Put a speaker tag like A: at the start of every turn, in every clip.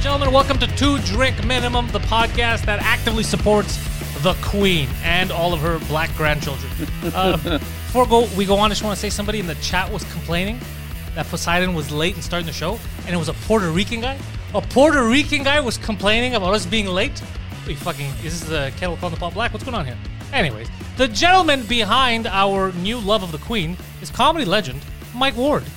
A: gentlemen, welcome to Two Drink Minimum, the podcast that actively supports the Queen and all of her black grandchildren. Uh, before go, we go on, I just want to say somebody in the chat was complaining that Poseidon was late in starting the show, and it was a Puerto Rican guy. A Puerto Rican guy was complaining about us being late. We fucking, is this the kettle on the pot black? What's going on here? Anyways, the gentleman behind our new love of the Queen is comedy legend Mike Ward.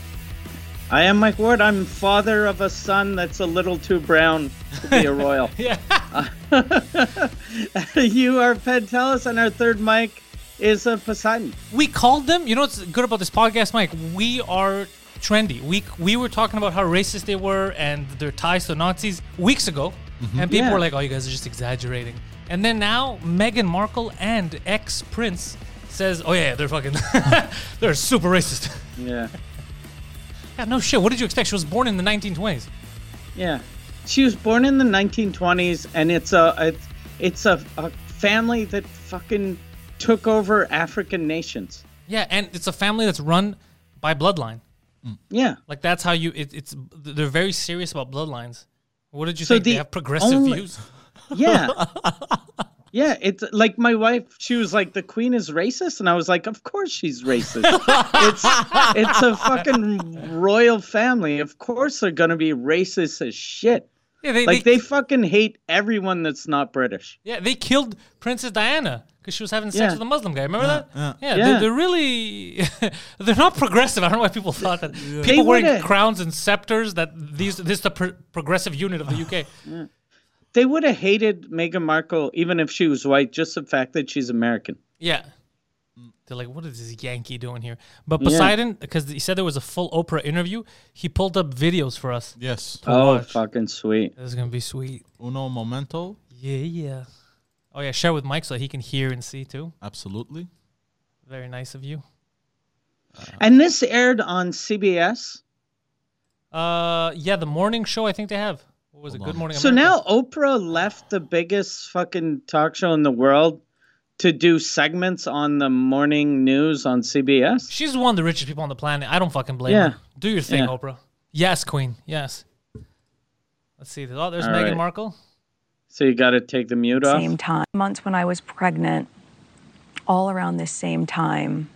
B: I am Mike Ward. I'm father of a son that's a little too brown to be a royal.
A: Yeah.
B: you are Pentelis, and our third Mike is a Poseidon.
A: we called them. You know what's good about this podcast, Mike? We are trendy. We we were talking about how racist they were and their ties to Nazis weeks ago, and people
B: Mm-hmm. Yeah.
A: were like, "Oh, you guys are just exaggerating." And then now Meghan Markle and ex Prince says, "Oh yeah, they're fucking, they're super racist."
B: Yeah,
A: yeah, no shit. What did you expect? She was born in the 1920s.
B: yeah. She was born in the 1920s, and it's a it's, it's a, a family that fucking took over African nations.
A: Yeah, and it's a family that's run by bloodline.
B: Yeah.
A: Like that's how you. It, it's they're very serious about bloodlines. What did you
B: So
A: think? they
B: the
A: have progressive
B: only-
A: views.
B: Yeah. Yeah, it's like my wife. She was like, "The queen is racist," and I was like, "Of course she's racist. it's it's a fucking royal family. Of course they're gonna be racist as shit.
A: Yeah,
B: Like they fucking hate everyone that's not British.
A: Yeah, they killed Princess Diana because she was having sex
B: Yeah.
A: with a Muslim guy. Remember that? Yeah,
B: Yeah.
A: They're, they're really they're not progressive. I don't know why people thought that.
B: They
A: People wearing
B: would've-
A: crowns and scepters that these this is the pro- progressive unit of the UK.
B: They would have hated Meghan Markle even if she was white. Just the fact that she's American.
A: yeah, they're like, what is this Yankee doing here? But Poseidon, because he said there was a full Oprah interview, he pulled up videos for us.
C: Yes.
B: Oh,
A: watch.
B: fucking sweet.
A: This is gonna be sweet.
C: Uno momento.
A: Yeah, yeah. Oh yeah, share with Mike so he can hear and see too.
C: Absolutely.
A: Very nice of you.
B: And this aired on CBS.
A: Uh, yeah, the morning show I think they have. What was it?
C: Hold
A: Good
C: on.
A: morning.
B: So
A: America.
B: now Oprah left the biggest fucking talk show in the world to do segments on the morning news on CBS.
A: She's one of the richest people on the planet. I don't fucking blame
B: Yeah.
A: her. Do your thing,
B: Yeah.
A: Oprah. Yes, Queen. Yes. Let's see. Oh, there's
B: All
A: Meghan
B: right.
A: Markle.
B: So you got to take the mute off.
D: same time. Months when I was pregnant, all around this same time.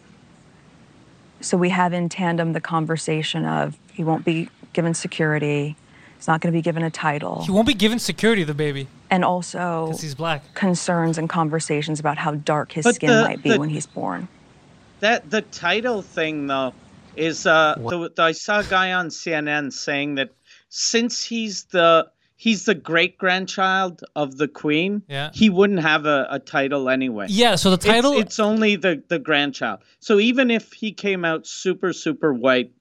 D: So we have in tandem the conversation of he won't be given security, he's not going to be given a title,
A: He won't be given security, the baby,
D: and also
A: because he's black.
D: concerns and conversations about how dark his
B: But
D: skin
B: the-
D: might be
B: the-
D: when he's born.
B: That the title thing though is uh the, the- I saw a guy on CNN saying that since he's the he's the great grandchild of the queen,
A: Yeah.
B: he wouldn't have a, a title anyway.
A: Yeah. So the
B: It's-
A: title.
B: It's, only the the grandchild. So even if he came out super super white,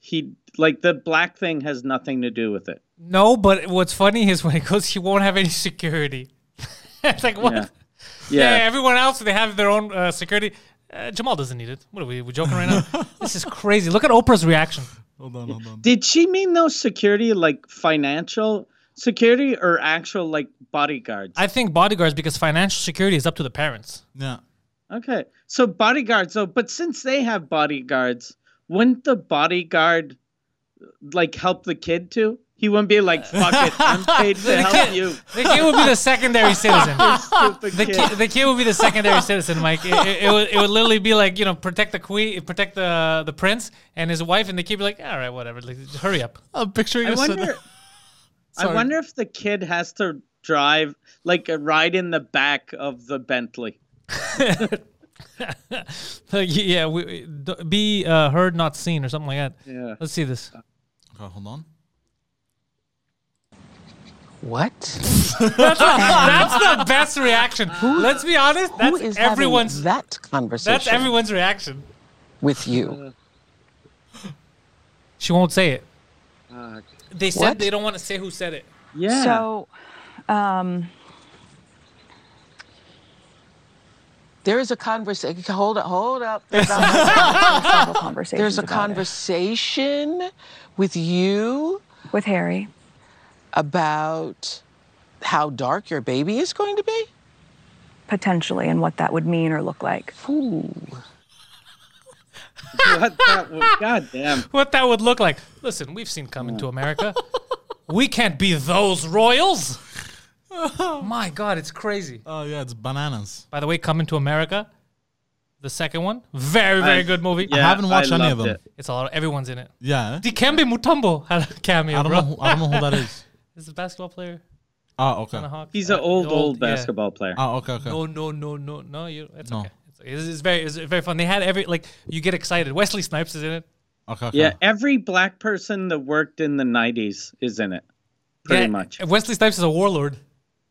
B: he like the black thing has nothing to do with it.
A: no, but what's funny is when it goes, he won't have any security. it's like what?
B: Yeah.
A: Yeah.
B: Yeah.
A: everyone else they have their own uh, security. Uh, Jamal doesn't need it. What are we? we joking right now? this is crazy. Look at Oprah's reaction.
C: Hold on, hold on.
B: Did she mean though security like financial security or actual like bodyguards?
A: I think bodyguards because financial security is up to the parents.
C: Yeah.
B: Okay. So bodyguards though, but since they have bodyguards, wouldn't the bodyguard like help the kid too? He wouldn't be like, fuck it, I'm paid to help you.
A: The kid would be the secondary citizen.
B: Stupid
A: The
B: kid.
A: kid, the kid would be the secondary citizen, Mike. It, it, it would, it would literally be like you know, protect the queen, protect the the prince and his wife, and the kid would be like, all right, whatever, like, just hurry up.
C: I'm picturing
B: I
C: a scen-
B: wonder I
A: Sorry.
B: wonder if the kid has to drive like uh, ride in the back of the Bentley.
A: Like, yeah, we- we, d- be uh, heard, not seen, or something like that.
B: Yeah.
A: Let's see this.
C: Okay, hold on.
E: What?
A: That's the best reaction. Let's be honest.
E: Who
A: That's
E: is having
A: everyone's.
E: that conversation
A: That's everyone's reaction.
E: with you?
A: She won't say it.
B: Ah,
A: They said
E: What?
A: they don't want to say who said it.
B: Yeah.
D: So um,
E: There is a conversation. Hold up, hold up.
D: several conversations.
E: There's a
D: about it.
E: conversation with you
D: with Harry.
E: about how dark your baby is going to be.
D: Potentially, and what that would mean or look like.
E: Ooh.
B: what that, well, God damn.
A: What that would look like. Listen, we've seen Coming to America. We can't be those royals. My God, it's crazy.
C: Oh yeah, it's bananas.
A: By the way, Coming to America, the second one, very very
B: I've-
A: good movie.
B: Yeah,
C: haven't watched
B: I
C: any of
B: loved
C: them.
B: it.
A: It's a lot. Of, everyone's in it.
C: Yeah. eh?
A: Dikembe Mutombo had a cameo,
C: I don't
A: bro.
C: know. Who, I don't know who that is.
A: He's a basketball player.
C: Oh okay.
A: The Hawks.
B: He's an
A: Uh,
B: old, old,
A: yeah.
B: basketball player.
C: Oh okay okay.
A: No, no, no, no, no. You, it's
C: No.
A: okay. It's, it's, it's very, it's very fun. They had every like you get excited. Wesley Snipes is in it.
C: Okay. okay.
B: Yeah, every black person that worked in the 90s is in it. Pretty
A: Yeah,
B: much.
A: Wesley Snipes is a warlord.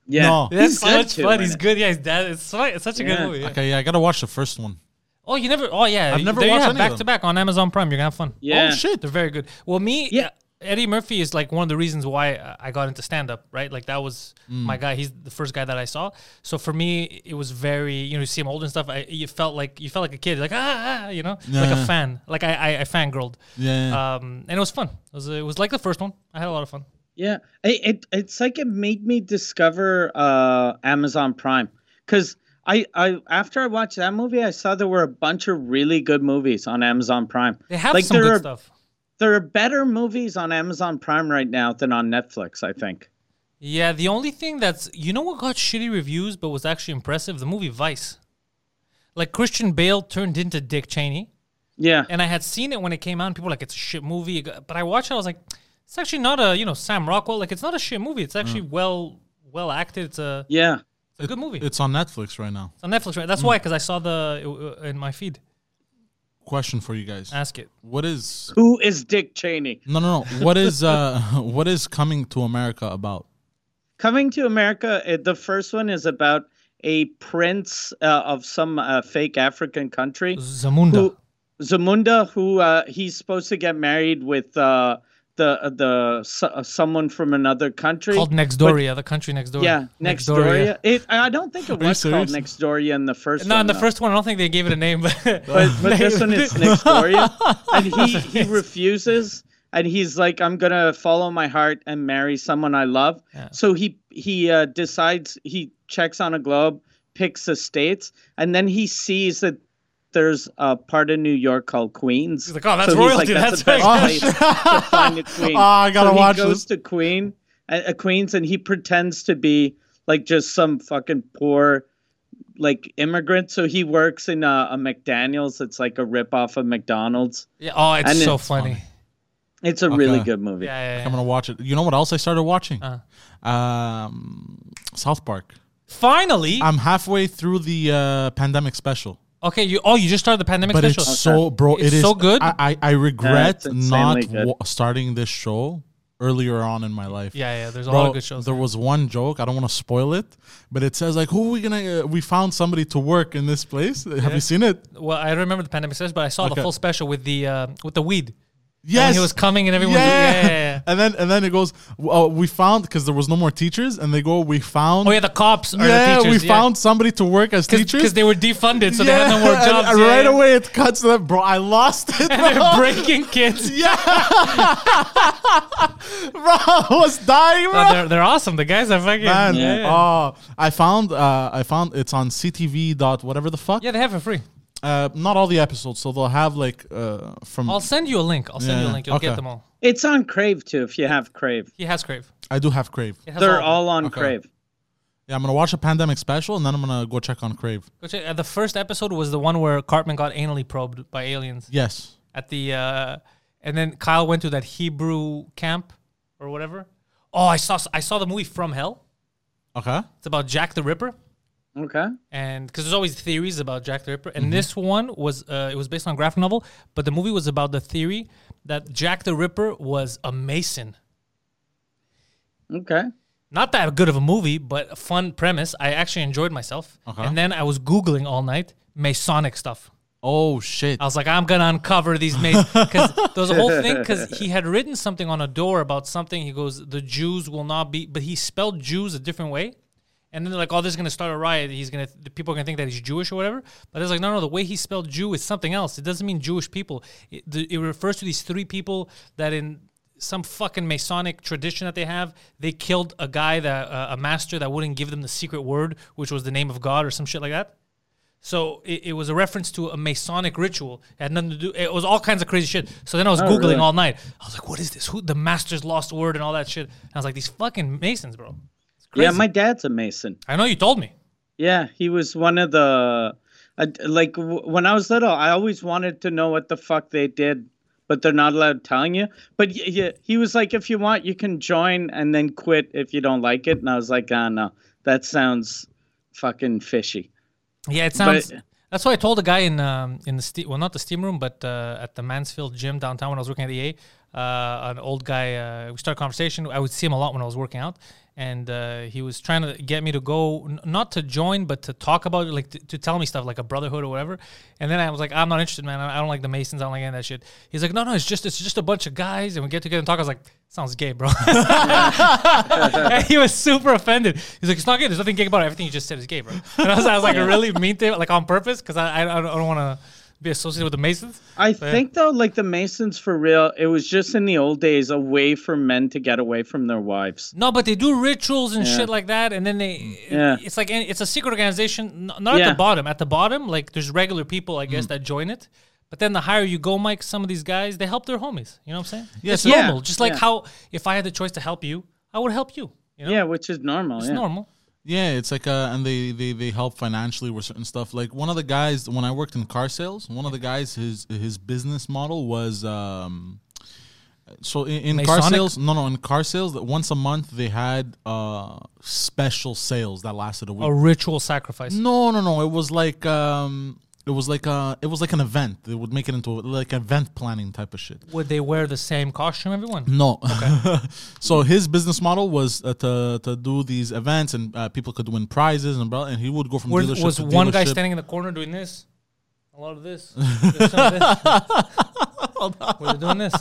B: Yeah.
C: No.
A: That's so
B: good
A: much
B: too,
A: fun. He's
B: isn't it?
A: good. Yeah, his dad. It's, so, it's such a
B: Yeah.
A: good movie. yeah.
C: Okay. Yeah, I gotta watch the first one.
A: Oh, you never. Oh, yeah.
C: I've never
A: there you
C: watched
A: have,
C: any of
A: back
C: them.
A: to back on Amazon Prime. You're gonna have fun.
B: Yeah.
C: Oh shit.
A: They're very good. Well, me,
B: Yeah.
A: yeah. Eddie Murphy is like one of the reasons why uh, I got into stand up, right? Like that was
C: Mm.
A: my guy. He's the first guy that I saw. So for me, it was very, you know, you see him old and stuff. I, you felt like you felt like a kid, like ah, ah, you know, like
C: Yeah.
A: a fan. Like I, I, I fangirled.
C: Yeah, yeah.
A: Um, and it was fun. It was, it was like the first one. I had a lot of fun.
B: Yeah, it, it it's like it made me discover uh, Amazon Prime because I I after I watched that movie, I saw there were a bunch of really good movies on Amazon Prime.
A: They have
B: like
A: some
B: there
A: good
B: are
A: stuff.
B: there are better movies on Amazon Prime right now than on Netflix. I think.
A: Yeah, the only thing that's you know what got shitty reviews but was actually impressive? The movie Vice. Like Christian Bale turned into Dick Cheney.
B: Yeah,
A: And I had seen it when it came out and people were like it's a shit movie. It got- But I watched it, I was like, it's actually not a you know, Sam Rockwell, like it's not a shit movie. It's
B: Mm.
A: actually well well acted. It's a,
B: yeah,
A: it's a good movie. It's
C: It's on Netflix right now.
A: on Netflix, right?
B: Mm.
A: That's why, because I saw the uh, in my feed.
C: Question for you guys.
B: Uh,
A: Ask it.
C: What is
B: Who is Dick Cheney?
C: no no no? What is uh what is coming to America about?
B: Coming to America. It, the first one is about a prince uh, of some uh, fake African country.
A: Zamunda.
B: who Zamunda, who uh, he's supposed to get married with uh, the the s- uh, someone from another country
A: called
B: but-
A: Nextdoria, the country next door.
B: yeah, next Doria. It, I don't think it
C: you
B: was called
C: serious?
B: Next Doria in the first.
A: No,
B: one,
A: in the
B: though.
A: first one, I don't think they gave it a name. But,
B: But, but this one is Next Doria, and he he refuses, and he's like, "I'm gonna follow my heart and marry someone I love." So he he uh, decides he checks on a globe, picks the states, and then he sees that. There's a part of New York called Queens.
A: He's like, "Oh, that's
B: so he's like,
A: royalty, that's
B: that's, the
A: right."
B: best place to find a queen.
C: Oh, I gotta
B: so
C: watch
B: he goes to
C: this.
B: Queen, uh, uh, Queens, and he pretends to be like just some fucking poor like immigrant. So he works in a, a McDaniel's. It's like a ripoff of McDonald's.
A: Yeah, oh, it's
B: And
A: so
B: it's
A: funny.
B: It's a really
C: Okay.
B: good movie.
A: Yeah, yeah, yeah.
C: I'm gonna watch it. You know what else I started watching?
B: Uh.
C: Um, South Park.
A: Finally,
C: I'm halfway through the uh, pandemic special,
A: okay. You oh, you just started the pandemic
C: but
A: special.
C: it's so bro.
A: It's
C: it is
A: so good?
C: I I, I regret
B: it's insanely
C: not
B: good.
C: wa starting this show earlier on in my life.
A: yeah, yeah. There's a lot
C: Bro,
A: of good shows.
C: there was one joke. I don't want to spoil it, but it says like, "Who we gonna? Uh, we found somebody to work in this place. Have you seen it?
A: well, I don't remember the pandemic special, but I saw the
C: Okay.
A: full special with the uh, with the weed.
C: Yes,
A: he was coming and everyone- yeah, yeah, yeah.
C: And then and then it goes. Uh, we found because there was no more teachers, and they go. We found.
A: Oh yeah, the cops are
C: yeah,
A: the teachers.
C: we found somebody to work as teachers.
A: because they were defunded, so they had no more
C: and-
A: jobs.
C: and
A: yeah,
C: right
A: yeah.
C: away, it cuts to them, bro. I lost it,
A: They're
C: bro.
A: breaking kids.
C: bro I was dying, bro.
A: No, Oh, they're, they're awesome. The guys are fucking.
C: Man,
A: yeah, yeah.
C: oh, I found, uh, I found it's on CTV dot whatever the fuck.
A: Yeah, they have it free.
C: Uh, not all the episodes, so they'll have like uh, from.
A: I'll send you a link. I'll send you a
C: Yeah,
A: link. You'll get
C: okay.
A: them all.
B: It's on Crave too, if you have Crave.
A: He has Crave.
C: I do have Crave.
A: It has
B: They're
A: of them.
B: all on
C: Okay.
B: Crave.
C: Yeah, I'm gonna watch a pandemic special and then I'm gonna go check on Crave.
A: Go check- uh, the first episode was the one where Cartman got anally probed by aliens
C: Yes.
A: at the, uh, and then Kyle went to that Hebrew camp or whatever. Oh, I saw I saw the movie From Hell.
C: Okay.
A: It's about Jack the Ripper,
B: Okay.
A: and because there's always theories about Jack the Ripper, and this one was uh, it was based on a graphic novel, but the movie was about the theory that Jack the Ripper was a Mason.
B: Okay.
A: not that good of a movie, but a fun premise. I actually enjoyed myself.
C: Uh-huh.
A: And then I was Googling all night Masonic stuff.
C: Oh shit.
A: I was like, I'm gonna uncover these Masons because there's a whole thing because he had written something on a door about something. He goes, the Jews will not be, but he spelled Jews a different way. And then they're like, oh, this is gonna start a riot. He's gonna, the people are gonna think that he's Jewish or whatever. But it's like, no, no, the way he spelled Jew is something else. It doesn't mean Jewish people. It, the, it refers to these three people that in some fucking Masonic tradition that they have, they killed a guy that uh, a master that wouldn't give them the secret word, which was the name of God or some shit like that. So it, it was a reference to a Masonic ritual. It had nothing to do. It was all kinds of crazy shit. So then I was
B: Oh,
A: googling
B: really?
A: all night. I was like, "What is this? Who the Master's lost word and all that shit?" And I was like, "These fucking Masons, bro." It's crazy.
B: Yeah, my dad's a Mason.
A: I know you told me.
B: Yeah, he was one of the. I, like w- when I was little, I always wanted to know what the fuck they did, but they're not allowed telling you. But y- y- he was like, if you want, you can join and then quit if you don't like it. And I was like, ah, no, that sounds fucking fishy.
A: Yeah, it
B: But-
A: sounds. that's why I told the guy in um, in the ste- well, not the steam room, but uh, at the Mansfield gym downtown when I was working at EA. Uh, an old guy. Uh, we started a conversation. I would see him a lot when I was working out, and uh, he was trying to get me to go, n- not to join, but to talk about, it, like to, to tell me stuff, like a brotherhood or whatever. And then I was like, I'm not interested, man. I I don't like the Masons. I don't like any of that shit. He's like, No, no, it's just it's just a bunch of guys, and we get together and talk. I was like, Sounds gay, bro. and he was super offended. He's like, it's not gay. There's nothing gay about it. Everything you just said is gay, bro. And I was, I was like, really mean to him, like on purpose, because I, I, don't- I don't want to be associated with the Masons.
B: I think though, like the Masons for real, it was just in the old days a way for men to get away from their wives.
A: No, but they do rituals and shit like that, and then they,
B: Yeah.
A: it's like it's a secret organization. n- Not at
B: Yeah. Mm.
A: the bottom. At the bottom, like there's regular people, I guess, that join it. But then the higher you go, Mike, some of these guys they help their homies. You know what I'm saying?
C: Yeah,
A: it's
C: so-
A: normal. Just like
B: yeah.
A: how if I had the choice to help you, I would help you. You know,
B: Yeah, which is normal.
A: it's
B: yeah.
A: normal.
C: Yeah, it's like uh, and they, they they help financially with certain stuff. Like one of the guys when I worked in car sales, one of the guys his his business model was um, so in, in car
A: Masonic?
C: sales. No, no, in car sales, that once a month they had uh special sales that lasted a week.
A: A ritual sacrifice.
B: Mm.
C: No, no, no. It was like um, it was like uh, it was like an event. They would make it into a, like event planning type of shit.
A: Would they wear the same costume? Everyone.
C: No. so his business model was uh, to to do these events, and uh, people could win prizes, and blah, and he would go from
A: Where
C: dealership
A: was
C: to
A: one guy
C: dealership.
A: standing in the corner doing this? A lot of this. There's some of this. Were they doing this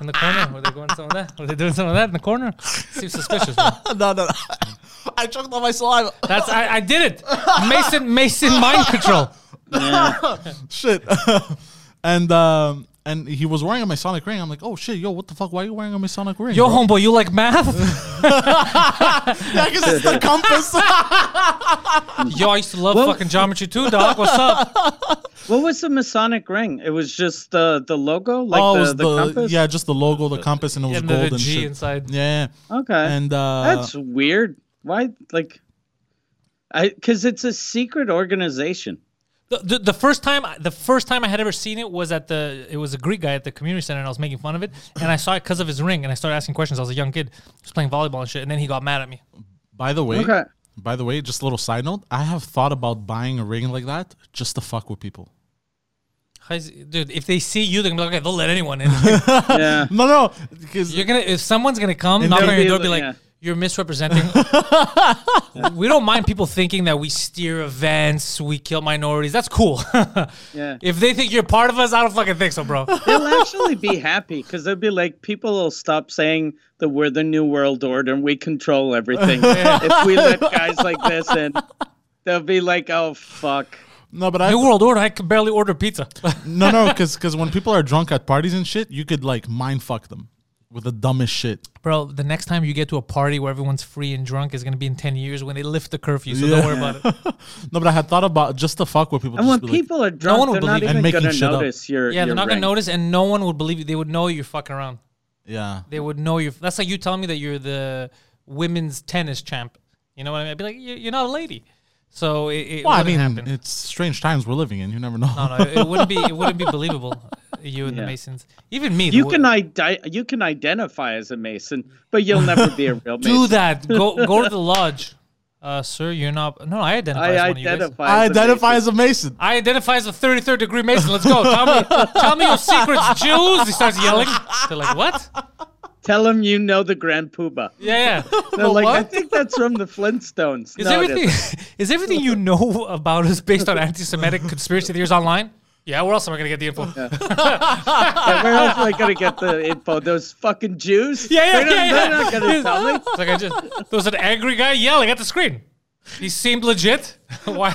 A: in the corner? Were they going some of that? Were they doing some of that in the corner? Seems suspicious. man.
C: no, no. no. I choked on my saliva.
A: That's I, I did it. Mason Mason mind control.
C: shit. and um, and he was wearing a Masonic ring. I'm like, oh shit, yo, what the fuck? Why are you wearing a Masonic ring?
A: Yo,
C: bro?
A: homeboy, you like math?
C: yeah, 'cause it's the compass.
A: Yo, I used to love fucking geometry too, dog. What's up?
B: What was the Masonic ring? It was just the the logo, like
C: oh, it
B: the,
C: was
B: the, compass.
C: yeah, just the logo, the compass, and it was
A: And the-
C: gold
A: the
C: and
A: G
C: shit.
A: inside.
C: Yeah.
B: Okay.
C: And uh,
B: That's weird. Why, like, I because it's a secret organization.
A: The, the, the first time the first time I had ever seen it was at the it was a Greek guy at the community center and I was making fun of it and I saw it because of his ring and I started asking questions. I was a young kid, just playing volleyball and shit, and then he got mad at me.
C: by the way,
B: Okay.
C: by the way, just a little side note. I have thought about buying a ring like that just to fuck with people.
A: How is- Dude, if they see you, they're gonna be like, okay, they'll let anyone in.
B: Yeah.
C: No, no, because
A: You're gonna if someone's gonna come knock
B: they'll
A: on your
B: be
A: door,
B: like-
A: be like,
B: yeah.
A: "You're misrepresenting." we don't mind people thinking that we steer events, we kill minorities. That's cool.
B: Yeah.
A: If they think you're part of us, I don't fucking think so, bro.
B: They'll actually be happy because they'll be like, people will stop saying that we're the new world order and we control everything. if we let guys like this in, they'll be like, oh fuck.
C: no, but I
A: New World Order, I can barely order pizza.
C: no, no, because when people are drunk at parties and shit, you could like mind fuck them with the dumbest shit.
A: bro, the next time you get to a party where everyone's free and drunk is gonna be in ten years when they lift the curfew. So don't
C: Yeah.
A: worry about it.
C: No, but I had thought about just to fuck with people.
B: And
C: just
B: when
C: be like-
B: people are drunk,
A: one would
B: they're not
A: believe it.
C: And
B: even
C: making
B: gonna
C: shit up.
B: notice your
A: Yeah,
B: your
A: they're not
B: rank.
A: gonna notice, and no one would believe you. They would know you're fucking around.
C: yeah,
A: They would know you're. That's like you telling me that you're the women's tennis champ. You know what I mean? I'd be like, "You- you're not a lady. So it, it
C: well, I mean,
A: wouldn't happen.
C: it's strange times we're living in. You never know.
A: No, no, it it wouldn't be. It wouldn't be believable. uh, You and the
B: Yeah.
A: Masons, even me. the
B: You
A: wo-
B: can ide- you can identify as a Mason, but you'll never be a real Mason.
A: do that. Go go to the lodge, uh, sir. You're not. No, I identify.
B: I
A: as one Of you guys.
B: identify.
C: I
B: as a
C: identify
B: Mason.
C: as a Mason.
A: I identify as a 33rd degree Mason. Let's go. Tell me, tell me your secrets, Jews. He starts yelling. They're like, what?
B: Tell them you know the Grand Poobah.
A: Yeah, yeah.
B: They're like, I think that's from the Flintstones.
A: Is
B: No, it
A: everything
B: isn't.
A: is everything you know about us based on anti-Semitic conspiracy theories online? Yeah. Where else am I gonna get the info?
B: Yeah, where else am I gonna get the info? Those fucking Jews?
A: Yeah, yeah,
B: they're
A: yeah, yeah.
B: not, They're not gonna tell me.
A: It's like I just there was an angry guy yelling at the screen. He seemed legit. Why?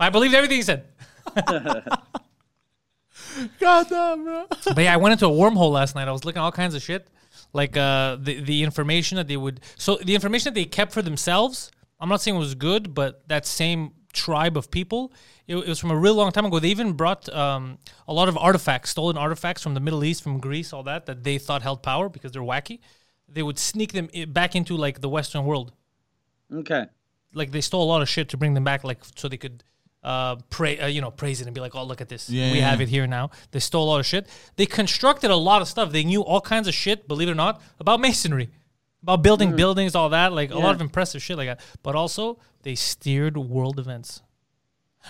A: I believed everything he said.
C: God damn, bro.
A: But yeah, I went into a wormhole last night. I was looking at all kinds of shit, like uh, the the information that they would. So the information that they kept for themselves. I'm not saying it was good, but that same tribe of people. It, it was from a real long time ago. They even brought um, a lot of artifacts, stolen artifacts from the Middle East, from Greece, all that that they thought held power because they're wacky. They would sneak them i- back into like the Western world.
B: Okay.
A: Like they stole a lot of shit to bring them back, like so they could. Uh, pray, uh, you know, praise it and be like, "Oh, look at this!
C: Yeah,
A: we
C: yeah,
A: have
C: yeah.
A: it here now." They stole a lot of shit. They constructed a lot of stuff. They knew all kinds of shit, believe it or not, about masonry, about
B: Hmm.
A: building buildings, all that. Like a lot of impressive shit like that. But also, they steered world events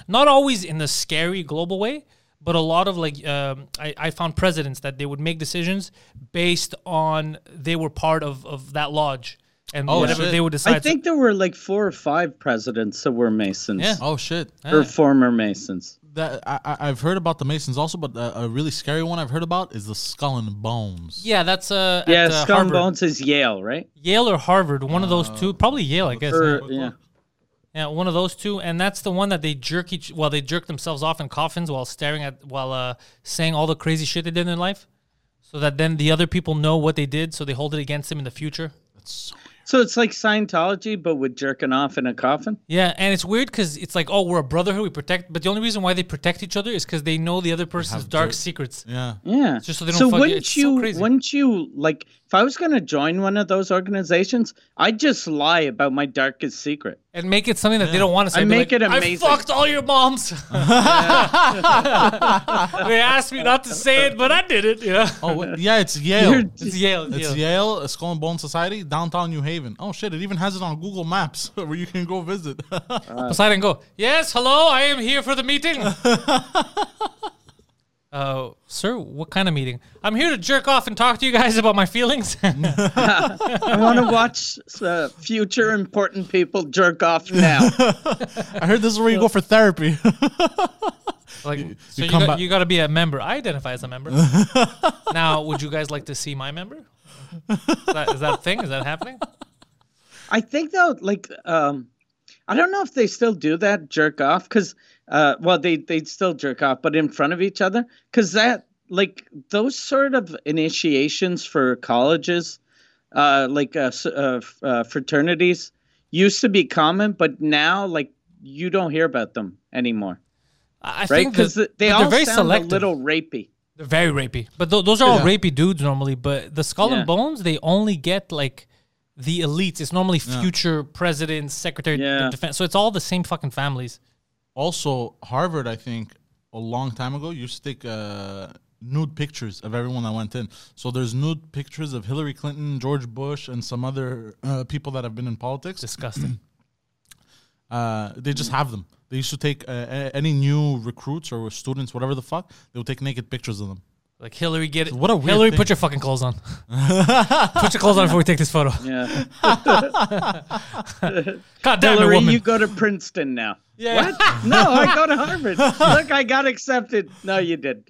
A: not always in the scary global way, but a lot of like um, I, I found presidents that they would make decisions based on they were part of, of that lodge and
C: Oh,
A: whatever
C: shit.
A: they would decide.
B: I think there were like four or five presidents that were Masons
A: Yeah.
C: Oh shit!
B: or former Masons.
C: That I, I- I've heard about the Masons also, but uh, a, a really scary one I've heard about is the Skull and Bones.
A: yeah, that's uh,
B: Yeah,
A: at, uh,
B: Skull and
A: Harvard.
B: Bones is Yale, right?
A: Yale or Harvard, one of those two, probably Yale, I guess.
B: Or,
A: yeah.
B: yeah.
A: Yeah, one of those two, and that's the one that they jerk each. Well, they jerk themselves off in coffins while staring at, while uh, saying all the crazy shit they did in their life, so that then the other people know what they did, so they hold it against them in the future.
B: So it's like Scientology, but with jerking off in a coffin.
A: Yeah, and it's weird because it's like, oh, we're a brotherhood, we protect. But the only reason why they protect each other is because they know the other person's dark secrets.
C: Yeah.
B: Yeah.
A: Just so they don't fuck you.
B: wouldn't
A: It's so
B: you?
A: crazy.
B: Wouldn't you like? If I was gonna join one of those organizations, I'd just lie about my darkest secret.
A: And make it something that they don't want to say.
B: I
A: Be
B: make
A: like,
B: it
A: I
B: amazing.
A: fucked all your moms. they asked me not to say it, but I did it. Yeah,
C: Oh wait, yeah, it's Yale.
B: You're-
A: it's Yale. It's
C: It's
A: Yale.
C: Yale, a Skull and Bone Society, downtown New Haven. Oh shit! It even has it on Google Maps where you can go visit.
A: Poseidon, go. Yes, hello. I am here for the meeting. Uh, sir, what kind of meeting? I'm here to jerk off and talk to you guys about my feelings.
B: I want to watch uh, future important people jerk off now.
C: I heard this is where you go for therapy.
A: Like, so you,
C: come
A: got,
C: back-
A: you got to be a member. I identify as a member. now, would you guys like to see my member? Is that, is that a thing? Is that happening?
B: I think though, like, um, I don't know if they still do that jerk off because, uh, well, they they still jerk off, but in front of each other because that like those sort of initiations for colleges, uh, like uh, s- uh, f- uh, fraternities, used to be common, but now like you don't hear about them anymore,
A: I I
B: right?
A: think that-
B: Because
A: but
B: they
A: they're
B: all
A: very
B: sound
A: selective.
B: a little rapey.
A: They're very rapey. But tho- those are all
C: Yeah.
A: rapey dudes normally. But the Skull
B: Yeah.
A: and Bones, they only get like the elites. It's normally future presidents, secretary
B: Yeah.
A: of defense. So it's all the same fucking families.
C: also, Harvard, I think, a long time ago, used to take uh, nude pictures of everyone that went in. So there's nude pictures of Hillary Clinton, George Bush, and some other uh, people that have been in politics.
A: Disgusting.
C: Uh, they just have them. They used to take uh, a- any new recruits or students, whatever the fuck, they would take naked pictures of them.
A: like Hillary, get it.
C: What a weird
A: Hillary,
C: thing.
A: put your fucking clothes on. put your clothes on before we take this photo.
B: Yeah,
A: God damn it,
B: Hillary,
A: woman.
B: you go to Princeton now.
A: Yeah.
B: What? No, I go to Harvard. Look, I got accepted. No, you did.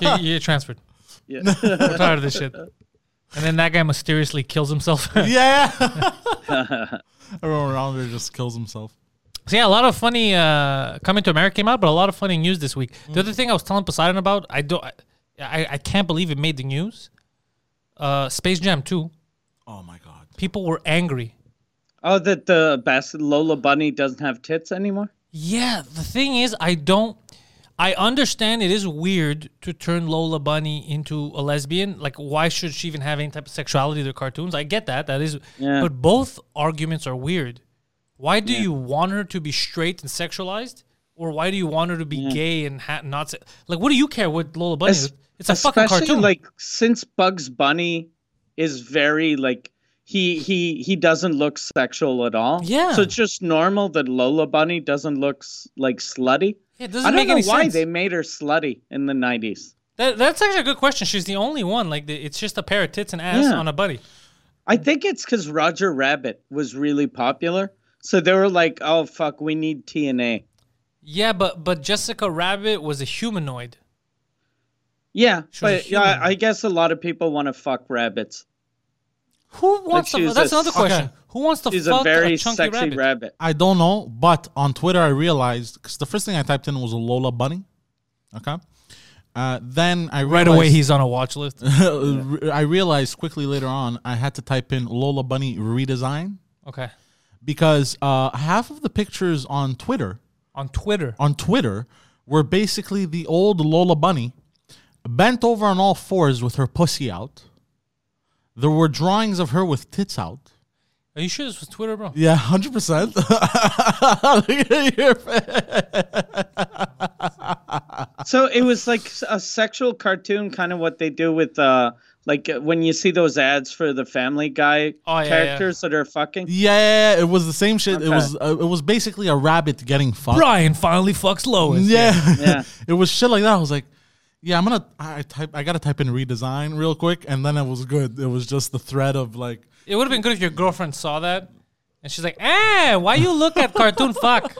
A: You- you're transferred.
B: Yeah.
A: I'm tired of this shit. And then that guy mysteriously kills himself. so
C: Yeah. Everyone around there just kills himself.
A: yeah, a lot of funny uh, coming to America came out, but a lot of funny news this week. The other thing I was telling Poseidon about, I don't, I, I, I can't believe it made the news. Uh, Space Jam 2.
C: Oh my god.
A: People were angry.
B: Oh, that the bastard Lola Bunny doesn't have tits anymore?
A: Yeah, the thing is, I don't. I understand it is weird to turn Lola Bunny into a lesbian. Like, why should she even have any type of sexuality to cartoons? I get that. That is,
B: Yeah.
A: but both arguments are weird. Why do you want her to be straight and sexualized, or why do you want her to be gay and ha- not se- like? What do you care what Lola Bunny?
B: Es-
A: is? it's a fucking
B: especially,
A: cartoon.
B: Like since Bugs Bunny is very like he he he doesn't look sexual at all.
A: Yeah.
B: So it's just normal that Lola Bunny doesn't look s- like slutty.
A: Yeah, it
B: I
A: doesn't
B: don't
A: make
B: know
A: any
B: why
A: sense.
B: they made her slutty in the nineties.
A: That, that's actually a good question. She's the only one. Like, the, it's just a pair of tits and ass
B: Yeah.
A: on a bunny.
B: I think it's because Roger Rabbit was really popular. So they were like, "Oh fuck, we need TNA."
A: Yeah, but but Jessica Rabbit was a humanoid.
B: Yeah,
A: She was a
B: but yeah,
A: human.
B: I guess a lot of people want to fuck rabbits.
A: Who wants to?
B: she's
A: That's
B: a-
A: another question.
C: Okay.
A: Who wants to
B: She's
A: fuck
B: a very
A: chunky
B: sexy
A: rabbit?
B: rabbit.
C: I don't know, but on Twitter I realized because the first thing I typed in was a Lola Bunny. Okay. Uh, then I
A: Right
C: realized,
A: away, he's on a watch list.
C: I realized quickly later on I had to type in Lola Bunny redesign
A: Okay.
C: because uh, half of the pictures on Twitter
A: on Twitter.
C: on Twitter where basically the old Lola Bunny bent over on all fours with her pussy out. There were drawings of her with tits out.
A: Are you sure this was Twitter, bro?
C: Yeah, hundred percent.
B: So it was like a sexual cartoon, kind of what they do with uh, like uh, when you see those ads for the Family Guy
A: Oh, yeah, yeah.
B: characters that are fucking.
C: Yeah, it was the same shit. It
B: Okay.
C: was uh, it was basically a rabbit getting fucked.
A: Brian finally fucks Lois.
C: Yeah,
B: Yeah.
C: it was shit like that. I was like, yeah, I'm gonna. I I type. I gotta type in redesign real quick, and then it was good. It was just the thread of like,
A: It would have been good if your girlfriend saw that and she's like, eh, why you look at cartoon fuck?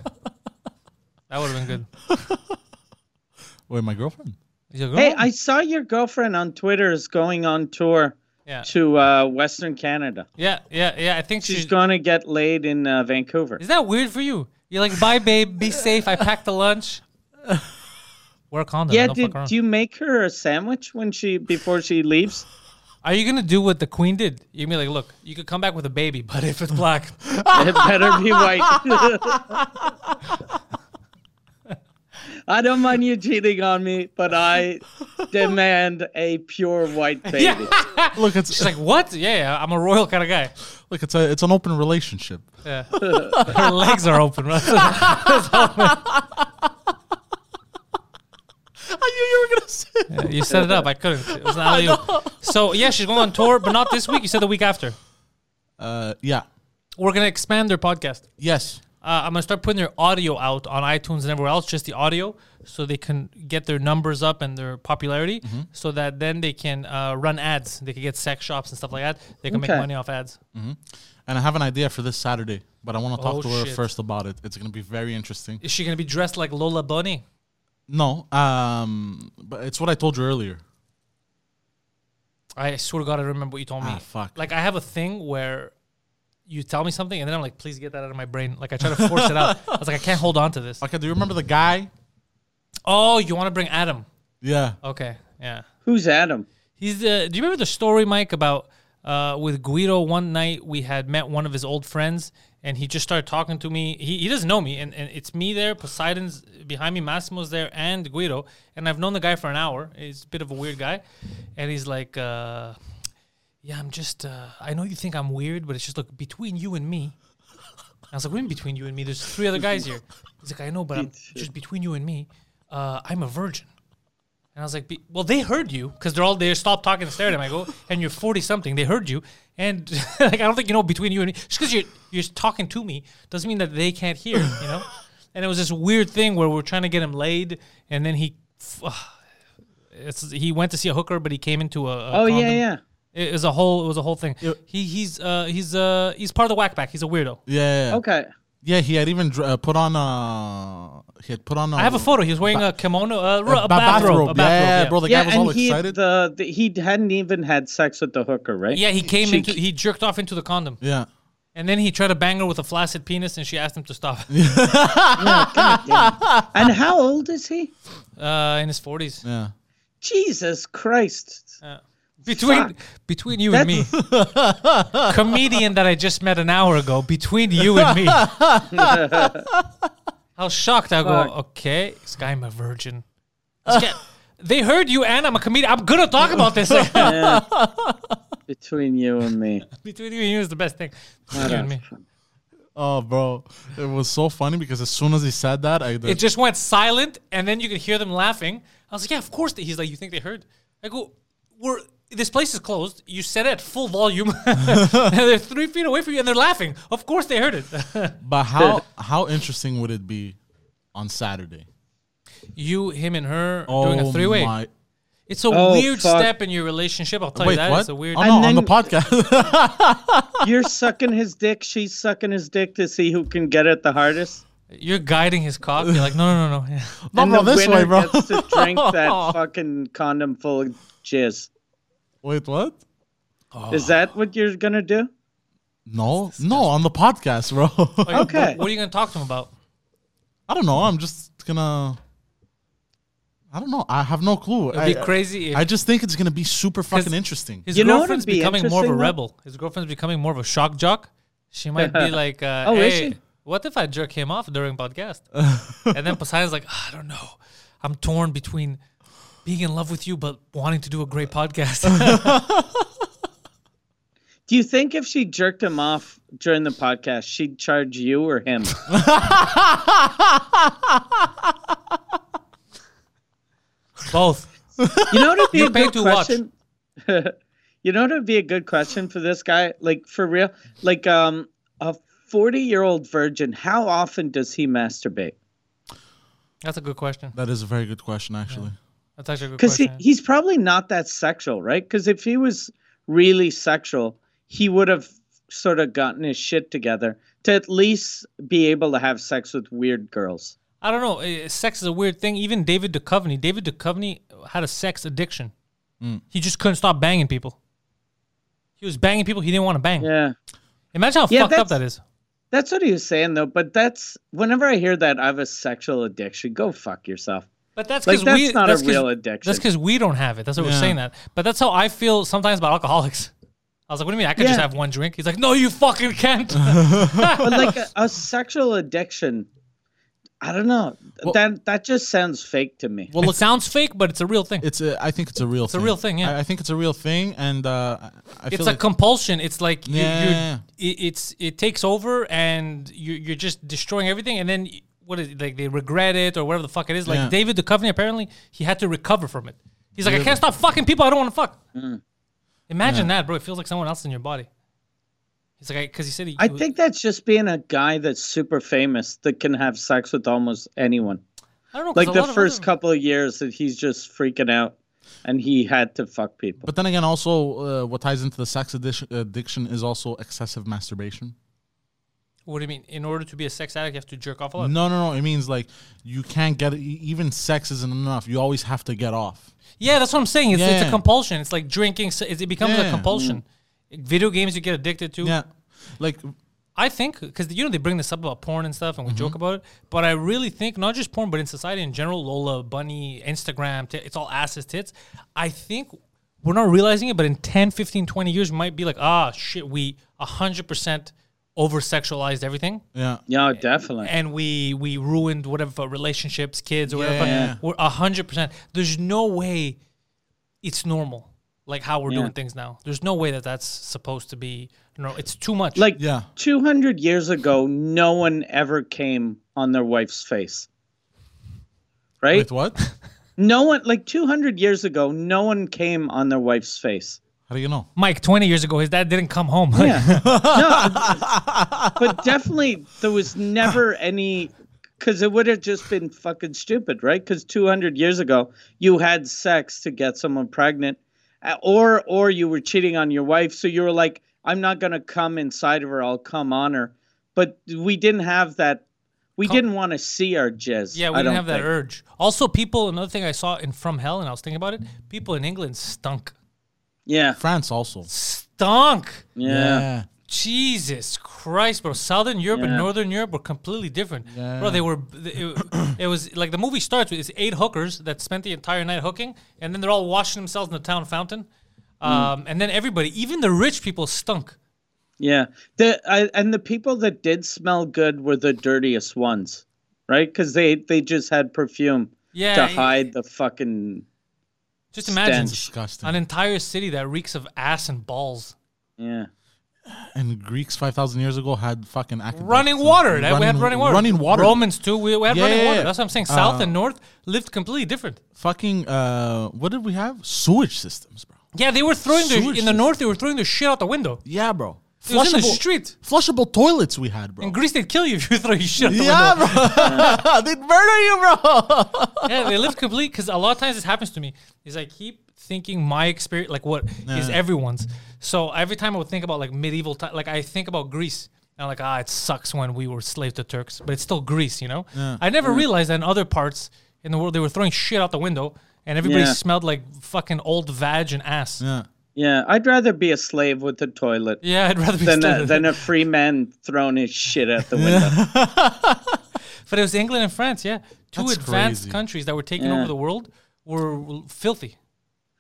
A: That would have been good.
C: wait, my girlfriend.
A: Your girl?
B: Hey, I saw your girlfriend on Twitter is going on tour
A: yeah.
B: to uh, Western Canada.
A: yeah, yeah, yeah. I think she's,
B: She's gonna get laid in uh, Vancouver.
A: Is that weird for you? You're like, bye, babe, be safe. I packed the lunch. Wear a condom.
B: Yeah,
A: don't
B: did
A: fuck around.
B: do you make her a sandwich when she before she leaves?
A: Are you gonna do what the queen did? You're gonna be like, look, you could come back with a baby, but if it's black,
B: It better be white. I don't mind you cheating on me, but I demand a pure white baby.
C: Look, it's
A: she's like, what? Yeah, yeah, I'm a royal kind of guy.
C: look, it's a it's an open relationship.
A: Yeah. Her legs are open. Right?
C: I knew you were gonna say.
A: Yeah, you set it up. I couldn't. It was not you. So yeah, she's going on tour, but not this week. You said the week after.
C: Uh, yeah.
A: We're gonna expand their podcast.
C: Yes.
A: Uh, I'm gonna start putting their audio out on iTunes and everywhere else, just the audio, so they can get their numbers up and their popularity,
C: Mm-hmm.
A: so that then they can uh, run ads. They can get sex shops and stuff like that. They can make
B: Okay.
A: money off ads.
C: And I have an idea for this Saturday, but I want to talk
A: Oh,
C: to her
A: shit.
C: first about it. It's gonna be very interesting.
A: Is she gonna be dressed like Lola Bunny?
C: No, um, but it's what I told you earlier.
A: I swear to God, I remember what you told me.
C: Ah, fuck.
A: Like I have a thing where you tell me something, and then I'm like, please get that out of my brain. Like I try to force it out. I was like, I can't hold on to this.
C: Okay, do you remember the guy?
A: Oh, you want to bring Adam?
C: Yeah.
A: Okay, yeah.
B: Who's Adam?
A: He's the. Do you remember the story, Mike, about uh, with Guido? One night we had met one of his old friends, and he just started talking to me. He, he doesn't know me, and, and it's me there. Poseidon's behind me. Massimo's there, and Guido. And I've known the guy for an hour. He's a bit of a weird guy, and he's like, uh, "Yeah, I'm just. Uh, I know you think I'm weird, but it's just look between you and me." I was like, "What do you mean between you and me? There's three other guys here." He's like, "I know, but I'm just between you and me. Uh, I'm a virgin." And I was like, "Be- well, they heard you because they're all they stopped talking and stared at me. I go, and you're 40 something. They heard you. And like, I don't think you know between you and me. Just because you're, you're talking to me doesn't mean that they can't hear, you know? and it was this weird thing where we're trying to get him laid. And then he, it's, he went to see a hooker, but he came into a, a
B: Oh yeah,
A: condom.
B: yeah.
A: It was a whole, it was a whole thing. He, he's, uh, he's, uh, he's part of the whack pack. He's a weirdo.
C: Yeah. yeah.
B: Okay.
C: Yeah, he had even dr- uh, put on uh he had put on a
A: I have a photo. He was wearing a kimono, uh, ro-
C: ba-
A: a bathrobe. a bathrobe
C: yeah,
A: yeah.
C: bro, the guy
B: yeah,
C: was all
B: and he
C: excited.
B: the, the he hadn't even had sex with the hooker, right?
A: Yeah, he came
B: She-
A: into, he jerked off into the condom.
C: yeah.
A: And then he tried to bang her with a flaccid penis, and she asked him to stop.
B: And how old is he?
A: Uh, in his forties.
C: Yeah.
B: Jesus Christ!
A: Uh, Between
B: Fuck.
A: between you and me, comedian that I just met an hour ago. Between you and me, I was shocked. I go,
B: Fuck.
A: okay, this guy, I'm a virgin. This guy- they heard you, and I'm a comedian. I'm gonna talk about this.
B: Between you and me,
A: between you and you is the best thing. Between you and me.
C: Oh, bro, it was so funny because as soon as he said that, I
A: It
C: did.
A: just went silent, and then you could hear them laughing. I was like, "Yeah, of course." They, he's like, "You think they heard?" I go, "We're this place is closed. You said it at full volume. and they're three feet away from you, and they're laughing. Of course, they heard it."
C: but how how interesting would it be on Saturday? Oh
A: you, him, and her doing a three-way.
C: my-
A: It's a
B: Oh,
A: weird
B: fuck.
A: step in your relationship. I'll tell
C: Wait,
A: you that.
C: what?
A: It's a weird.
C: Oh, no,
B: And
C: on the
B: then-
C: podcast.
B: you're sucking his dick. She's sucking his dick to see who can get it the hardest.
A: You're guiding his cock. You're like, no, no, no, no.
C: no,
B: and
C: no,
B: the
C: this
B: winner
C: way, bro.
B: gets to drink that fucking condom full of jizz.
C: Wait, what?
B: Is that what you're gonna do?
C: No, no, on the podcast, bro.
B: Okay.
A: What are you gonna talk to him about?
C: I don't know. I'm just gonna. I don't know. I have no clue.
A: It'd be
C: I,
A: crazy. If
C: I just think it's gonna be super fucking interesting.
A: His
B: You know what'd
A: girlfriend's
B: be
A: becoming more of a
B: interesting, though?
A: rebel. His girlfriend's becoming more of a shock jock. She might be like, uh,
B: Oh,
A: hey,
B: is she?
A: What if I jerk him off during podcast? and then Poseidon's like, "Ah, I don't know. I'm torn between being in love with you but wanting to do a great podcast.
B: Do you think if she jerked him off during the podcast, she'd charge you or him?
A: Both.
B: You know what would be
A: You're
B: a
A: paid
B: good
A: to watch.
B: question? you know what would be a good question for this guy? Like for real? Like um a 40-year-old virgin, how often does he masturbate?
A: That's a good question.
C: That is a very good question, actually.
A: That's actually a good
B: Cuz he,
A: question.
B: he's probably not that sexual, right? Cuz if he was really sexual, he would have sort of gotten his shit together to at least be able to have sex with weird girls.
A: I don't know. eh, Sex is a weird thing. Even David Duchovny. David Duchovny had a sex addiction. He just couldn't stop banging people. He was banging people he didn't want to bang.
B: Yeah.
A: Imagine how
B: Yeah,
A: fucked up
B: that's-
A: that is.
B: That's what he was saying though, but that's whenever I hear that I have a sexual addiction, go fuck yourself.
A: But that's
B: Like,
A: because
B: that's
A: we
B: not a
A: that's 'cause-
B: real addiction.
A: That's because we don't have it. That's what we're
C: Yeah.
A: saying that. But that's how I feel sometimes about alcoholics. I was like, what do you mean? I could just
B: Yeah.
A: have one drink. He's like, no, you fucking can't.
B: But like a, a sexual addiction, I don't know. that that just sounds fake to me.
A: it sounds fake, but it's a real thing. It's,
C: It's a, I think it's a real
A: a
C: thing.
A: real thing, yeah.
C: I, I think it's a real thing, and uh, I- I feel
A: a
C: like
A: compulsion. It's like you,
C: Yeah,
A: you're,
C: yeah,
A: It, it's it takes over and you, you're just destroying everything. And then y- what is it? like they regret it or whatever the fuck it is. Like
C: Yeah.
A: David Duchovny, apparently he had to recover from it. He's like, I can't stop fucking people. I don't want to fuck.
B: Mm.
A: Imagine that, bro. It feels like someone else in your body. He's like, because he said he.
B: I
A: it was-
B: think that's just being a guy that's super famous that can have sex with almost anyone.
A: I don't know, 'cause
B: Like
A: a
B: the
A: lot of
B: first
A: other-
B: couple of years that he's just freaking out, and he had to fuck people.
C: But then again, also uh, what ties into the sex addiction, addiction is also excessive masturbation.
A: What do you mean? In order to be a sex addict, you have to jerk off a lot.
C: No, no, no. It means like you can't get e- even sex isn't enough. You always have to get off.
A: Yeah, that's what I'm saying. It's, it's a
C: Yeah.
A: compulsion. It's like drinking. so It it becomes a
C: Yeah.
A: compulsion.
B: Mm.
A: Video games you get addicted to.
C: Yeah, like
A: I think because you know they bring this up about porn and stuff, and we joke about it. But I really think not just porn, but in society in general, Lola, Bunny, Instagram, t- it's all asses, tits. I think we're not realizing it, but in 10, 15, 20 years, we might be like, ah, shit, we 100% over sexualized everything.
C: yeah,
A: Eh,
B: Yeah, definitely.
A: and we we ruined whatever relationships, kids or
C: Yeah.
A: whatever. We're a hundred percent. There's no way it's normal. Like how we're doing things now. There's no way that that's supposed to be. No, it's too much.
B: Like
C: yeah.
B: 200 years ago, no one ever came on their wife's face. Right?
C: Wait, what?
B: No one, like 200 years ago, no one came on their wife's face.
C: How do you know?
A: Mike, 20 years ago, his dad didn't come home.
B: Yeah. no, but definitely there was never any because it would have just been fucking stupid, right? Because 200 years ago, you had sex to get someone pregnant, uh, or or you were cheating on your wife, so you were like, "I'm not gonna come inside of her. I'll come on her." But we didn't have that. We didn't want to see our jizz.
A: Yeah, we
B: I
A: didn't
B: don't
A: have that
B: think.
A: urge. Also, people. Another thing I saw in From Hell, and I was thinking about it. People in England stunk,
B: Yeah,
C: France also.
A: stunk.
B: yeah,
A: Jesus Christ, bro! Southern Europe and
B: Yeah.
A: Northern Europe were completely different, bro.
C: Yeah.
A: They were. It, it was like the movie starts with it's eight hookers that spent the entire night hooking, and then they're all washing themselves in the town fountain,
B: Mm.
A: um, and then everybody, even the rich people, stunk.
B: yeah. The I, and the people that did smell good were the dirtiest ones, right? Because they they just had perfume.
A: Yeah,
B: to
A: it-
B: hide the fucking
A: just imagine
B: stench.
C: Disgusting.
A: an entire city that reeks of ass and balls,
B: yeah
C: And Greeks five thousand years ago had fucking aqueducts
A: running
C: and
A: water. that- we had running water.
C: Running water.
A: Romans too. We, we had
C: Yeah,
A: running
C: yeah,
A: water.
C: yeah. Uh,
A: That's what I'm saying. South and north lived completely different.
C: Fucking. Uh, what did we have? Sewage systems, bro.
A: Yeah, they were throwing their
C: Sewage
A: in the north. They were throwing their shit out the window.
C: Yeah, bro.
A: It was in the street.
C: Flushable toilets we had, bro.
A: In Greece, they'd kill you if you throw your shit out the window.
C: yeah, bro. They'd murder you, bro.
A: yeah, they live complete because a lot of times this happens to me. Is I keep thinking my experience, like what is everyone's. So every time I would think about like medieval time, like I think about Greece. And I'm like, ah, it sucks when we were slaves to Turks, but it's still Greece, you know? I never realized that in other parts in the world, they were throwing shit out the window and everybody
B: Yeah.
A: smelled like fucking old vag and ass. Yeah,
B: yeah i'd rather be a slave with a toilet
A: I'd rather be
B: than
A: still-
B: a, than a free man throwing his shit out the window
A: But it was England and France, yeah. Two
C: That's
A: advanced
C: crazy.
A: countries that were taking
B: Yeah.
A: over the world were filthy.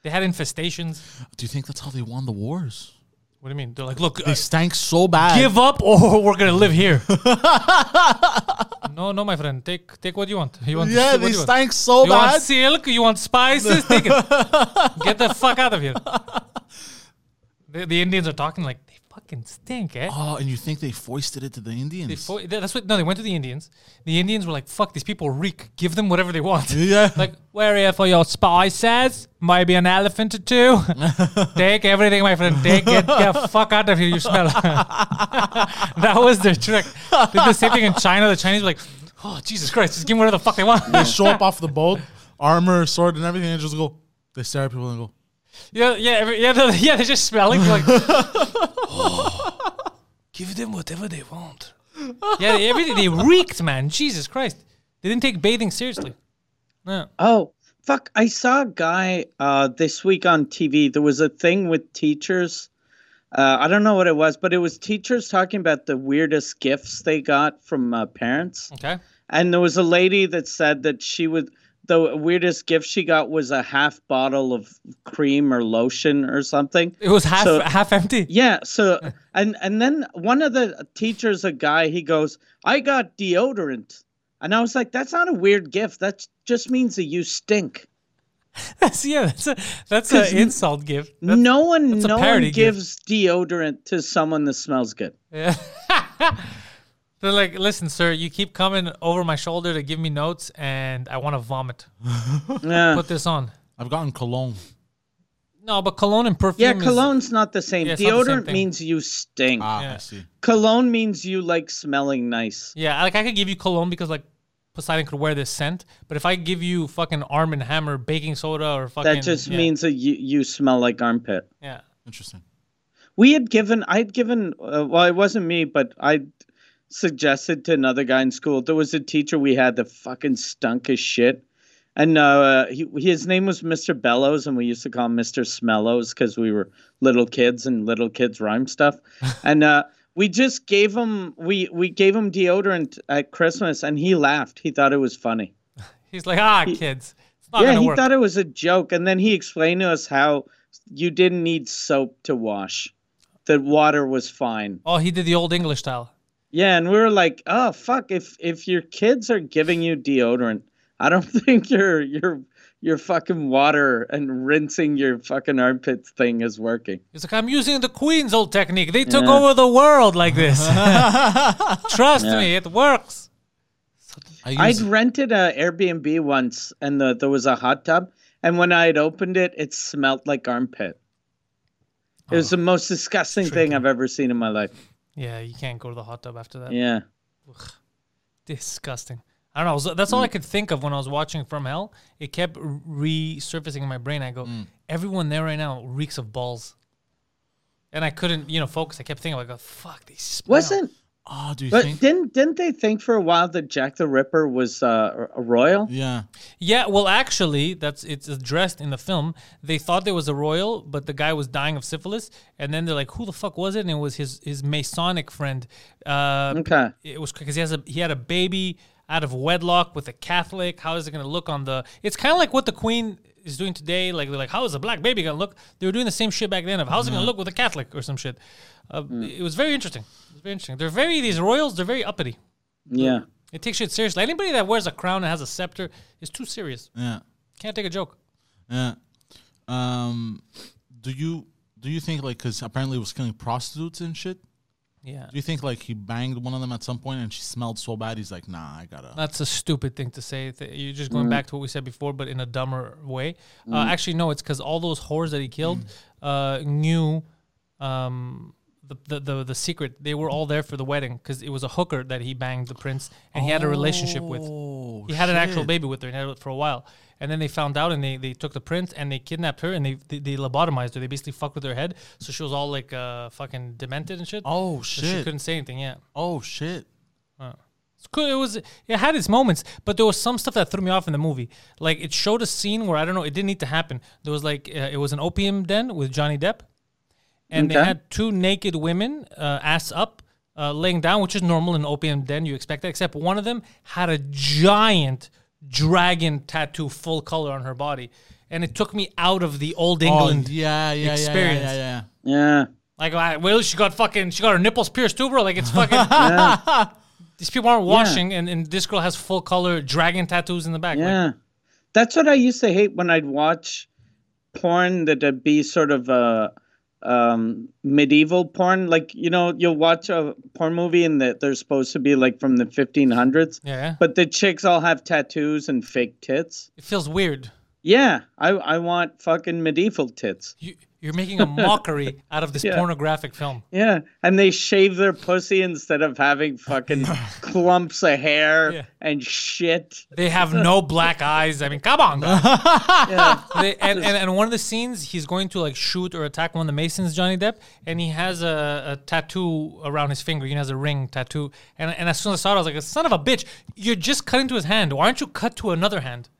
A: They had infestations.
C: Do you think that's how they won the wars?
A: What do you mean? They're like, look,
C: They
A: uh,
C: stank so bad.
A: give up or we're gonna live here. no, no, my friend, take take what you want. You want
C: yeah,
A: what
C: they
A: you want.
C: stank so
A: You
C: bad.
A: want silk? You want spices? Take it. Get the fuck out of here. The, the Indians are talking like they fucking stink, eh?
C: oh, and you think they foisted it to the Indians?
A: They fo- that's what. No, they went to the Indians. The Indians were like, "Fuck these people, reek. Give them whatever they want."
C: Yeah.
A: Like, we're here for your spices. Maybe an elephant or two. Take everything, my friend. Take it. Get the fuck out of here. You smell. that was their trick. They did the same thing in China. The Chinese were like, "Oh Jesus Christ, just give them whatever the fuck they want."
C: they show up off the boat, armor, sword, and everything, and just go. They stare at people and go,
A: Yeah, yeah, every, yeah, they're, yeah. They're just smelling like. Give them whatever they want. yeah, they- everything they reeked, man. Jesus Christ, they didn't take bathing seriously. No.
B: Oh, fuck. I saw a guy uh, this week on TV. There was a thing with teachers. Uh, I don't know what it was, but it was teachers talking about the weirdest gifts they got from uh, parents.
A: Okay.
B: And there was a lady that said that she would, the weirdest gift she got was a half bottle of cream or lotion or something.
A: It was half
B: So-
A: half empty.
B: Yeah. So, and and then one of the teachers, a guy, he goes, "I got deodorant," and I was like, "That's not a weird gift. That just means that you stink."
A: That's, yeah, that's a that's an insult gift. That's-
B: no one,
A: that's a
B: no
A: parody
B: one
A: gift.
B: gives deodorant to someone that smells good.
A: They're like, listen, sir, you keep coming over my shoulder to give me notes, and I want to vomit.
B: Yeah,
A: Put this on.
C: I've gotten cologne.
A: No, but cologne and perfume.
B: yeah.
A: is-
B: Cologne's not the same.
A: Yeah, it's not the same
B: deodorant
A: thing.
B: means you stink.
C: Ah,
A: Yeah.
C: I see.
B: Cologne means you like smelling nice.
A: yeah, like I could give you cologne because like Poseidon could wear this scent, but if I give you fucking Arm and Hammer baking soda or fucking
B: That just
A: yeah,
B: means that you, you smell like armpit.
A: yeah.
C: Interesting.
B: we had given i'd given uh, well it wasn't me but i suggested to another guy in school there was a teacher we had that fucking stunk as shit and uh, he, his name was mr bellows and we used to call him mr smellows because we were little kids and little kids rhyme stuff and uh, we just gave him we, we gave him deodorant at christmas and he laughed he thought it was funny
A: He's like, ah, kids, it's not
B: yeah
A: gonna
B: he
A: work.
B: thought it was a joke and then he explained to us how you didn't need soap to wash that water was fine
A: oh, he did the old English style.
B: Yeah, and we were like, "Oh fuck! If if your kids are giving you deodorant, I don't think your your your fucking water and rinsing your fucking armpits thing is working."
A: He's like, I'm using the Queen's old technique. They took over the world like this. Trust me, it works.
C: I
B: I'd
C: use,
B: rented a Airbnb once, and the, there was a hot tub, and when I had opened it, it smelled like armpit. It
C: Oh.
B: was the most disgusting thing I've ever seen in my life.
A: Yeah, you can't go to the hot tub after that.
B: Yeah,
A: Disgusting. I don't know. so That's all I could think of when I was watching From Hell. It kept resurfacing in my brain. I go, everyone there right now reeks of balls. And I couldn't, you know, focus. I kept thinking, I go, fuck, they smell.
B: wasn't
C: oh, do you
B: but
C: think?
B: didn't didn't they think for a while that Jack the Ripper was uh, a royal?
C: yeah.
A: Yeah, well, actually, that's it's addressed in the film. They thought there was a royal, but the guy was dying of syphilis, and then they're like, "Who the fuck was it?" And it was his his Masonic friend. Uh,
B: Okay.
A: it was because he has a he had a baby out of wedlock with a Catholic. How is it going to look on the? It's kind of like what the Queen is doing today. Like they're like, how is a black baby going to look? They were doing the same shit back then. Of how's it going to look with a Catholic or some shit. Uh, It was very interesting. It was very interesting. They're very these royals. They're very uppity.
B: Yeah.
A: It takes shit seriously. Anybody that wears a crown and has a scepter is too serious.
C: Yeah.
A: Can't take a joke.
C: Yeah. Uh, Um, do you do you think like because apparently he was killing prostitutes and shit?
A: Yeah.
C: Do you think like he banged one of them at some point and she smelled so bad he's like, nah, I gotta.
A: That's a stupid thing to say. Th- You're just going
C: Mm.
A: back to what we said before, but in a dumber way. Uh, actually, no, it's because all those whores that he killed
C: Mm.
A: uh, knew um, the, the, the, the secret. They were all there for the wedding because it was a hooker that he banged the prince and he had a relationship with.
C: Oh,
A: He had an actual
C: shit.
A: baby with her and had it for a while. And then they found out and they, they took the prince and they kidnapped her and they, they, they lobotomized her. They basically fucked with her head. So she was all like uh, fucking demented and shit.
C: Oh
A: So She
C: shit!
A: couldn't say anything, yeah.
C: Oh shit!
A: It's cool. It was it had its moments, but there was some stuff that threw me off in the movie. Like it showed a scene where I don't know, it didn't need to happen. There was like uh, it was an opium den with Johnny Depp, and they
B: Okay.
A: had two naked women, uh, ass up, uh, laying down, which is normal in an opium den. You expect that, except one of them had a giant dragon tattoo, full color on her body, and it took me out of the old
C: Oh
A: England.
C: yeah, yeah, yeah, yeah,
A: experience.
C: yeah, yeah.
B: Yeah.
A: Like, I- well, she got fucking, she got her nipples pierced too, bro. Like, it's fucking. These people aren't washing, and, and this girl has full color dragon tattoos in the back. Like,
B: Yeah. That's what I used to hate when I'd watch porn that'd be sort of a um, medieval porn. Like, you know, you'll watch a porn movie and that they're supposed to be like from the 1500s,
A: yeah,
B: but the chicks all have tattoos and fake tits.
A: it feels weird.
B: Yeah, I, I want fucking medieval tits.
A: You, you're making a mockery out of this
B: Yeah.
A: pornographic film.
B: Yeah, and they shave their pussy instead of having fucking clumps of hair
A: Yeah.
B: and shit.
A: They have no black eyes. I mean, come on, guys. They- and, and, and one of the scenes, he's going to like shoot or attack one of the Masons, Johnny Depp, and he has a, a tattoo around his finger. He has a ring tattoo. And, and as soon as I saw it, I was like, son of a bitch, you're just cut into his hand. Why aren't you cut to another hand?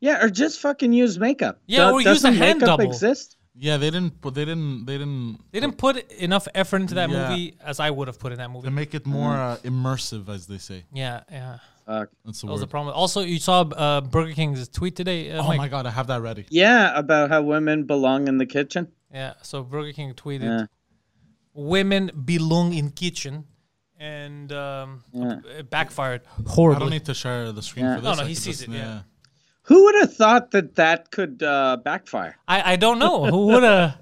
B: Yeah, or just fucking use makeup.
A: Yeah,
B: Do-
A: or use a
B: doesn't
A: hand
B: makeup
A: double.
B: exist?
C: Yeah, they didn't put. They didn't. They didn't.
A: They didn't put enough effort into that
C: Yeah.
A: movie as I would have put in that
C: They
A: movie.
C: make it more uh, immersive, as they say.
A: Yeah, yeah.
B: Fuck.
C: That's the
A: That was
C: word.
A: the problem. Also, you saw uh, Burger King's tweet today. Uh,
C: oh
A: Mike.
C: my god, I have that ready.
B: Yeah, about how women belong in the kitchen.
A: Yeah, so Burger King tweeted,
B: Yeah.
A: "Women belong in kitchen," and um, it backfired horribly.
C: I don't need to share the screen for this.
A: No, no,
C: I
A: he
C: could
A: sees
C: just-
A: it, yeah.
B: Who would have thought that that could uh, backfire
A: I, I don't know who would have.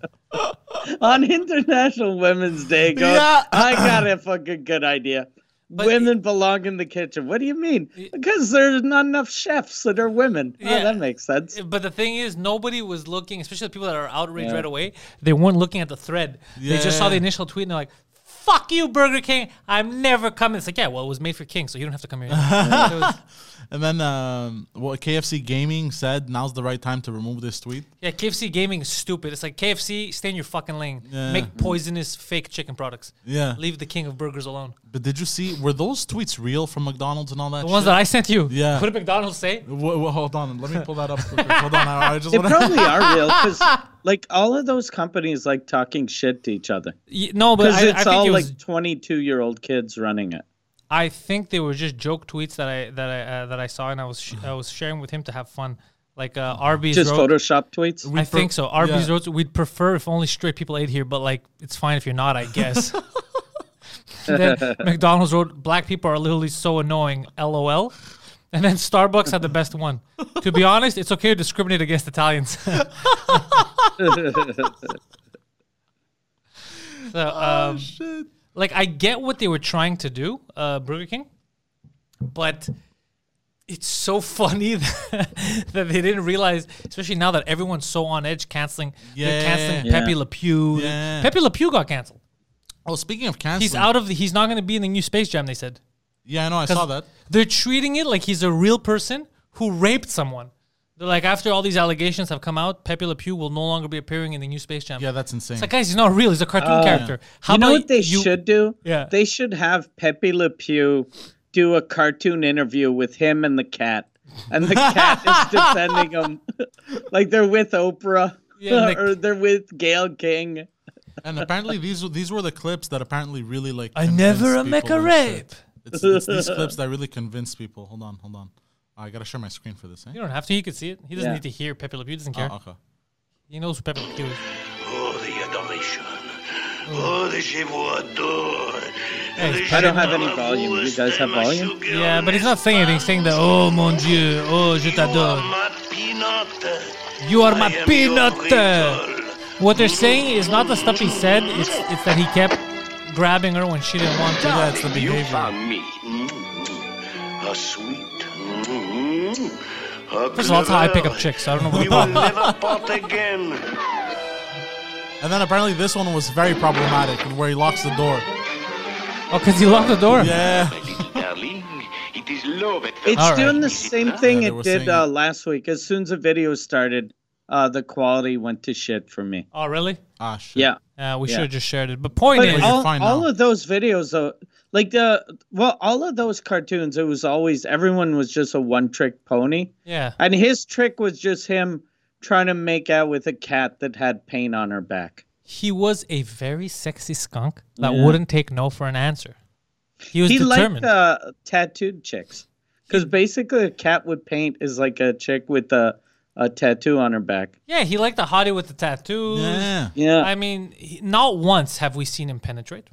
B: on International Women's Day? Go,
C: Yeah.
B: I got a fucking good idea. women belong in the kitchen. What do you mean? Because there's not enough chefs that are women.
A: Yeah.
B: Oh, that makes sense.
A: but the thing is, nobody was looking, especially the people that are outraged right away. They weren't looking at the thread. They just saw the
C: Yeah.
A: initial tweet and they're like. Fuck you, Burger King. I'm never coming. It's like, yeah, well, it was made for King, so you don't have to come here. It was-
C: And then um, what KFC Gaming said, now's the right time to remove this tweet.
A: yeah, KFC gaming is stupid. It's like KFC, stay in your fucking lane.
C: Yeah.
A: Make poisonous fake chicken products.
C: Yeah.
A: Leave the king of burgers alone.
C: But did you see? Were those tweets real from McDonald's and all that?
A: The ones that I sent you.
C: Yeah.
A: What did McDonald's say?
C: Wha- wha- hold on, let me pull that up. quick. hold on, I, I just
B: They
C: want to.
B: probably are real because, like, all of those companies like talking shit to each other
A: Y- No, but
B: because
A: I, I
B: it's
A: think
B: all
A: it was.
B: like 22 year old kids running it.
A: I think they were just joke tweets that I that I uh, that I saw and I was sh- I was sharing with him to have fun. Like uh, Arby's.
B: Just
A: wrote-
B: Photoshop tweets.
A: I think so. Arby's
C: yeah.
A: roads. We'd prefer if only straight people ate here, but like it's fine if you're not, I guess. And then McDonald's wrote, "Black people are literally so annoying." LOL. And then Starbucks had the best one. to be honest, it's okay to discriminate against Italians. So, um, Like I get what they were trying to do, uh, Burger King, but it's so funny that, that they didn't realize, especially now that everyone's so on edge, canceling. they're
C: Yeah.
A: canceling
B: Yeah.
A: Pepe Le Pew.
C: Yeah.
A: Pepe Le Pew got canceled.
C: Oh, speaking of canceling,
A: He's out of the. He's not going to be in the new Space Jam. They said
C: Yeah, I know. I saw that.
A: they're treating it like he's a real person who raped someone. They're like, after all these allegations have come out, Pepe Le Pew will no longer be appearing in the new Space Jam.
C: Yeah, that's insane.
A: It's like, guys, he's not real. He's a cartoon character. How
B: Ah. you know
A: about
B: what they
A: you-
B: should do?
A: Yeah.
B: They should have Pepe Le Pew do a cartoon interview with him and the cat. And the cat is defending him. like they're with Oprah.
A: Yeah, and the-
B: or they're with Gail King.
C: and apparently these these were the clips that apparently really like.
A: I never
C: convinced
A: make
C: people
A: a
C: and shit.
A: rape.
C: It's, it's these clips that really convince people. Hold on, hold on. I gotta share my screen for this. Eh?
A: You don't have to. He could see it. He doesn't
B: Yeah.
A: need to hear Pepe Le Pew. He doesn't care.
C: Oh, okay.
A: He knows who Pepe Le Pew is.
F: Oh, the adoration. Oh, the chevaudor.
B: I don't have any volume. You guys have volume?
A: Yeah, but he's not saying anything. He's saying that, oh mon dieu, oh je t'adore. You are my peanut. What they're saying is not the stuff he said. It's it's that he kept grabbing her when she didn't want to.
C: Yeah, it's the
F: You
C: behavior.
F: found me. Mm, A sweet. Mm, a
A: First of all, that's how I pick up
F: clever.
A: chicks. I don't know what
F: We
A: the
F: will
A: problem.
F: never part again.
C: And then apparently this one was very problematic, where he locks the door.
A: Oh, because he locked the door.
C: Yeah.
F: My little darling, it is love at first
B: It's
A: All right.
B: doing the same thing
C: they
B: it
C: were
B: did
C: saying
B: uh,
C: it.
B: last week. As soon as the video started, uh, the quality went to shit for me.
A: Oh, really?
C: Ah shit.
B: Yeah.
A: Uh, we
B: Yeah.
A: should have just shared it. But point
B: But
A: is,
C: you're
B: all,
C: fine
B: all
C: now.
B: of those videos, though, like the well, all of those cartoons, it was always everyone was just a one-trick pony,
A: yeah,
B: and his trick was just him trying to make out with a cat that had paint on her back.
A: he was a very sexy skunk that wouldn't take no for an answer. He was
B: He
A: determined.
B: liked uh, tattooed chicks because basically a cat with paint is like a chick with a a tattoo on her back.
A: Yeah, he liked the hottie with the tattoos.
C: Yeah.
B: Yeah.
A: I mean, he, not once have we seen him penetrate.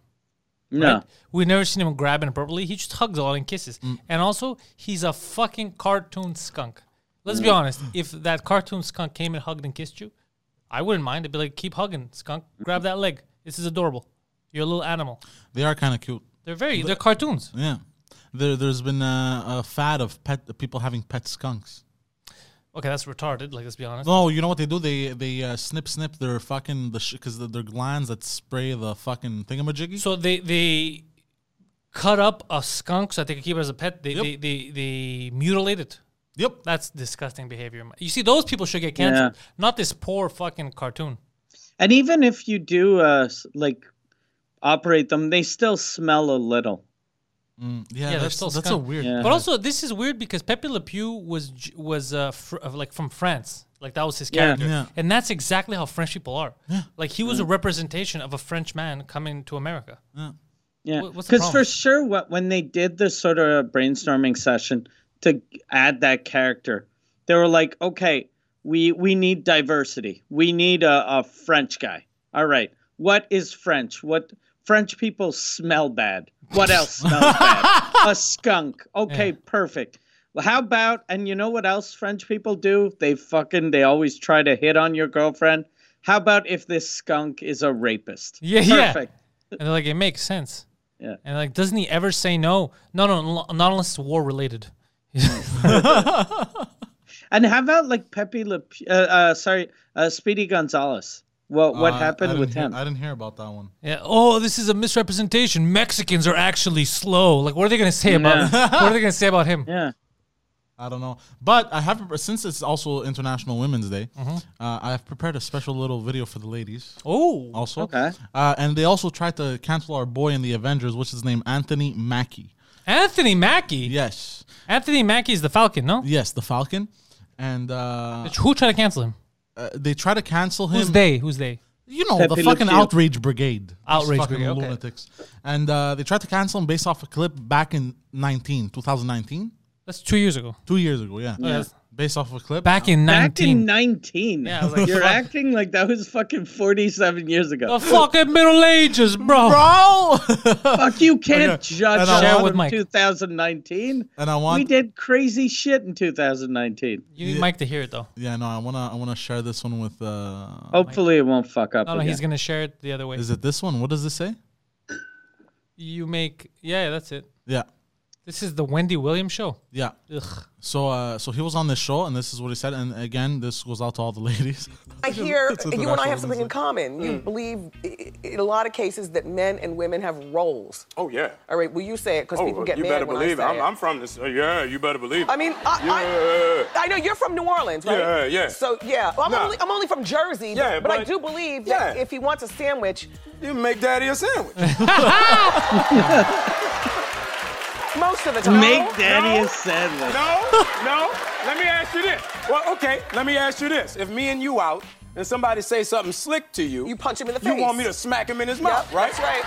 B: no.
A: We've never seen him grab inappropriately. He just hugs a lot and kisses.
B: Mm.
A: And also, he's a fucking cartoon skunk. Let's
B: Mm.
A: be honest. If that cartoon skunk came and hugged and kissed you, I wouldn't mind. I'd be like, keep hugging, skunk. Grab that leg. This is adorable. You're a little animal.
C: They are kind of cute.
A: They're very, they're cartoons.
C: Yeah. There, there's been a, a fad of pet people having pet skunks.
A: Okay, that's retarded. Like, let's be honest.
C: No, you know what they do? They they uh, snip snip their fucking the because their glands that spray the fucking thingamajiggy.
A: So they they cut up a skunk so that they could keep it as a pet. They
C: Yep.
A: they, they they mutilate it.
C: yep.
A: That's disgusting behavior. You see, those people should get canceled, not this poor fucking cartoon.
B: And even if you do uh s- like operate them, they still smell a little.
C: Mm, yeah,
A: they're
C: that's
A: still
C: that's a
A: skunk.
C: weird.
B: Yeah.
A: But also, this is weird because Pepe Le Pew was J- was uh, fr- uh, like from France, like that was his
B: Yeah.
A: character,
C: Yeah.
A: and that's exactly how French people are. Like he was a representation of a French man coming to America.
B: Yeah.
A: Wha- what's the
B: Because for
A: problem?
B: sure, what when they did this sort of brainstorming session to add that character, they were like, okay, we we need diversity. We need a, a French guy. All right, what is French? What French people smell bad. What else smells bad? A skunk. Okay, perfect. Well, how about and you know what else French people do? They fucking they always try to hit on your girlfriend. How about if this skunk is a rapist?
A: Yeah, yeah.
B: Perfect.
A: And they're like, it makes sense.
B: Yeah.
A: And like, doesn't he ever say no? No, no, no, not unless it's war related.
B: And how about like Pepe Le Pew, uh, uh, sorry, uh, Speedy Gonzalez? What what
C: Uh, I
B: happened
C: didn't
B: with
C: hear-
B: him?
C: I didn't hear about that one.
A: Yeah. Oh, this is a misrepresentation. Mexicans are actually slow. Like, what are they gonna say about? what are they gonna say about him?
B: yeah,
C: I don't know, but I have since it's also International Women's Day.
A: Mm-hmm.
C: Uh, I've prepared a special little video for the ladies.
A: Oh,
C: Also,
B: Okay.
C: uh, and they also tried to cancel our boy in the Avengers, which is named Anthony Mackie.
A: Anthony Mackie.
C: Yes,
A: Anthony Mackie is the Falcon, no?
C: yes, the Falcon, and uh,
A: Who tried to cancel him?
C: uh, they try to cancel him.
A: Who's they? Who's they?
C: You know,
B: Pepe
C: the
B: Le
C: fucking
B: Pew.
C: outrage brigade. These
A: Outrage
C: fucking
A: Brigade, okay.
C: lunatics. And uh, they tried to cancel him based off a clip back in 19, 2019,
A: That's two years ago.
C: two years ago. Yeah,
A: Yes.
C: based off a clip.
A: Back in
B: back
A: nineteen.
B: in nineteen.
A: Yeah, I was like,
B: You're
A: fuck.
B: acting like that was fucking forty-seven years ago.
A: the fucking Middle Ages, bro.
C: bro.
A: Oh.
B: Fuck, you can't judge
C: And I
A: Share
B: us
A: with
B: from
A: Mike.
B: 2019.
C: and I
B: We
C: want.
B: did crazy shit in 2019.
A: You need Mike to hear it though.
C: Yeah, no, I wanna, I wanna share this one with. Uh,
B: Hopefully, it won't fuck up.
A: Oh, No, no,
B: again.
A: he's gonna share it the other way.
C: Is it this one? What does this say?
A: You make, yeah, that's it.
C: Yeah,
A: This is the Wendy Williams show.
C: yeah.
A: Ugh.
C: So, uh, so he was on this show, and this is what he said. And again, this goes out to all the ladies.
G: I hear
C: That's what the
G: you and I
C: national
G: have something in
C: women's
G: common. You
H: Mm.
G: believe, i- i- in a lot of cases, that men and women have roles.
H: Oh yeah.
G: All right, will you say it? Because
H: Oh,
G: people get
H: you
G: mad
H: better
G: when
H: believe
G: I say
H: it.
G: it.
H: I'm, I'm from this. uh, yeah, you better believe it.
G: I mean, I,
H: yeah.
G: I, I know you're from New Orleans, right?
H: Yeah, yeah.
G: So yeah, well, I'm,
H: Nah.
G: only, I'm only from Jersey,
H: Yeah,
G: but, I
H: but-
G: do believe that
H: Yeah.
G: if he wants a sandwich,
H: you make daddy a sandwich.
G: most of the time.
A: Oh,
B: Make daddy
H: no.
B: a sandwich.
H: no, no. Let me ask you this. Well, okay. Let me ask you this. If me and you out, and somebody say something slick to you,
G: You punch him in the
H: You
G: face.
H: want me to smack him in his
G: Yep,
H: mouth, right?
G: That's right.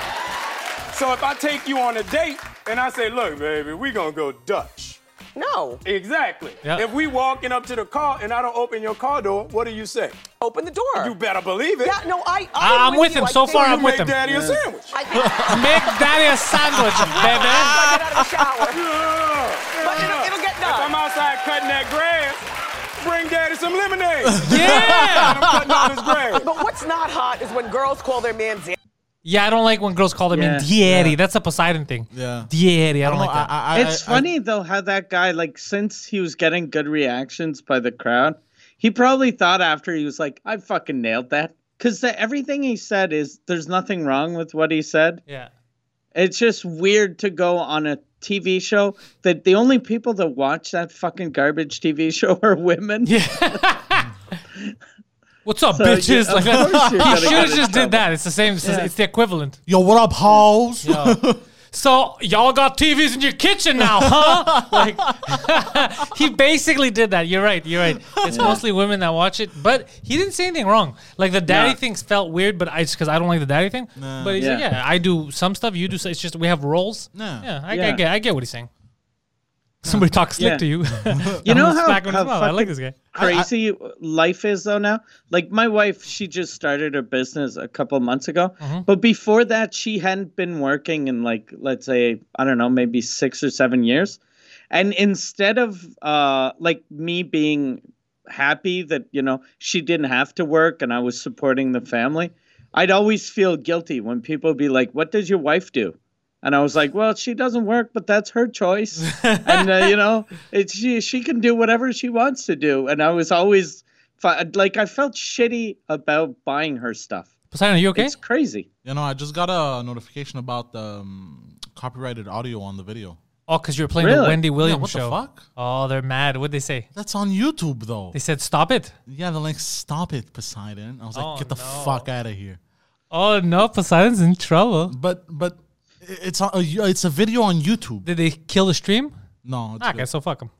H: So if I take you on a date and I say, look, baby, we gonna go Dutch.
G: No,
H: Exactly.
A: Yeah.
H: If we walking up to the car and I don't open your car door, what do you say?
G: open the door.
H: You better believe it.
G: Yeah, no, I.
A: I-
G: I'm,
A: I'm with him.
G: you. I
A: So
G: think
A: far,
G: you
A: I'm
H: You
A: with
H: make
A: him.
H: daddy a sandwich.
G: I think I
A: Make daddy a sandwich,
G: get out of the shower.
H: Yeah,
G: But
H: yeah.
G: it'll- it'll get
H: If
G: done.
H: I'm outside cutting that grass, bring daddy some lemonade.
A: baby. Yeah.
H: I'm cutting all this grass.
G: But what's not hot is when girls call their man daddy.
A: Yeah, I don't like when girls call them in
B: Yeah.
A: Dieri. That's a Poseidon thing.
C: Yeah.
A: Dieri. I don't like that.
C: I, I,
B: It's
C: I- I-
B: funny though how that guy like since he was getting good reactions by the crowd, he probably thought after he was like, "I fucking nailed that," because everything he said is there's nothing wrong with what he said.
A: yeah.
B: It's just weird to go on a TV show that the only people that watch that fucking garbage TV show are women. Yeah,
A: What's up,
B: you-
A: bitches?
B: of
A: like
B: course
A: that.
B: you're gonna
A: He should
B: get
A: have
B: in
A: just
B: trouble.
A: did that. It's the same. It's, the- it's the equivalent.
C: yo, what up, hoes?
A: So y'all got TVs in your kitchen now, huh? like he basically did that. You're right. You're right. It's mostly women that watch it, but he didn't say anything wrong. Like the daddy
B: Yeah.
A: things felt weird, but I just because I don't like the daddy thing. But he's like,
B: Yeah.
A: yeah, I do some stuff. You do. So it's just we have roles.
C: No.
A: Yeah, I, I
B: Yeah.
A: get. I get what he's saying. Somebody talks slick
B: Yeah.
A: to you.
B: you know
A: I'm
B: how,
A: smacking
B: how
A: his mouth. I like
B: fucking
A: this guy.
B: crazy life is though now? Like my wife, she just started her business a couple months ago,
A: Mm-hmm.
B: but before that, she hadn't been working in like let's say I don't know, maybe six or seven years. And instead of uh, like me being happy that you know she didn't have to work and I was supporting the family, I'd always feel guilty when people would be like, "What does your wife do?" And I was like, "Well, she doesn't work, but that's her choice, and uh, you know, it's she she can do whatever she wants to do." And I was always fi- like, I felt shitty about buying her stuff.
A: Poseidon, are you okay?
B: It's crazy.
C: You know, I just got a notification about the um, copyrighted audio on the video.
A: Oh, because you were playing the
B: Really?
A: Wendy Williams
C: Yeah,
A: show.
C: what the fuck?
A: Oh, they're mad. What'd they say?
C: That's on YouTube though.
A: They said stop it.
C: Yeah, they're like, stop it, Poseidon. I was like,
A: Oh,
C: get the
A: no.
C: fuck out of here.
A: Oh no, Poseidon's in trouble.
C: But but i- it's on, uh, you- it's a video on YouTube.
A: Did they kill the stream?
C: No, it's
A: Ah,
C: good.
A: okay, so fuck them.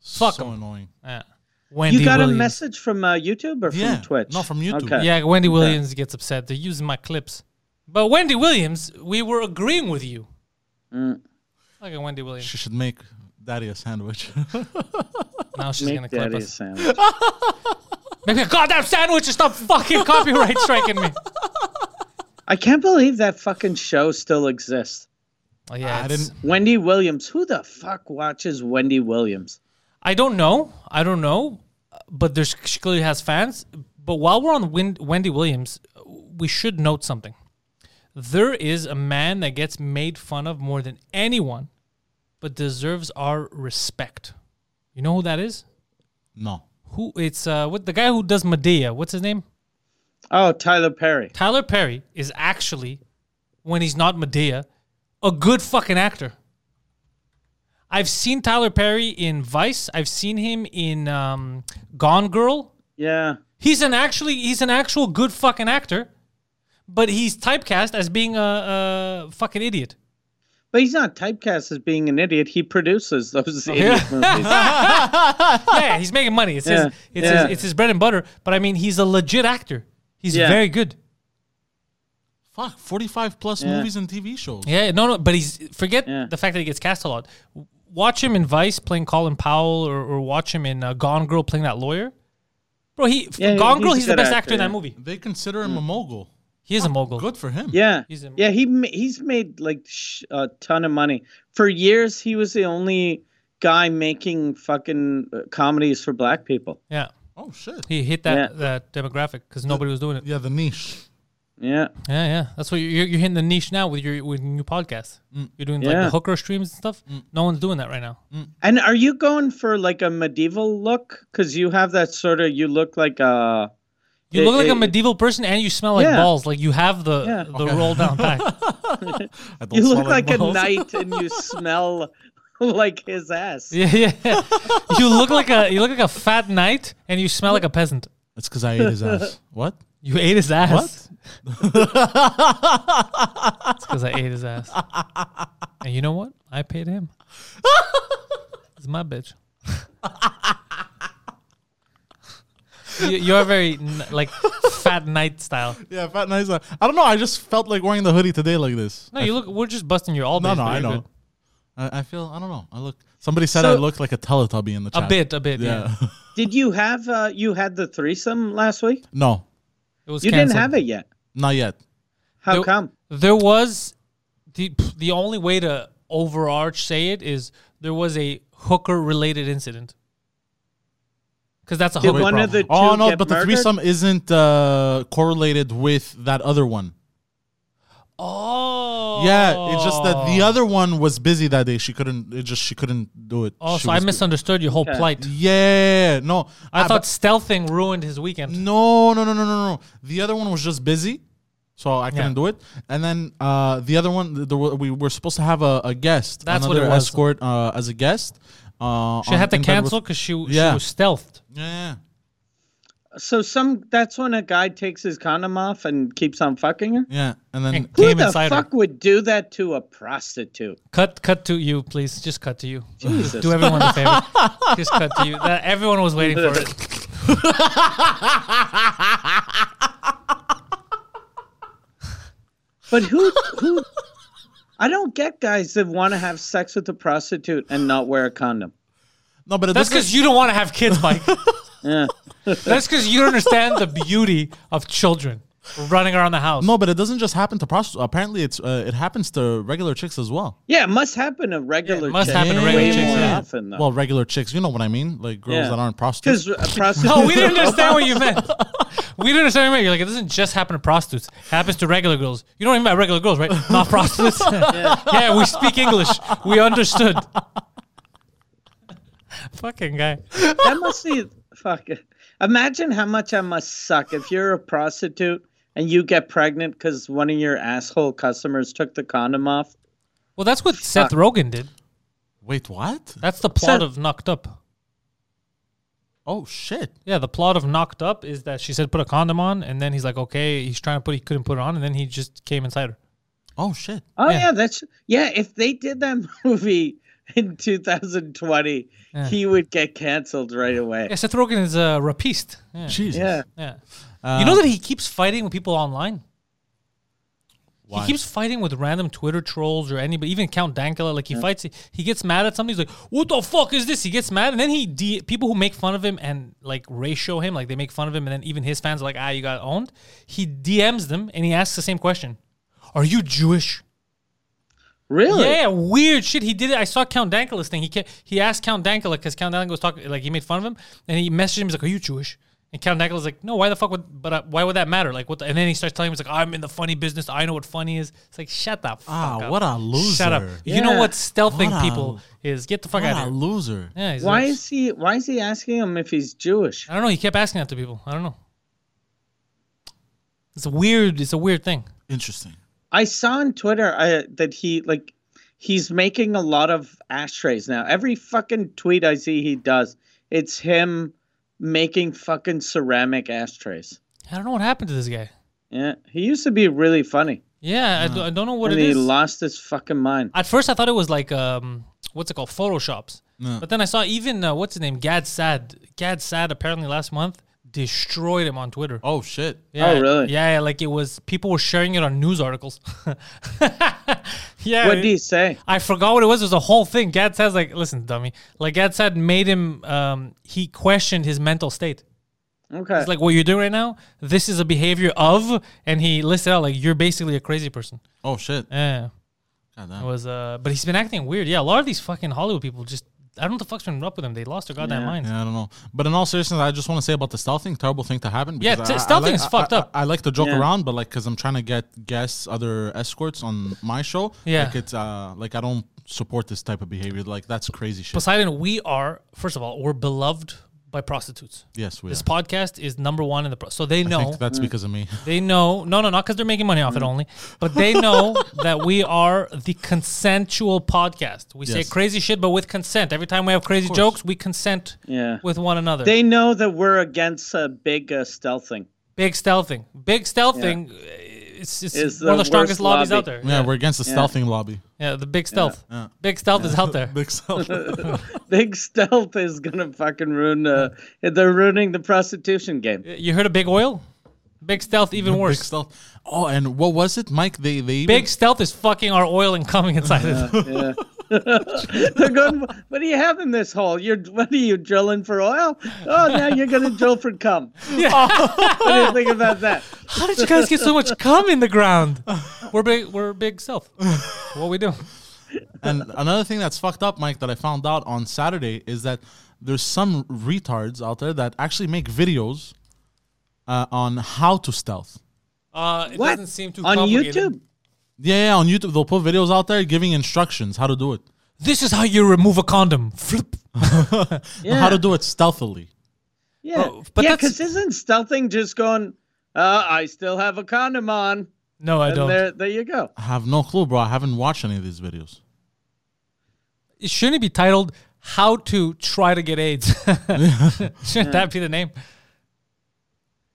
C: so
A: fuck 'em.
C: annoying.
A: Yeah. Wendy
B: You got
A: Williams.
B: a message from uh, YouTube or from
C: Yeah,
B: Twitch?
C: no, from YouTube.
B: Okay.
A: Yeah, Wendy Williams gets upset. They're using my clips. But Wendy Williams, we were agreeing with you.
B: Mm.
A: Look at Wendy Williams.
C: She should make daddy a sandwich.
A: Now she's
B: Make
A: gonna clip
B: daddy a
A: us.
B: sandwich.
A: Make me a goddamn sandwich and stop fucking copyright striking me.
B: I can't believe that fucking show still exists.
A: Oh, yeah,
C: I
A: it's-
C: didn't.
B: Wendy Williams. Who the fuck watches Wendy Williams?
A: I don't know. I don't know. But there's she clearly has fans. But while we're on Win- Wendy Williams, we should note something. There is a man that gets made fun of more than anyone, but deserves our respect. You know who that is?
C: No.
A: Who it's uh what the guy who does Medea? What's his name?
B: Oh, Tyler Perry.
A: Tyler Perry is actually, when he's not Medea, a good fucking actor. I've seen Tyler Perry in Vice. I've seen him in um, Gone Girl.
B: Yeah.
A: He's an actually he's an actual good fucking actor, but he's typecast as being a, a fucking idiot.
B: But he's not typecast as being an idiot. He produces those idiot movies.
A: yeah, he's making money. It's
B: Yeah,
A: his it's
B: yeah.
A: his it's his bread and butter. But I mean, he's a legit actor. He's
B: Yeah.
A: very good.
C: Fuck, 45 plus
B: Yeah.
C: movies and TV shows.
A: Yeah, no, no, but he's forget
B: Yeah.
A: the fact that he gets cast a lot. W- Watch him in Vice playing Colin Powell, or, or watch him in uh, Gone Girl playing that lawyer. Bro, he
B: Yeah, yeah,
A: Gone Girl,
B: he's a
A: he's the
B: good
A: best actor,
B: actor,
A: in that
B: yeah.
A: movie.
C: They consider him a mogul.
A: He is a mogul.
C: Good for him.
B: Mm. Yeah.
A: He's in-
B: yeah, he ma- he's made like sh- a ton of money. For years he was the only guy making fucking uh, comedies for black people.
A: Yeah,
C: Oh, shit.
A: he hit that
B: Yeah.
A: that demographic because nobody was doing it.
C: Yeah, the niche.
B: Yeah.
A: Yeah, yeah, that's what you're, you're hitting the niche now with your with your new podcast. You're doing like the
B: Yeah.
A: hooker streams and stuff. No one's doing that right now.
B: And are you going for like a medieval look cuz you have that sort of you look like a
A: You
B: It-
A: look like a
B: it-
A: medieval person and you smell like
B: Yeah.
A: balls. Like you have the
B: Yeah.
A: the roll down back.
C: I don't
B: you look
C: swallow
B: like a
C: balls.
B: knight and you smell like his ass.
A: yeah, yeah. You look like a you look like a fat knight and you smell like a peasant.
C: It's because I ate his ass. What?
A: You ate his ass. What? it's because I ate his ass. And you know what? I paid him. It's my bitch. you, you're very n- like fat knight style.
C: Yeah, fat nice. I don't know. I just felt like wearing the hoodie today like this.
A: No, you look. We're just busting your all.
C: No,
A: days,
C: no,
A: but
C: I
A: you're
C: know.
A: good.
C: I, I feel, I don't know. I look. Somebody said I
B: So-
C: look like a Teletubby in the chat.
A: A bit, a bit. Yeah.
C: Yeah.
B: Did you have uh, you had the threesome last week?
C: no,
A: It was
B: You
A: canceled.
B: didn't have it yet.
C: not yet.
B: How
A: Nope.
B: come?
A: There was the pff, the only way to overarch say it is there was a hooker related incident. Because that's a
B: Did
A: hooker
B: one
A: problem.
B: of the two
C: Oh, no,
B: get
C: but the
B: murdered?
C: threesome isn't uh, correlated with that other one.
A: oh
C: Yeah, it's just that the other one was busy that day. She couldn't. It just she couldn't do it.
A: Oh,
C: She
A: so I
C: was-
A: misunderstood your whole
B: Okay.
A: plight.
C: Yeah, no,
A: I
C: Ah,
A: thought
C: but- Mm.
A: stealthing ruined his weekend.
C: no, no, no, no, no, no. The other one was just busy, so I couldn't
A: Yeah.
C: do it. And then uh, the other one, th- there were, we were supposed to have a, a guest.
A: That's what
C: another
A: it was.
C: Escort uh, as a guest. Uh,
A: She
C: on-
A: had to
C: in bed with-
A: cancel because she, she
C: Yeah.
A: was stealthed.
C: Yeah, yeah,
B: So some that's when a guy takes his condom off and keeps on fucking her.
C: yeah. And then
A: And
B: Who
A: came
B: the
A: inside her.
B: fuck would do that to a prostitute?
A: Cut, cut to you, please. Just cut to you.
B: Jesus.
A: Do everyone a favor. Just cut to you. That, everyone was waiting for it.
B: But who who I don't get guys that want to have sex with a prostitute and not wear a condom.
C: No, but
A: That's
C: this
A: because
C: is-
A: you don't want to have kids, Mike. That's because you don't understand the beauty of children running around the house.
C: No, but it doesn't just happen to prostitutes. Apparently, it's uh, it happens to regular chicks as well.
B: Yeah, it must happen to regular.
A: it must
B: chicks
A: happen to
B: way
A: regular chicks,
B: more
A: yeah.
B: often though.
C: Well, regular chicks, you know what I mean, like girls
B: Yeah.
C: that aren't prostitutes.
B: because a prostitute.
A: No, Oh, we didn't understand what you meant. We didn't understand what you meant. You're like, it doesn't just happen to prostitutes. It happens to regular girls. You don't even mean by regular girls, right? Not prostitutes. yeah. we speak English. We understood. Fucking guy.
B: Oh, that must be fuck. it. Imagine how much I must suck if you're a prostitute and you get pregnant because one of your asshole customers took the condom off.
A: Well, that's what Seth Rogen did.
C: Wait, what?
A: That's the plot
B: Seth-
A: of Knocked Up.
C: Oh shit!
A: Yeah, the plot of Knocked Up is that she said put a condom on, and then he's like, okay, he's trying to put, he couldn't put it on, and then he just came inside her.
C: Oh shit!
B: Oh
A: Yeah.
B: yeah, that's yeah. If they did that movie in 2020, he would get canceled right away.
A: Yeah, Seth Rogen is a rapiste. Yeah.
C: Jesus.
B: Yeah,
A: yeah. you know that he keeps fighting with people online? He keeps fighting with random Twitter trolls or anybody, even Count Dankula. Like he fights, he gets mad at something. He's like, "What the fuck is this?" He gets mad, and then he de- people who make fun of him and like ratio him, like they make fun of him, and then even his fans are like, "Ah, you got owned." He DMs them and he asks the same question: "Are you Jewish?"
B: really.
A: Yeah, weird shit. He did it. I saw Count Dankula's thing. He ca- he asked Count Dankula because Count Dankula was talking, like he made fun of him, and he messaged him. He's like, "Are you Jewish?" And Count Dankula's like, "No, why the fuck would? But uh, why would that matter? Like what?" The, and then he starts telling him, "He's like, I'm in the funny business. I know what funny is." It's like, shut the fuck
C: Ah,
A: up.
C: what a
A: Shut up.
C: loser.
A: You know
B: Yeah.
A: what stealthing
C: What a-
A: people is? Get the fuck
C: What
A: out
C: a
A: of here.
C: loser.
A: Yeah, Uh, he's
B: Why
A: nuts.
B: is he? Why is he asking him if he's Jewish?
A: I don't know. He kept asking that to people. I don't know. It's a weird. It's a weird thing.
C: Interesting.
B: I saw on Twitter uh, that he like he's making a lot of ashtrays now. Every fucking tweet I see he does, it's him making fucking ceramic ashtrays.
A: I don't know what happened to this guy.
B: Yeah, he used to be really funny,
A: Yeah, I, do, I don't know what
B: and
A: it
B: he
A: is.
B: lost his fucking mind.
A: At first, I thought it was like um, what's it called, Photoshop's. But then I saw even uh, what's his name, Gad Sad. Gad Sad apparently last month destroyed him on Twitter.
C: Oh shit!
A: Yeah,
B: really?
A: Yeah, yeah, like it was people were sharing it on news articles. yeah.
B: What did he say?
A: I forgot what it was. It was a whole thing. Gad Sad's like, listen, dummy. Like Gad Sad made him. Um, he questioned his mental state.
B: Okay,
A: It's like what you're doing right now. This is a behavior of, and he listed out like you're basically a crazy person.
C: Oh shit!
A: Yeah.
C: God
A: It
C: damn.
A: was uh but he's been acting weird. Yeah, a lot of these fucking Hollywood people just I don't know what the fuck's been up with them. They lost their goddamn minds.
C: Yeah, I don't know. But in all seriousness, I just want to say about the stealthing, terrible thing to happen.
A: Yeah,
C: because
A: t-
C: I- I
A: stealthing
C: like-
A: is
C: I-
A: fucked
C: I-
A: up.
C: I, like to joke
B: Yeah.
C: around, but like, cause I'm trying to get guests, other escorts on my show.
A: Yeah.
C: like it's uh, like I don't support this type of behavior. Like that's crazy shit.
A: Poseidon, we are first of all, we're beloved by prostitutes.
C: yes, we. Are.
A: This podcast is number one in the pro- so they
C: I
A: know
C: think Mm. that's because of me.
A: they know no no not because they're making money off it only but they know that we are the consensual podcast we say
C: Yes.
A: crazy shit but with consent every time we have crazy jokes we consent
B: Yeah.
A: with one another
B: they know that we're against a big uh, stealthing.
A: big stealthing big stealthing uh, it's, it's
B: Is
A: one of
B: the
A: the strongest
B: worst
A: lobbies out
B: lobby.
A: there
C: Yeah, we're against the stealthing lobby.
A: Yeah, the big stealth. Big stealth is out there.
C: Big stealth.
B: Big stealth is gonna fucking ruin. Uh, they're ruining the prostitution game.
A: You heard of big oil? Big stealth, even
C: Big
A: worse.
C: stealth. Oh, and what was it, Mike? They they even-
A: Big stealth is fucking our oil and coming inside it.
B: They're going, what do you have in this hole? You're what are you drilling for oil? Oh, now you're gonna drill for cum. what do you think about that?
A: How did you guys get so much cum in the ground? We're big. We're big stealth. What we do?
C: And another thing that's fucked up, Mike, that I found out on Saturday is that there's some retards out there that actually make videos uh, on how to stealth.
A: Uh, it
B: What?
A: doesn't seem too
B: on
A: complicated.
B: YouTube?
C: Yeah, yeah, on YouTube they'll put videos out there giving instructions how to do it,
A: This is how you remove a condom. Flip.
B: Yeah,
C: how to do it stealthily.
B: yeah,
A: Oh, but
B: yeah.
A: that's-
B: Because isn't stealthing just going? Uh, I still have a condom on,
A: No, I
B: and
A: don't.
B: there, there you go.
C: I have no clue, bro. I haven't watched any of these videos.
A: It shouldn't be titled "How to Try to Get AIDS." shouldn't that be the name?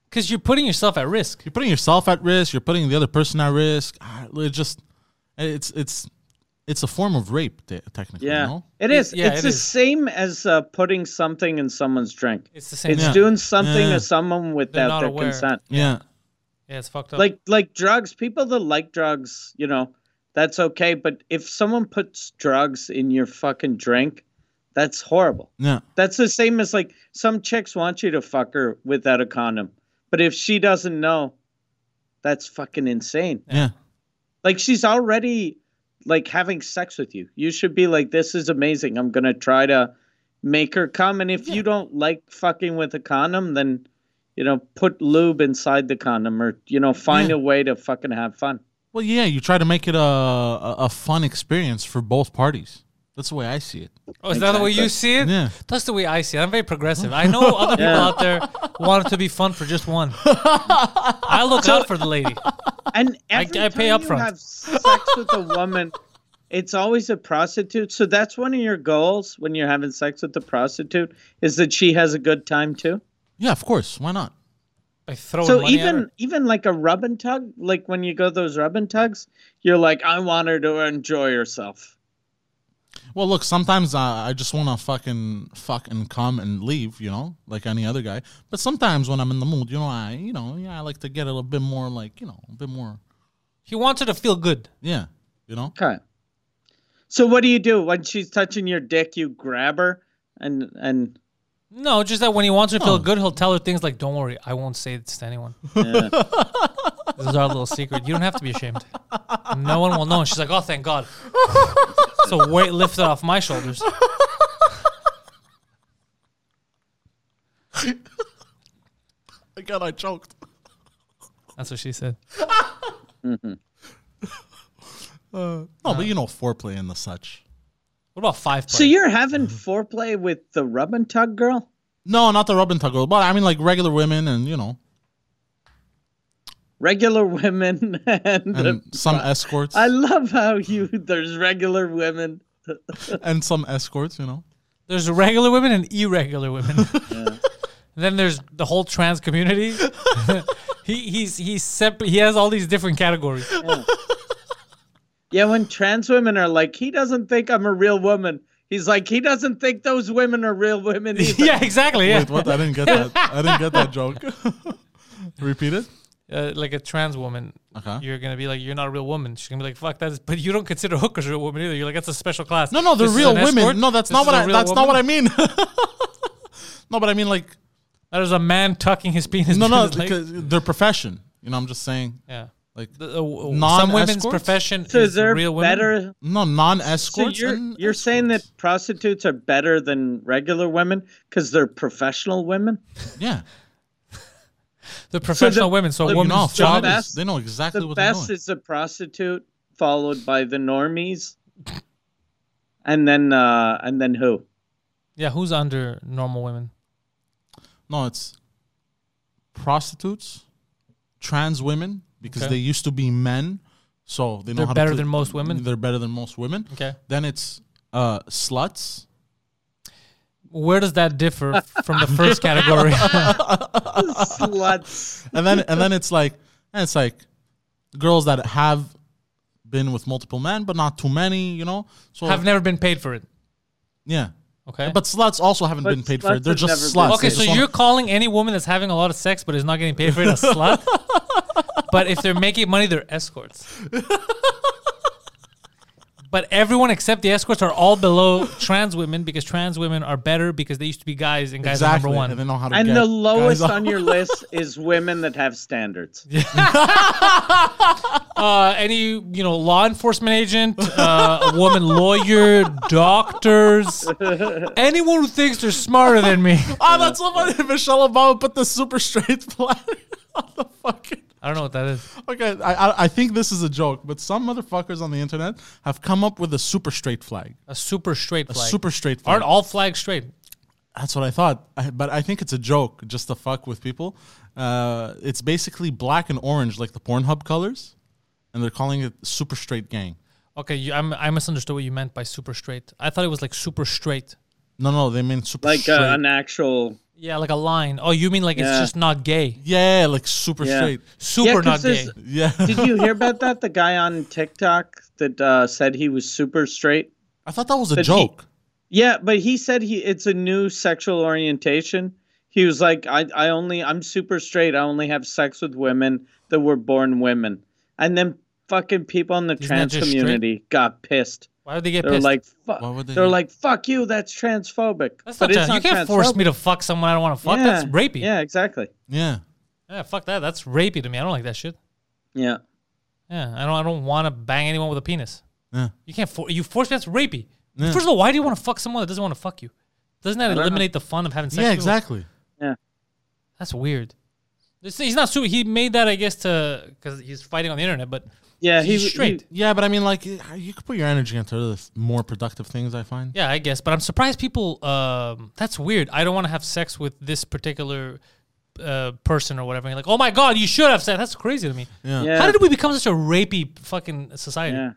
A: Because you're putting yourself at risk.
C: You're putting yourself at risk. You're putting the other person at risk. Ah, It just, it's it's it's a form of rape, te- technically.
B: Yeah,
C: No?
B: it is.
A: yeah,
B: it's
A: it
B: the
A: is.
B: same as uh, putting something in someone's drink.
A: It's the same.
B: It's
A: thing.
B: doing something
C: Yeah.
B: to someone
A: not
B: without their
A: aware.
B: consent.
C: Yeah.
A: yeah, it's fucked up.
B: like like drugs people that like drugs you know that's okay but if someone puts drugs in your fucking drink That's horrible.
C: Yeah.
B: That's the same as like some chicks want you to fuck her without a condom, but if she doesn't know, that's fucking insane.
C: Yeah.
B: Like she's already like having sex with you. You should be like, this is amazing. I'm gonna try to make her come. And if you don't like fucking with a condom, then you know put lube inside the condom, or you know find
C: Yeah.
B: a way to fucking have fun.
C: Well, yeah, you try to make it a, a, a fun experience for both parties. That's the way I see it.
A: Oh, is that the way you see it?
C: Yeah.
A: That's the way I see it. I'm very progressive. I know other people
B: Yeah.
A: out there want it to be fun for just one. I look out for the lady.
B: And every
A: I pay
B: time
A: up
B: you
A: front.
B: have sex with a woman, it's always a prostitute. So that's one of your goals when you're having sex with the prostitute is that she has a good time too.
C: Yeah, of course. Why not?
A: I throw
B: So
A: money at her.
B: even even like a rub and tug, like when you go those rub and tugs, you're like, I want her to enjoy herself.
C: Well, look, sometimes I, I just want to fucking fuck and come and leave, you know, like any other guy. But sometimes when I'm in the mood, you know, I, you know, yeah, I like to get a little bit more, like, you know, a bit more,
A: He wants her to feel good.
C: yeah, you know.
B: Okay. So what do you do when she's touching your dick? You grab her and and
A: No, just that when he wants her to feel
C: Oh.
A: good, he'll tell her things like, "Don't worry, I won't say this to anyone." this is our little secret. You don't have to be ashamed. No one will know. And she's like, "Oh, thank God." so weight lifted off my shoulders.
C: God, I choked.
A: That's what she said.
C: No, but you know, foreplay and the such.
A: What about five?
B: so you're having foreplay with the rub and tug girl.
C: No, not the rub and tug girl, but I mean like regular women and you know,
B: Regular women and,
C: and some escorts
B: I love how you there's regular women.
C: and some escorts, you know.
A: There's regular women and irregular women. Then there's the whole trans community. he he's he's separ- he has all these different categories.
B: Yeah, when trans women are like, he doesn't think I'm a real woman. He's like, he doesn't think those women are real women either.
A: yeah, exactly. Yeah,
C: Wait, what? I didn't get that. I didn't get that joke. Repeat it.
A: Uh, like a trans woman.
C: Okay.
A: You're gonna be like, you're not a real woman. She's gonna be like, fuck that. Is, but you don't consider hookers real women either. You're like, that's a special class.
C: No, no, they're
A: This is
C: real
A: an
C: women.
A: escort.
C: No, that's
A: This
C: not
A: is
C: what
A: a
C: I.
A: real
C: That's not
A: woman?
C: what I mean. no, but I mean like
A: That is a man tucking his penis.
C: no,
A: in
C: no,
A: his leg.
C: because their profession. You know, I'm just saying.
A: yeah.
C: Like
A: The- uh, w- some
C: Non-escorts?
A: women's profession
B: So
A: is
B: they're
A: real women.
B: better.
C: no non-escorts.
B: so you're
C: and
B: you're saying that prostitutes are better than regular women because they're professional women.
C: yeah,
A: The professional
B: the-
A: women. So a
B: the-
A: woman's
C: no,
B: know,
C: job
A: job
C: is-
B: best-
C: they know exactly
B: The
C: what they're
B: best
C: doing.
B: is a prostitute followed by the normies, and then uh, and then who?
A: yeah, who's under normal women?
C: no, it's prostitutes, trans women because
A: Okay.
C: they used to be men, so they know
A: They're
C: how
A: better
C: to, put-
A: than most women?
C: They're better than most women.
A: Okay.
C: Then it's uh, sluts.
A: Where does that differ from the first category?
B: Sluts.
C: and then and then it's like and it's like girls that have been with multiple men, but not too many, you know. So
A: Have never been paid for it.
C: yeah,
A: Okay.
C: but sluts also haven't
B: But
C: been paid for it.
B: sluts
C: They're
B: have
C: just
B: never been
C: sluts.
A: Okay,
B: paid
C: They
A: so
C: just wanna-
A: you're calling any woman that's having a lot of sex but is not getting paid for it a slut? but if they're making money, they're escorts. but everyone except the escorts are all below trans women because trans women are better because they used to be guys and guys
C: exactly,
A: are
C: and
A: number
C: they
A: one.
C: know how to
B: And
C: get
B: the
C: guys
B: lowest
C: off.
B: on your list is women that have standards.
A: Uh, any you know law enforcement agent, uh, a woman lawyer, doctors, anyone who thinks they're smarter than me.
C: Ah, that's so funny. Michelle Obama put the super straight platter on the fucking.
A: I don't know what that is.
C: Okay, I, I I think this is a joke, but some motherfuckers on the internet have come up with a super straight flag.
A: A super straight flag.
C: super straight flag.
A: Aren't all flags straight?
C: That's what I thought, I, but I think it's a joke just to fuck with people. Uh, it's basically black and orange, like the Pornhub colors, and they're calling it Super Straight Gang.
A: Okay, you, I'm, I misunderstood what you meant by super straight. I thought it was like super straight.
C: No, no, they mean Super
B: Like
C: Straight.
B: uh, an actual
A: Yeah, like a line. Oh, you mean like it's
B: Yeah.
A: just not gay?
C: yeah, like Super
B: Yeah.
C: Straight.
A: Super
B: 'cause
A: not gay.
B: there's-
C: Yeah,
B: Did you hear about that? The guy on TikTok that uh, said he was super straight.
C: I thought that was a
B: But he-
C: joke.
B: Yeah, but he said he it's a new sexual orientation. He was like, I, I only I'm super straight. I only have sex with women that were born women. And then fucking people in the
A: Isn't that
B: trans
A: just
B: community got pissed.
A: Why would they get
B: They're
A: pissed?
B: like,
C: Why would
B: fuck.
C: they
B: They are
C: do-
B: like, fuck you. That's transphobic.
A: that's not,
B: but it's
A: trans-
B: not
A: you can't force me
B: transphobic.
A: to fuck someone I don't want to fuck. That's
B: Yeah,
A: rapey.
B: Yeah, exactly.
C: Yeah.
A: Yeah, fuck that. That's rapey to me. I don't like that shit.
B: Yeah.
A: Yeah, I don't. I don't want to bang anyone with a penis.
C: Yeah.
A: You can't. For- you force. That's rapey. First of all, why do you want to fuck someone that doesn't want to fuck you? Doesn't that
B: know.
A: eliminate the fun of having sex?
C: Yeah,
A: with people?
C: exactly.
A: That's weird. This- He's not su He made that, I guess, to because he's fighting on the internet. But
B: Yeah.
A: he's
B: he-
A: straight.
C: Yeah, but I mean, like, eh, you could put your energy into other th- more productive things, I find.
A: yeah, I guess. But I'm surprised people. Um, that's weird. I don't want to have sex with this particular uh, person or whatever. You're like, oh my god, you should have sex. That's crazy to me.
B: he- yeah.
A: How did we become such a rapey fucking society?
B: yeah.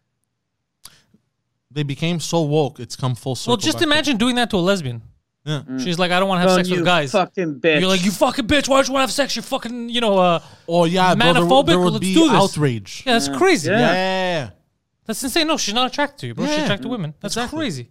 C: They became so woke, it's come full circle.
A: Well, just
C: back to-
A: imagine doing that to a lesbian.
C: Yeah.
A: She's like, I don't want to have
B: Oh,
A: sex
B: you
A: with guys.
B: fucking bitch.
A: You're like, you fucking bitch. Why do you want to have sex? You're fucking, you know, uh,
C: Oh, yeah, bro, there,
A: Manophobic?
C: would- there would
A: Let's
C: be
A: do this.
C: outrage.
A: yeah, that's crazy.
B: Yeah.
C: Yeah.
A: That's insane. No, she's not attracted to you, bro. She's
C: Yeah.
A: attracted to women. That's
C: Exactly.
A: crazy.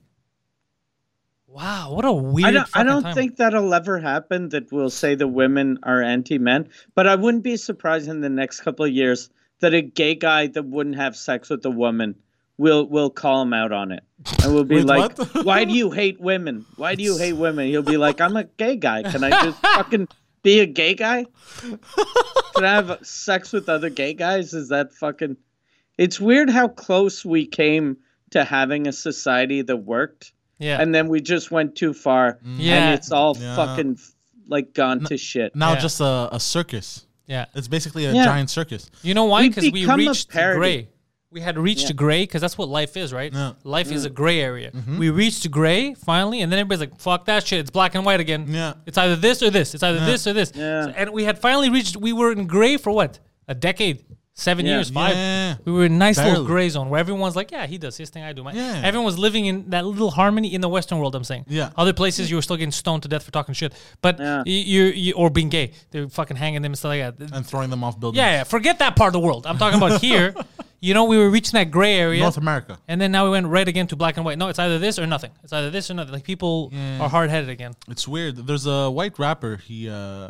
A: Wow, what a weird.
B: I don't, I
A: fucking
B: don't
A: time.
B: think that'll ever happen that we'll say the women are anti men, but I wouldn't be surprised in the next couple of years that a gay guy that wouldn't have sex with a woman will will call him out on it. And we'll be
C: Wait,
B: like,
C: what?
B: Why do you hate women? Why do you hate women? He'll be like, I'm a gay guy. Can I just fucking be a gay guy? Can I have sex with other gay guys? Is that fucking it's weird how close we came to having a society that worked
A: Yeah.
B: and then we just went too far
A: Yeah.
B: and it's all
C: Yeah.
B: fucking like gone to shit
C: Now
A: Yeah.
C: just a, a circus.
A: yeah.
C: It's basically a
B: Yeah.
C: giant circus.
A: You know why?
B: We've
A: Because we
B: become a
A: reached
B: parody.
A: gray. We had reached gray because that's what life is, right?
C: Yeah.
A: Life is a
B: Mm.
A: gray area.
B: Mm-hmm.
A: We reached gray finally, and then everybody's like, "Fuck that shit! It's black and white again.
C: Yeah.
A: It's either this or this. It's either this or this."
B: Yeah.
A: So- and we had finally reached. We were in gray for what? A decade, seven
B: Yeah.
A: years, five.
C: Yeah.
A: We were in nice little
C: Barely.
A: gray zone where everyone's like, "Yeah, he does his thing, I do mine."
C: Yeah.
A: Everyone was living in that little harmony in the Western world. I'm saying.
C: Yeah.
A: Other places you were still getting stoned to death for talking shit, but
B: Yeah.
A: you, you, you or being gay, they're fucking hanging them and stuff like that.
C: And throwing them off buildings.
A: Yeah, yeah, forget that part of the world. I'm talking about here. You know, we were reaching that gray area.
C: North America.
A: And then now we went right again to black and white. No, it's either this or nothing. It's either this or nothing. Like people are hard headed again.
C: It's weird. There's a white rapper. He uh,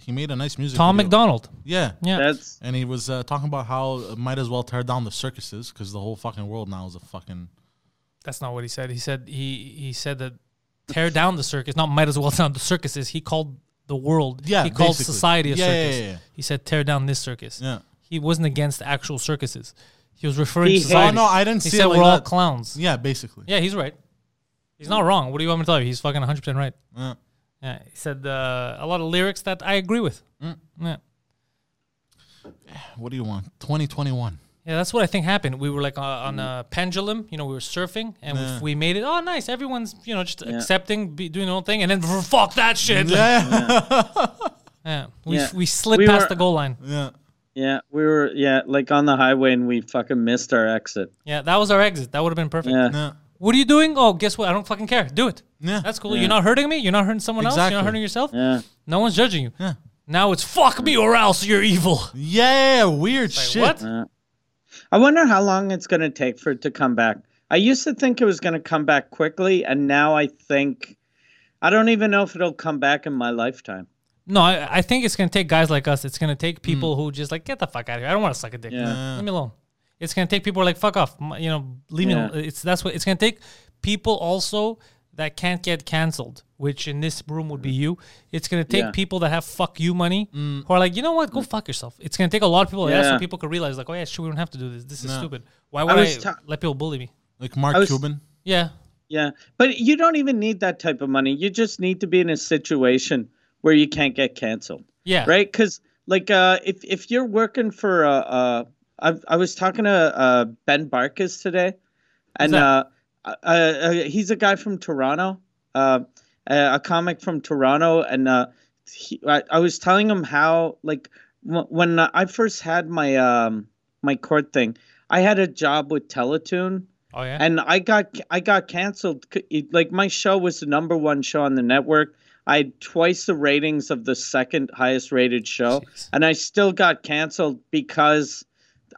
C: he made a nice music.
A: Tom
C: video.
A: McDonald.
C: Yeah.
A: Yeah.
B: that's
C: And he was uh, talking about how uh, might as well tear down the circuses because the whole fucking world now is a fucking.
A: That's not what he said. He said he he said that tear down the circus. Not might as well down the circuses. He called the world.
C: Yeah,
A: He called
C: basically.
A: society a
C: Yeah, yeah,
A: circus.
C: yeah, yeah.
A: He said tear down this circus.
C: Yeah.
A: He wasn't against actual circuses. He was referring
B: He
A: to
B: hates-
A: society.
C: Oh, no, I didn't
A: he
C: see it
A: said
C: like
A: we're all
C: that.
A: clowns.
C: Yeah, basically.
A: Yeah, he's right. He's not wrong. What do you want me to tell you? He's fucking 100% right.
C: Yeah.
A: Yeah, he said uh, a lot of lyrics that I agree with.
C: Mm.
A: Yeah.
C: What do you want? 2021.
A: yeah, that's what I think happened. We were like uh, on a pendulum, you know, we were surfing and we- we, made it. Oh, nice. Everyone's, you know, just accepting, be, doing their own thing. And then fuck that shit. Like, Yeah. We,
B: Yeah.
A: we slid
B: We
A: past
B: were-
A: the goal line.
C: Yeah.
B: yeah we were yeah like on the highway and we fucking missed our exit
A: Yeah, that was our exit. That would have been perfect.
B: yeah
C: Yeah.
A: What are you doing? Oh, guess what? I don't fucking care. Do it.
C: Yeah.
A: That's cool. You're not hurting me. You're not hurting someone else. You're not
C: Exactly.
A: hurting yourself.
B: yeah
A: No one's judging you.
C: Yeah.
A: Now it's fuck me or else you're evil.
C: Yeah. Weird shit.
A: What?
B: i wonder how long it's going to take for it to come back i used to think it was going to come back quickly and now i think i don't even know if it'll come back in my lifetime
A: No, I, I think it's gonna take guys like us. It's gonna take people who just like get the fuck out of here. I don't want to suck a dick.
B: Hmm. Yeah.
A: Leave me alone. It's gonna take people who are like fuck off. m- You know, leave me.
B: Yeah.
A: alone. It's that's what it's gonna take. People also that can't get canceled, which in this room would be you. It's gonna take
B: Yeah. Mm.
A: people that have fuck you money who are like, you know what, go fuck yourself. It's gonna take a lot of people. Yeah. so
B: Yeah.
A: people could realize like, oh yeah, sure, we don't have to do this. This is stupid. Why would
B: I
A: I,
B: was ta-
A: let people bully me?
C: Like Mark
B: I was-
C: Cuban.
A: Yeah.
B: yeah but you don't even need that type of money you just need to be in a situation where you can't get canceled
A: Yeah.
B: right because like uh if if you're working for uh, uh I, I was talking to uh ben barkis today and
A: that?
B: uh, uh, uh he's a guy from toronto uh a a comic from toronto and uh he, I, I was telling him how like w- when i first had my um my court thing i had a job with teletoon
A: Oh yeah.
B: and I got I got canceled. C- it- Like my show was the number one show on the network. I had twice the ratings of the second highest rated show, and I still got canceled because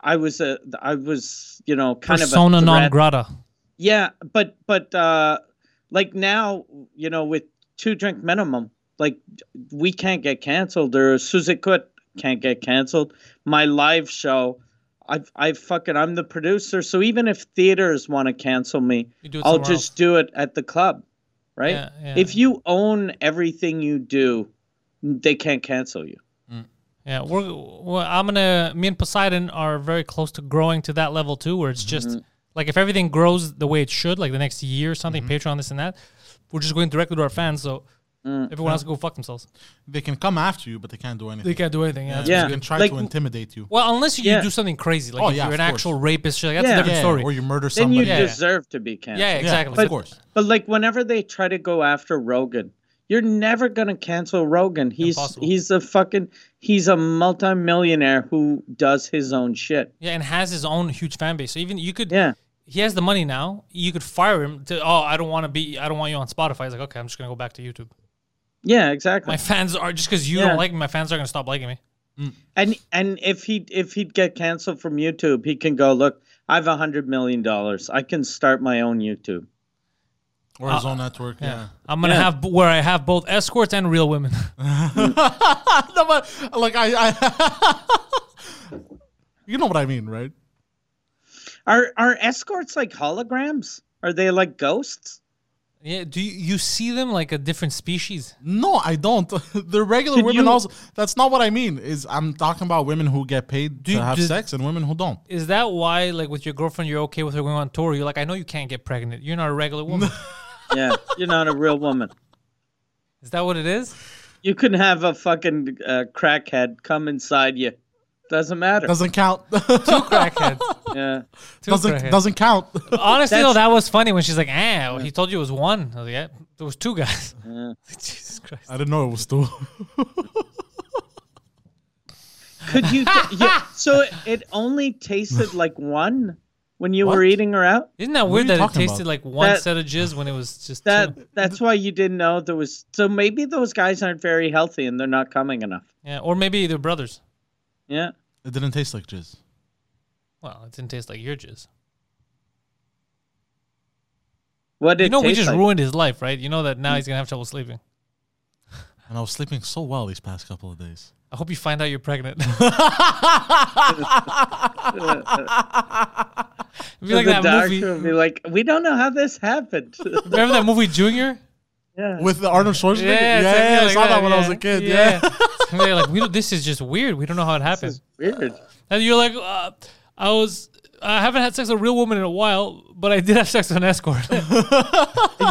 B: I was a I was you know kind
A: Persona
B: of a
A: non
B: threat.
A: grata.
B: Yeah, but but uh, like now you know with two drink minimum, like we can't get canceled or Suzy Kut can't get canceled. My live show, I've, I fucking, I'm the producer. So even if theaters want to cancel me,
A: You do it
B: I'll
A: somewhere
B: just
A: else.
B: do it at the club, right?
A: Yeah, yeah.
B: If you own everything you do, they can't cancel you.
A: Yeah, we're, we I'm gonna. Me and Poseidon are very close to growing to that level too, where it's
B: Mm-hmm.
A: just like if everything grows the way it should, like the next year or something,
B: Mm-hmm.
A: Patreon, this and that, we're just going directly to our fans. So
B: Mm-hmm.
A: everyone has to go fuck themselves.
C: They can come after you, but they can't do anything.
A: They can't do anything. Yeah. that's-
B: Yeah.
C: They can try
B: Like-
C: to intimidate you.
A: Well, unless you
B: Yeah.
A: do something crazy, like
C: Oh,
A: if
C: yeah,
A: you're
C: of
A: an
C: course.
A: actual rapist, shit, that's a
B: Yeah.
A: different
C: Yeah,
A: story.
C: or you murder
B: Then
C: somebody.
B: you
A: Yeah.
B: deserve to be canceled.
A: yeah, exactly.
C: of course.
B: But like whenever they try to go after Rogan, you're never gonna cancel Rogan. He's
A: Impossible.
B: he's a fucking he's a multimillionaire who does his own shit.
A: Yeah, and has his own huge fan base. So even you could,
B: Yeah.
A: he has the money now. You could fire him to, oh, I don't want to be, I don't want you on Spotify. He's like, okay, I'm just gonna go back to YouTube.
B: Yeah, exactly.
A: My fans are just because you
B: Yeah.
A: don't like me, my fans are gonna stop liking me.
B: and and if he if he'd get canceled from YouTube, he can go, look, I've a hundred million dollars. I can start my own YouTube.
C: Or his own network. Uh, Yeah.
A: I'm gonna
B: Yeah.
A: have b- where I have both escorts and real women.
C: no, but like I, I you know what I mean, right?
B: Are are escorts like holograms? Are they like ghosts?
A: yeah, do you, you see them like a different species?
C: No, I don't. They're regular
B: Did
C: women.
B: you-
C: Also, that's not what I mean. Is I'm talking about women who get paid
A: you-
C: to have
A: did-
C: sex and women who don't.
A: Is that why, like with your girlfriend, you're okay with her going on tour? You're like, I know you can't get pregnant. You're not a regular woman.
B: Yeah, you're not a real woman.
A: is that what it is?
B: You can have a fucking uh, crackhead come inside you. Doesn't matter.
C: Doesn't count.
A: Two crackheads.
B: yeah.
A: Two
C: doesn't
A: crackheads.
C: doesn't count.
A: Honestly, though, that was funny when she's like, "Ah, he told you it was one." I was like, yeah, there was two guys. Jesus Christ.
C: I didn't know it was two.
B: Could you? yeah. So it, it only tasted like one when you were
C: What?
B: eating her out.
A: Isn't that
C: What are
A: weird
C: you
A: that it
C: talking
A: tasted
C: about?
A: like one
B: That-
A: set of jizz when it was just
B: That
A: two?
B: that's why you didn't know there was. So maybe those guys aren't very healthy and they're not coming enough.
A: Yeah, or maybe they're brothers.
B: Yeah.
C: It didn't taste like jizz.
A: Well, it didn't taste like your jizz.
B: What did
A: You know, we
B: taste
A: just
B: like?
A: ruined his life, right? You know that now he's gonna have trouble sleeping.
C: And I was sleeping so well these past couple of days.
A: I hope you find out you're pregnant. It'd be like
B: the
A: that
B: doctor
A: movie.
B: would be like, "We don't know how this happened."
A: Remember that movie Junior?
B: yeah.
C: With the Arnold Schwarzenegger?
A: Yeah, it's
C: yeah,
A: something
C: I
A: like
C: saw that, when I was
A: yeah.
C: a kid. Yeah.
A: And they're like, we don't, this is just weird. We don't know how it happened.
B: Weird.
A: And you're like, uh, I was, I haven't had sex with a real woman in a while, but I did have sex with an escort.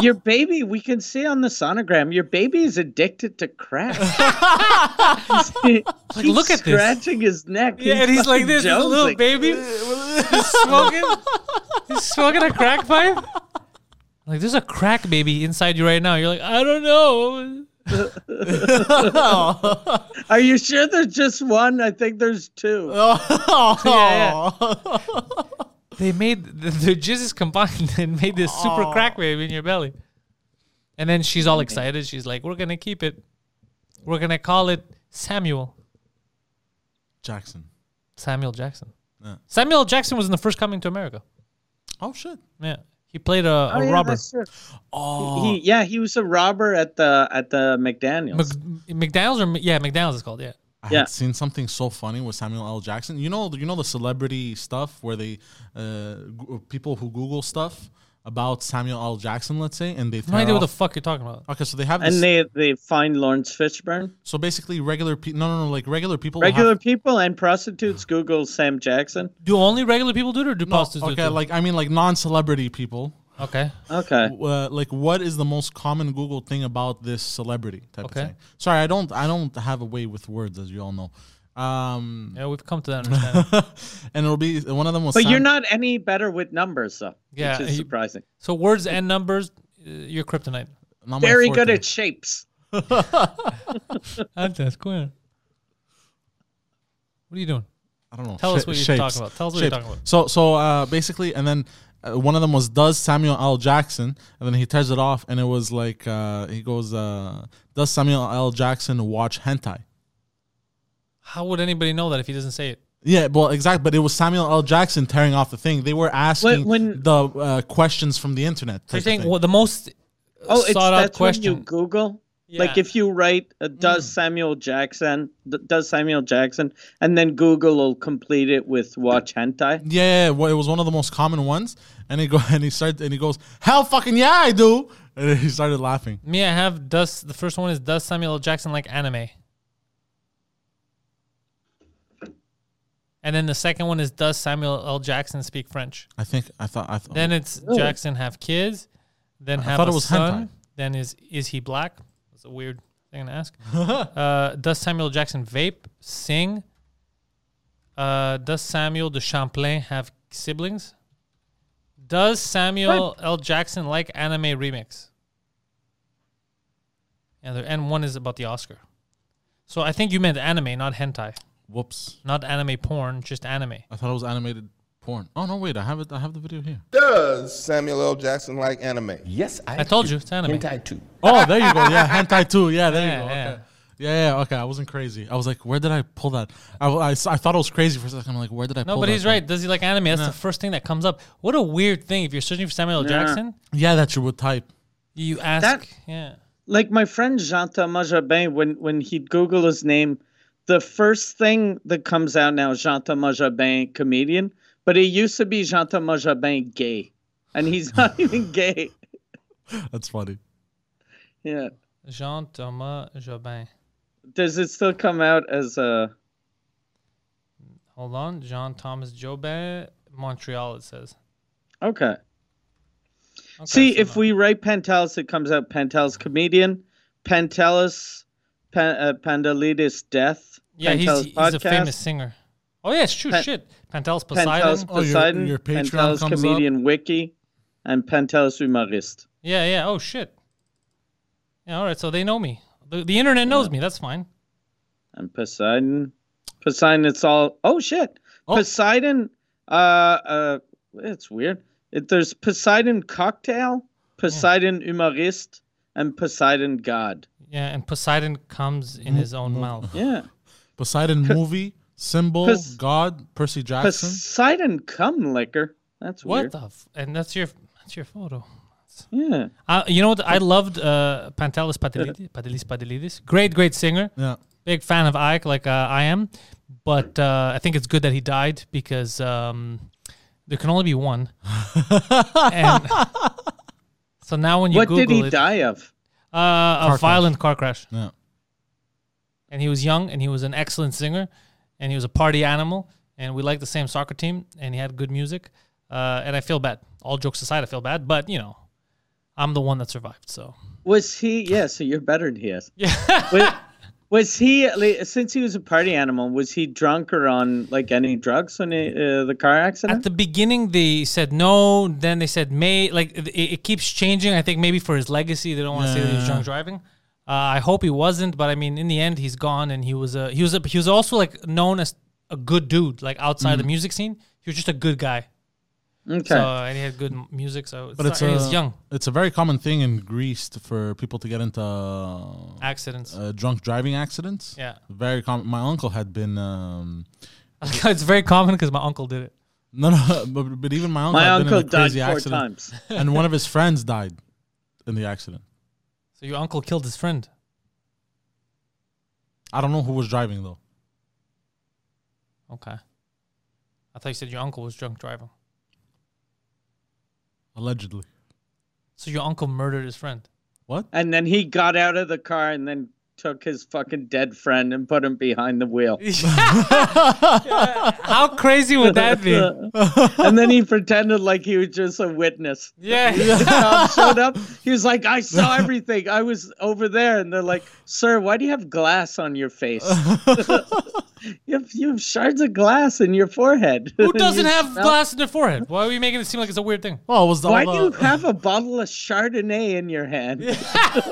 B: Your baby, we can see on the sonogram, your baby is addicted to crack. like,
A: look at this.
B: scratching his neck.
A: yeah, and he's like
B: fucking
A: this, his little
B: jonesing.
A: baby. He's smoking. He's smoking a crack pipe. Like, there's a crack baby inside you right now. You're like, I don't know.
B: Are you sure there's just one? I think there's two.
A: Yeah, They made the, the jizz is combined and made this super crack baby in your belly. And then she's all excited. She's like, "We're gonna keep it. We're gonna call it Samuel.
C: Jackson.
A: Samuel Jackson.
C: Yeah.
A: Samuel Jackson was in the first Coming to America.
C: Oh, shit.
A: Yeah, he played a, a
B: Oh, yeah,
A: robber. Oh.
B: that's true. He, he- yeah, he was a robber at the at the McDaniel's.
A: Mc, McDonald's or yeah, McDonald's is called yeah.
C: I
B: Yeah.
C: had seen something so funny with Samuel L. Jackson. You know, you know the celebrity stuff where they, uh, g- people who Google stuff about Samuel L. Jackson, let's say, and they.
A: No
C: Tear
A: idea what the
C: off-
A: fuck you're talking about.
C: okay, so they have this.
B: and they they find Lawrence Fishburne.
C: so basically, regular people. No, no, no, like regular people. will have-
B: Regular people and prostitutes Google Sam Jackson.
A: Do only regular people do it, or do
C: No,
A: prostitutes do
C: okay,
A: it? too?
C: like I mean, like non-celebrity people.
A: okay,
B: Okay.
C: Uh, like, what is the most common Google thing about this celebrity type
A: Okay.
C: of thing? Sorry, I don't. I don't have a way with words, as you all know. Um,
A: yeah, we've come to that understanding.
C: and it'll be one of them was.
B: But
C: Sam-
B: you're not any better with numbers though.
A: Yeah,
B: Which
A: he-
B: is surprising.
A: so words and numbers, uh, you're kryptonite.
C: not my
B: Very good
C: forte.
B: at shapes.
A: That's cool. What are you doing?
C: I don't know.
A: Tell us what you're talking about. Tell us what you're talking about.
C: So, so uh, basically, and then uh, one of them was does Samuel L. Jackson, and then he tears it off, and it was like uh, he goes, uh, does Samuel L. Jackson watch hentai?
A: How would anybody know that if he doesn't say it?
C: Yeah, well, exact. But it was Samuel L. Jackson tearing off the thing. They were asking
B: when-
C: the uh, questions from the internet.
A: So
C: type
A: you're
C: of
A: saying
C: thing.
A: well, the most
B: Oh, it's
A: sought out
B: that's when you
A: question. Mm.
B: Google. Like if you write uh, "Does Samuel Jackson?" d- "Does Samuel Jackson?" and then Google will complete it with "Watch hentai."
C: Yeah, well, it was one of the most common ones, and he go and he started and he goes, "Hell, fucking yeah, I do," and then he started laughing.
A: Me, I have does the first one is does Samuel L. Jackson like anime? And then the second one is does Samuel L. Jackson speak French?
C: I think I thought I thought
A: Then it's Jackson have kids, then have
C: Oh, thought
A: a
C: it was
A: son.
C: hentai.
A: Then is is he black? That's a weird thing to ask. uh, does Samuel Jackson vape sing? Uh, does Samuel de Champlain have siblings? Does Samuel L. Jackson like anime remix? Yeah, there, and one is about the Oscar. So I think you meant anime, not hentai,
C: whoops.
A: not anime porn, just anime.
C: I thought it was animated porn. Oh no, wait, I have it. I have the video here.
I: Does Samuel L. Jackson like anime?
J: Yes, I,
A: I told you, it's anime.
J: Hentai too.
C: Oh, there you go. Yeah, hentai too. Yeah, there you
A: Yeah,
C: go.
A: yeah.
C: Okay. Yeah, yeah, okay. I wasn't crazy. I was like, where did I pull that? I, I, I thought it was crazy for a second. I'm like, where did I
A: No,
C: pull
A: but
C: that
A: he's
C: from?
A: right. Does he like anime? That's the first thing that comes up. What a weird thing. If you're searching for Samuel L. Jackson,
C: Yeah, that you would type.
A: you ask.
B: That-
A: yeah.
B: Like my friend Jean Thomas Jabin, when when he'd Google his name, the first thing that comes out now is Jean Thomas Jabin, comedian, but he used to be Jean Thomas Jabin, gay, and he's not even gay.
C: That's funny.
B: Yeah.
A: Jean Thomas Jobin.
B: Does it still come out as uh, a?
A: Hold on. Jean Thomas Jobin, Montreal, it says.
B: Okay.
A: Okay,
B: See,
A: so
B: if we write Pantelis, it comes out Pantelis comedian, Pantelis, Pan, uh, Pandalitis death.
A: Yeah, he's,
B: Pantelis
A: he's a famous singer. Oh, yeah, it's true.
B: Pan-
A: shit. Pantelis Poseidon.
B: Pantelis
C: Oh, your-
B: Poseidon,
C: your Patreon
B: Pantelis
C: comes up.
B: comedian wiki, and Pantelis humorist.
A: Yeah, yeah. Oh, shit. Yeah, all right. So they know me. The, the internet knows me. That's fine.
B: And Poseidon, Poseidon, it's all. Oh shit, Poseidon. Uh, uh, it's weird. It, there's Poseidon cocktail, Poseidon humorist, and Poseidon god.
A: Yeah, and Poseidon comes in his own mouth.
B: Mm-hmm. Yeah.
C: Poseidon movie, symbol,
B: Pos-
C: God, Percy Jackson.
B: Poseidon cum liquor. That's
A: What
B: weird.
A: the? F- and that's your that's your photo.
B: yeah.
A: Uh, you know what? I loved uh, Pantelis Patelidis, Patelis Patelidis. Great, great singer.
C: yeah.
A: Big fan of Ike, like uh, I am. But uh, I think it's good that he died because um, there can only be one. and so now when you
B: what
A: Google
B: did he
A: it,
B: die of?
A: Uh, a
C: crash.
A: violent car crash.
C: Yeah.
A: And he was young, and he was an excellent singer, and he was a party animal, and we liked the same soccer team, and he had good music. Uh, and I feel bad. All jokes aside, I feel bad. But you know, I'm the one that survived. So
B: Was he? Yeah, so you're better than he is. Yeah. was, was he at lea- since he was a party animal? Was he drunk or on like any drugs when he, uh, the car
A: at
B: accident?
A: the beginning they said no then they said may like it, it keeps changing i think maybe for his legacy they don't want to say that he was drunk driving uh, i hope he wasn't but i mean in the end he's gone and he was a he was a, he was also like known as a good dude like outside
C: Mm.
A: the music scene he was just a good guy
B: okay.
A: so and he had good m- music so it's
C: But it's uh,
A: not-
C: a,
A: he's young
C: It's a very common thing in Greece to- for people to get into uh,
A: accidents
C: drunk driving accidents.
A: Yeah.
C: Very common. My uncle had been. Um,
A: it's very common because my uncle did it
C: no, no, but, but even my uncle
B: My
C: had been in
B: uncle
C: a
B: died
C: crazy
B: four
C: accident.
B: times.
C: And one of his friends died in the accident.
A: so your uncle killed his friend
C: I don't know who was driving though.
A: okay i thought you said your uncle was drunk driving
C: Allegedly.
A: so your uncle murdered his friend
C: What?
B: And then he got out of the car and then took his fucking dead friend and put him behind the wheel.
A: how crazy would that be
B: and then he pretended like he was just a witness.
A: yeah
B: The cop showed up. He was like, I saw everything. I was over there. And they're like, Sir, why do you have glass on your face? you, have, you have shards of glass in your forehead.
A: Who doesn't
B: You
A: have
B: smell-
A: glass in their forehead? Why are we making it seem like it's a weird thing?
C: Oh, it was the,
B: Why do
C: all
B: you
C: the-
B: have a bottle of Chardonnay in your hand?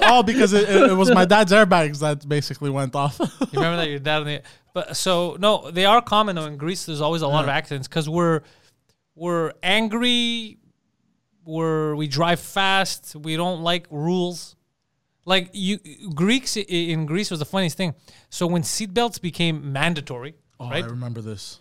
C: oh because it, it, it was my dad's airbags that basically went off.
A: You remember that your dad on the but so no, they are common though in Greece. There's always a lot of accidents because we're we're angry, we're we drive fast, we don't like rules. Like you Greeks i- in Greece was the funniest thing. So when seatbelts became mandatory,
C: oh,
A: right?
C: I remember this.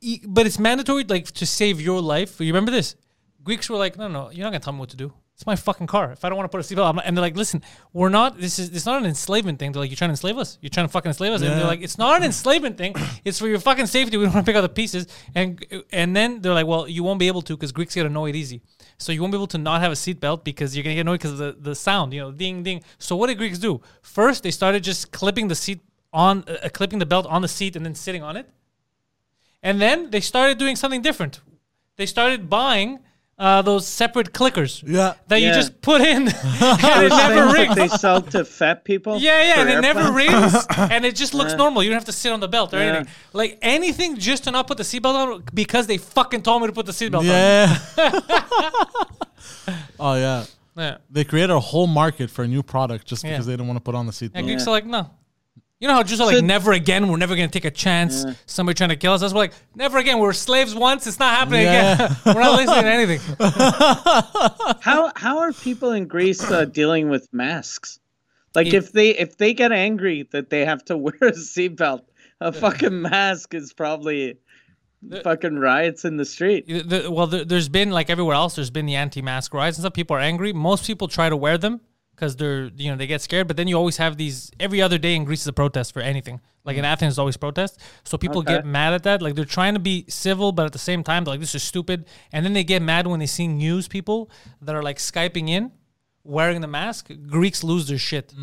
A: e- but it's mandatory like to save your life. You remember this? Greeks were like, no, no, you're not gonna tell me what to do. It's my fucking car. If I don't want to put a seatbelt, I'm not, and they're like, "Listen, we're not. This is. It's not an enslavement thing." They're like, "You're trying to enslave us. You're trying to fucking enslave us." And
C: Yeah.
A: they're like, "It's not an enslavement thing. It's for your fucking safety. We don't want to pick up the pieces." And and then they're like, "Well, you won't be able to because Greeks get annoyed easy. So you won't be able to not have a seatbelt because you're gonna get annoyed because of the the sound. You know, ding ding. So what did Greeks do? First, they started just clipping the seat on, uh, uh, clipping the belt on the seat and then sitting on it. And then they started doing something different. They started buying uh, those separate clickers.
C: Yeah.
A: That you
B: Yeah.
A: just put in and it never
B: Those things that
A: rings.
B: They sell to fat people.
A: Yeah, yeah,
B: for
A: and it never
B: airplanes.
A: rings, and it just looks normal. You don't have to sit on the belt or
B: Yeah.
A: anything. Like anything, just to not put the seatbelt on because they fucking told me to put the seatbelt
C: Yeah. oh yeah.
A: on. Yeah,
C: They create a whole market for a new product just
A: Yeah.
C: because they don't want to put on the seatbelt.
A: yeah. Greeks are like, no. You know how Jews are like,
B: So-
A: never again. We're never gonna take a chance. Somebody trying to kill us. That's like, never again. We We're slaves once. It's not happening again. we're not listening to anything.
B: How how are people in Greece uh, dealing with masks? Like if they if they get angry that they have to wear a seatbelt, a fucking mask is probably fucking riots in the street.
A: the- the- well, there, there's been like everywhere else. There's been the anti-mask riots and stuff. People are angry. Most people try to wear them because they're you know they get scared. But then you always have these every other day in Greece is a protest for anything. Like in Athens, there's always protests. So people get mad at that. Like they're trying to be civil, but at the same time, they're like this is stupid. And then they get mad when they see news people that are like skyping in wearing the mask. Greeks lose their shit.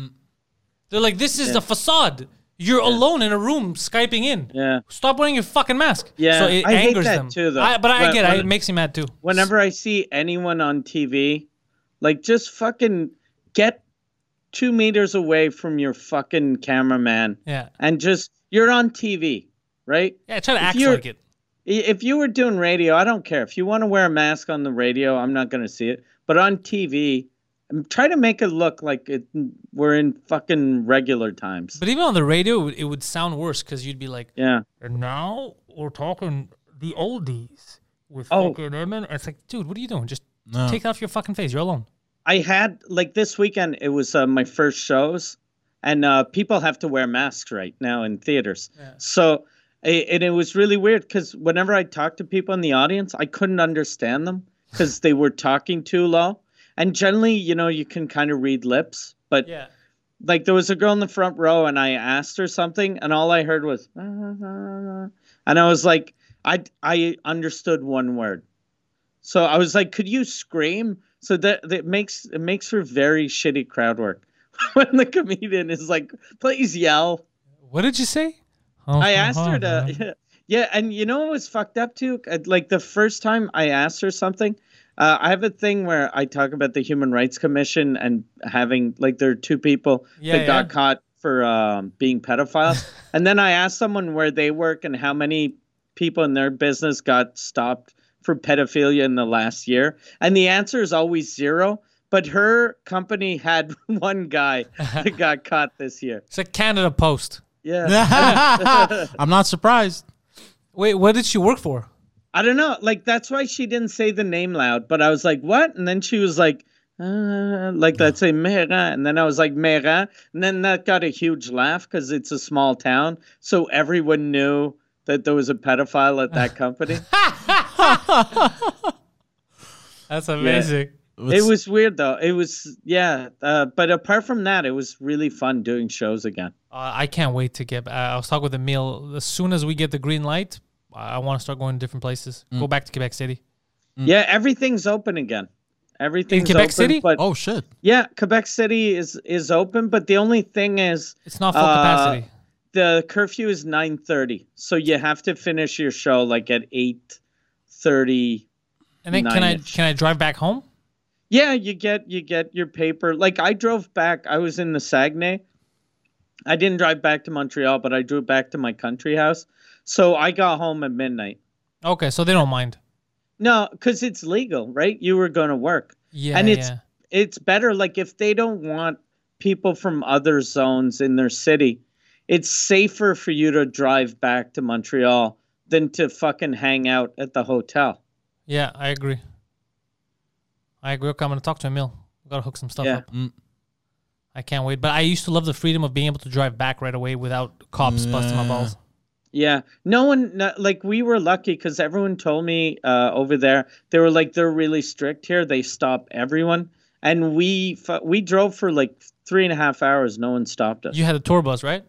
A: They're like, this is the facade. You're alone in a room skyping in.
B: Yeah.
A: Stop wearing your fucking mask.
B: Yeah,
A: So it
B: I hate
A: angers
B: that
A: them
B: too, though.
A: I, but I
B: When-
A: get it.
B: when-
A: It makes me mad too.
B: Whenever I see anyone on TV, like just fucking get two meters away from your fucking cameraman
A: Yeah.
B: and just you're on TV, right?
A: Yeah. Try to
B: If
A: act
B: you're-
A: like it.
B: I- If you were doing radio, I don't care. If you want to wear a mask on the radio, I'm not going to see it. But on TV, um, try to make it look like it, we're in fucking regular times.
A: But even on the radio, it would- it would sound worse because you'd be like,
B: yeah.
A: and now we're talking the oldies with
B: Oh.
A: fucking him. And it's like, dude, what are you doing? Just
C: No.
A: take it off your fucking face. You're alone.
B: I had, like this weekend, it was uh, my first shows, and uh, people have to wear masks right now in theaters. So, i and it was really weird because whenever I talked to people in the audience, I couldn't understand them because they were talking too low. And generally, you know, you can kind of read lips, but
A: Yeah.
B: like there was a girl in the front row and I asked her something and all I heard was "Ah, ah, ah," and I was like I I understood one word. So I was like could you scream? So that that makes it makes for very shitty crowd work when the comedian is like please yell.
A: What did you say? Oh
B: I asked her to. Yeah, and you know what was fucked up too? Uh, Like the first time I asked her something, uh, I have a thing where I talk about the Human Rights Commission and having like there are two people
A: Yeah,
B: that
A: yeah.
B: got caught for um, being pedophiles, and then I asked someone where they work and how many people in their business got stopped for pedophilia in the last year, and the answer is always zero. But her company had one guy that got caught this year.
A: It's a Canada Post.
B: Yeah.
C: I'm not surprised.
A: Wait, what did she work for?
B: I don't know. Like that's why she didn't say the name loud. But I was like, what? And then she was like, uh, like let's say Mera, and then I was like Mera, and then that got a huge laugh because it's a small town, so everyone knew that there was a pedophile at that company.
A: That's amazing.
B: it was weird though. It was yeah. Uh, but apart from that, it was really fun doing shows again.
A: Uh, I can't wait to get. Uh, I was talking with Emil. As soon as we get the green light, I want to start going to different places. Go back to Quebec City.
B: Yeah, everything's open again. Everything's
A: Quebec
B: open,
A: City?
B: But
C: Oh shit.
B: yeah, Quebec City is is open. But the only thing is,
A: It's not full
B: Uh,
A: capacity.
B: the curfew is 9.30 so you have to finish your show like at 8.30
A: And then can I
B: nine-ish.
A: can I drive back home?
B: yeah you get you get your paper like i drove back i was in the saguenay i didn't drive back to montreal but i drove back to my country house so i got home at midnight
A: Okay, so they don't mind.
B: no because it's legal right you were going to work
A: Yeah,
B: and it's
A: yeah.
B: it's better like if they don't want people from other zones in their city it's safer for you to drive back to montreal than to fucking hang out at the hotel
A: Yeah, I agree. I agree. Okay, I'm gonna talk to Emil. We gotta hook some stuff
B: Yeah.
A: up. I can't wait. But I used to love the freedom of being able to drive back right away without cops busting my balls.
B: yeah no one no, like we were lucky because everyone told me uh, over there they were like they're really strict here they stop everyone and we fu- we drove for like three and a half hours. No one stopped us.
A: You had a tour bus, right?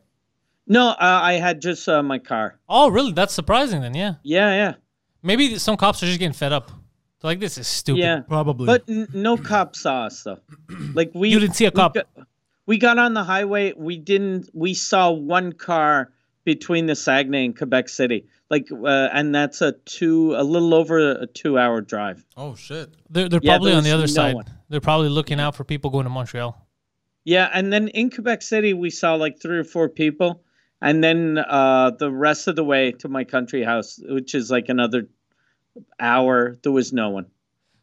B: No, uh, I had just uh, my car.
A: Oh, really? That's surprising then, yeah.
B: Yeah, yeah,
A: Maybe some cops are just getting fed up. They're like, this is stupid.
B: yeah.
C: Probably.
B: But n- no cop saw us though. Like we
A: You didn't see a
B: we
A: cop.
B: got- we got on the highway. We didn't. We saw one car between the Saguenay and Quebec City. Like, uh, and that's a two, a little over a two-hour drive.
C: oh shit.
A: They're, they're
B: Yeah,
A: probably
B: there
A: on the
B: was
A: other
B: no
A: side.
B: one.
A: They're probably looking out for people going to Montreal.
B: Yeah, and then in Quebec City, we saw like three or four people, and then uh, the rest of the way to my country house, which is like another hour, there was no one.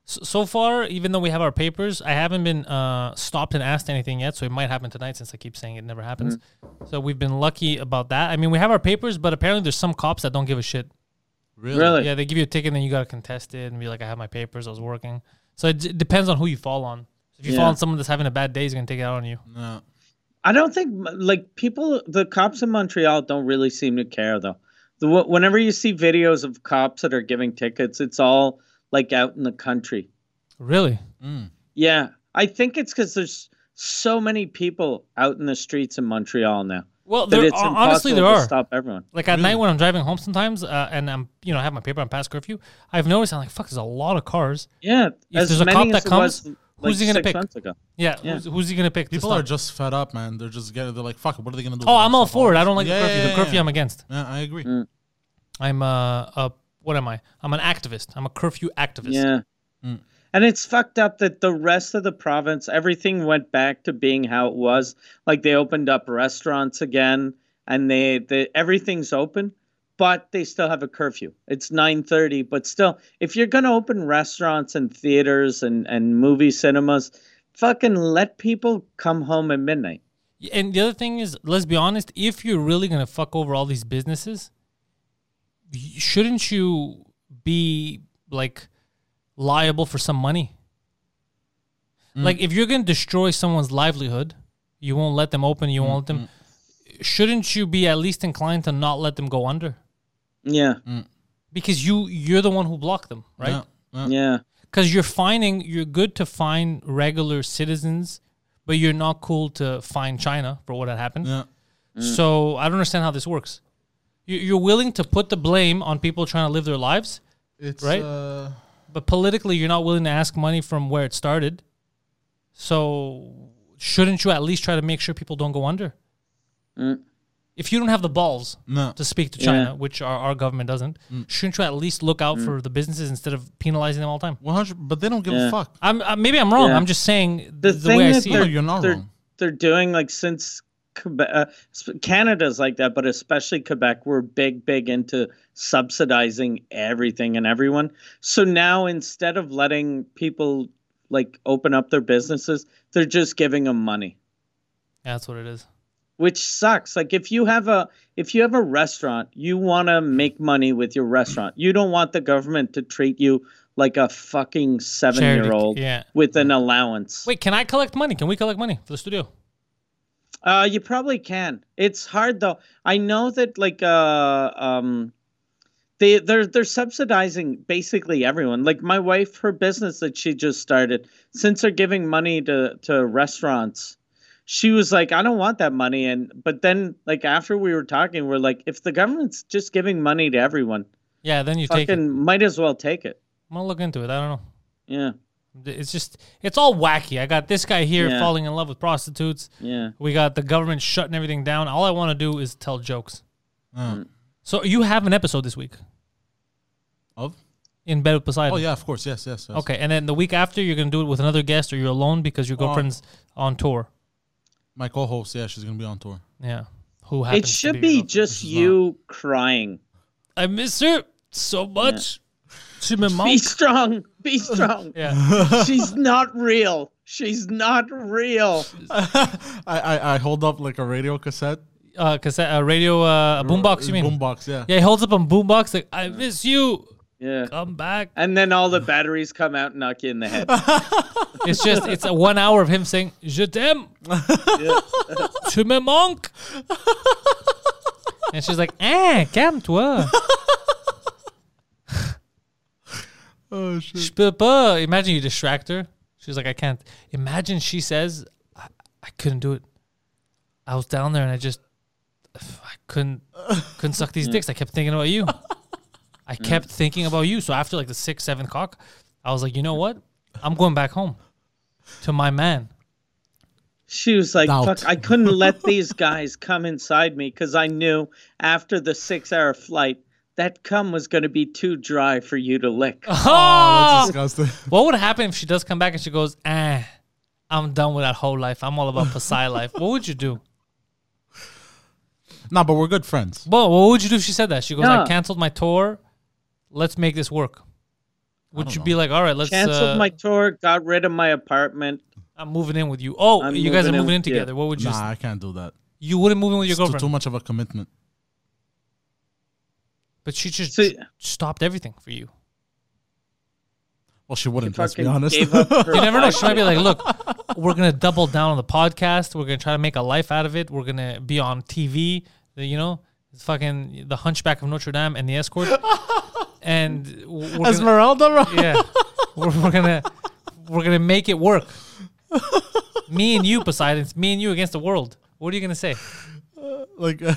A: So, so far, even though we have our papers, I haven't been uh, stopped and asked anything yet. So it might happen tonight since I keep saying it never happens.
B: Mm-hmm.
A: So we've been lucky about that. I mean, we have our papers, but apparently there's some cops that don't give a shit.
C: Really?
B: Really?
A: Yeah, they give you a ticket and then you got to contest it and be like, I have my papers, I was working. So it d- depends on who you fall on. If you fall
B: Yeah. Mm.
A: on someone that's having a bad day, he's going to take it out on you.
C: No.
B: I don't think like people, the cops in Montreal don't really seem to care though. The, wh- whenever you see videos of cops that are giving tickets, it's all like out in the country.
A: Really?
B: Yeah, I think it's because there's so many people out in the streets in Montreal now
A: Well,
B: that
A: there,
B: it's
A: hon- honestly,
B: impossible
A: there
B: to
A: are.
B: stop everyone.
A: Like at night when I'm driving home sometimes, uh, and I'm you know I have my paper on past curfew, I've noticed I'm like fuck, there's a lot of cars.
B: Yeah,
A: If
B: as
A: there's a
B: many
A: cop
B: as
A: that
B: it was,
A: comes,
B: like,
A: who's he gonna
B: six
A: pick?
B: months ago.
A: Yeah,
B: Yeah.
A: Who's, who's he gonna pick? to
C: People are
A: stop?
C: just fed up, man. They're just getting. They're like, fuck. What are they gonna do?
A: Oh,
C: They're
A: I'm
C: gonna
A: all
C: stop
A: for it.
C: this?
A: I don't like
C: Yeah,
A: the curfew.
C: yeah,
A: the curfew
C: yeah.
A: I'm against.
C: Yeah, I agree.
B: Mm.
A: I'm uh, uh what am I? I'm an activist. I'm a curfew activist.
B: Yeah. And it's fucked up that the rest of the province, everything went back to being how it was. Like they opened up restaurants again, and they, they everything's open, but they still have a curfew. It's nine thirty, but still, if you're gonna open restaurants and theaters and and movie cinemas, fucking let people come home at midnight.
A: And the other thing is, let's be honest, if you're really gonna fuck over all these businesses, y- shouldn't you be like liable for some money? Like if you're gonna destroy someone's livelihood, you won't let them open, you won't let them shouldn't you be at least inclined to not let them go under?
B: Yeah,
A: Because you you're the one who blocked them, right?
C: Yeah, yeah.
B: yeah,
A: because you're finding you're good to find regular citizens, but you're not cool to find China for what had happened.
C: Yeah.
B: Mm.
A: So I don't understand how this works. You- You're willing to put the blame on people trying to live their lives,
C: It's
A: Right?
C: Uh,
A: but politically you're not willing to ask money from where it started. So shouldn't you at least try to make sure people don't go under?
B: Mm.
A: If you don't have the balls
C: no.
A: to speak to China, which our, our government doesn't,
B: Mm.
A: shouldn't you at least look out for the businesses instead of penalizing them all the time?
C: One hundred. But they don't give a
B: Yeah.
C: fuck.
A: I'm uh, maybe I'm wrong.
B: Yeah.
A: I'm just saying th- the,
B: The thing
A: way I
B: that
A: see
C: No,
A: it.
B: they're-
C: you're not
B: they're-
C: wrong.
B: they're doing like since Quebec, uh, sp- Canada's like that, but especially Quebec, we're big, big into subsidizing everything and everyone. So now instead of letting people like open up their businesses, they're just giving them money,
A: Yeah, that's what it is.
B: which sucks. Like if you have a if you have a restaurant, you want to make money with your restaurant. You don't want the government to treat you like a fucking seven year old
A: yeah.
B: with an allowance.
A: Wait, can I collect money? Can we collect money for the studio?
B: Uh, you probably can. It's hard though. I know that like uh um, they they're they're subsidizing basically everyone. Like my wife, her business that she just started, since they're giving money to to restaurants, she was like, I don't want that money. And but then like after we were talking, we're like, if the government's just giving money to everyone,
A: Yeah, then you take it. I'm
B: fucking might as well take it.
A: gonna look into it. I don't know.
B: Yeah,
A: Th- It's just it's all wacky. I got this guy here
B: Yeah.
A: falling in love with prostitutes.
B: yeah.
A: We got the government shutting everything down. All I want to do is tell jokes.
C: Mm.
A: So you have an episode this week
C: Of?
A: in bed with Poseidon.
C: Oh yeah, of course. Yes, yes. yes.
A: Okay, and then the week after you're gonna do it with another guest, or you're alone because
C: Oh.
A: your girlfriend's on tour.
C: My co-host. Yeah, she's gonna be on tour.
A: Yeah, who happens?
B: It
A: to
B: should
A: your
B: be
A: girlfriend.
B: just you crying.
A: I miss her so much. She's my mom.
B: Be strong. Be strong.
A: Yeah.
B: She's not real. She's not real.
C: I, I I hold up like a radio cassette.
A: uh, cassette, uh, radio, uh, a boombox. You mean?
C: Boombox. Yeah.
A: Yeah, he holds up a boombox. Like, I miss you.
B: Yeah.
A: Come back.
B: And then all the batteries come out and knock you in the head.
A: It's just, it's a one hour of him saying, "Je t'aime," "Tu me manques," and she's like, "Eh, calme-toi."
C: Oh shit. Oh,
A: Je peux pas. Imagine you distract her. She's like, I can't. Imagine she says, I, I couldn't do it. I was down there and I just, I couldn't, couldn't suck these dicks. I kept thinking about you. I kept thinking about you. So after like the sixth, seventh cock, I was like, you know what? I'm going back home to my man.
B: She was like,
C: Doubt.
B: "Fuck! I couldn't let these guys come inside me because I knew after the six-hour flight that cum was going to be too dry for you to lick."
A: Oh,
C: Disgusting.
A: what would happen if she does come back and she goes, eh, I'm done with that whole life. I'm all about Pasai life. What would you do?
C: nah, but we're good friends.
A: Well, what would you do if she said that? She goes, I
B: Yeah.
A: canceled my tour. Let's make this work. Would you be like, all right, let's
B: Canceled
A: uh,
B: my tour, got rid of my apartment.
A: I'm moving in with you. Oh,
B: I'm
A: you guys are
B: moving in
A: moving in,
B: with you.
A: together. What would you?
C: nah, I can't do that.
A: You wouldn't move in with your
C: It's too,
A: girlfriend,
C: too much of a commitment.
A: but she just
B: So-
A: stopped everything for you.
C: Well, she wouldn't. Let's be
B: Fucking
C: honest.
B: gave up her
A: You never know.
B: life.
A: She might be like, look, we're gonna double down on the podcast. We're gonna try to make a life out of it. We're gonna be on TV. the- You know, it's fucking the Hunchback of Notre Dame and the Escort, and w- we're gonna,
C: Esmeralda, bro.
A: yeah, we're, we're gonna we're gonna make it work. Me and you, Poseidon. It's me and you against the world. What are you gonna say?
C: Like,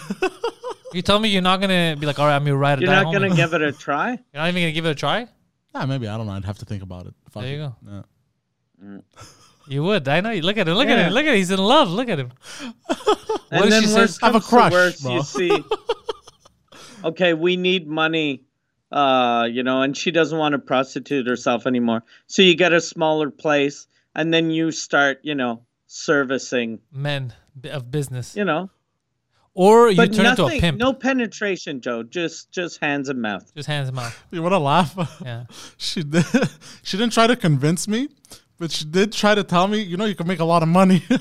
A: You tell me you're not gonna be like, all right, I'm your ride or
B: You're
A: die
B: not going
A: homie."
B: to give it a try.
A: You're not even gonna give it a try.
C: nah, maybe I don't know. I'd have to think about it. Fuck
A: There you
C: it.
A: go.
C: Yeah.
A: You would. I know. You look at him. Look at
B: Yeah.
A: him. Look at him. He's in love. Look at him.
B: And
A: if
B: then
A: she
B: worse
A: says,
C: "Have a
B: comes to
C: crush,
B: worse,
C: bro?"
B: you see. Okay, we need money, uh, you know, and she doesn't want to prostitute herself anymore. So you get a smaller place, and then you start, you know, servicing,
A: Men b- of business,
B: you know,
A: or you
B: but
A: turn into
B: nothing,
A: a pimp.
B: no penetration, Joe. Just, just hands and mouth.
A: Just hands him out.
C: You want to laugh?
A: Yeah.
C: she did. She didn't try to convince me, but she did try to tell me. You know, you can make a lot of money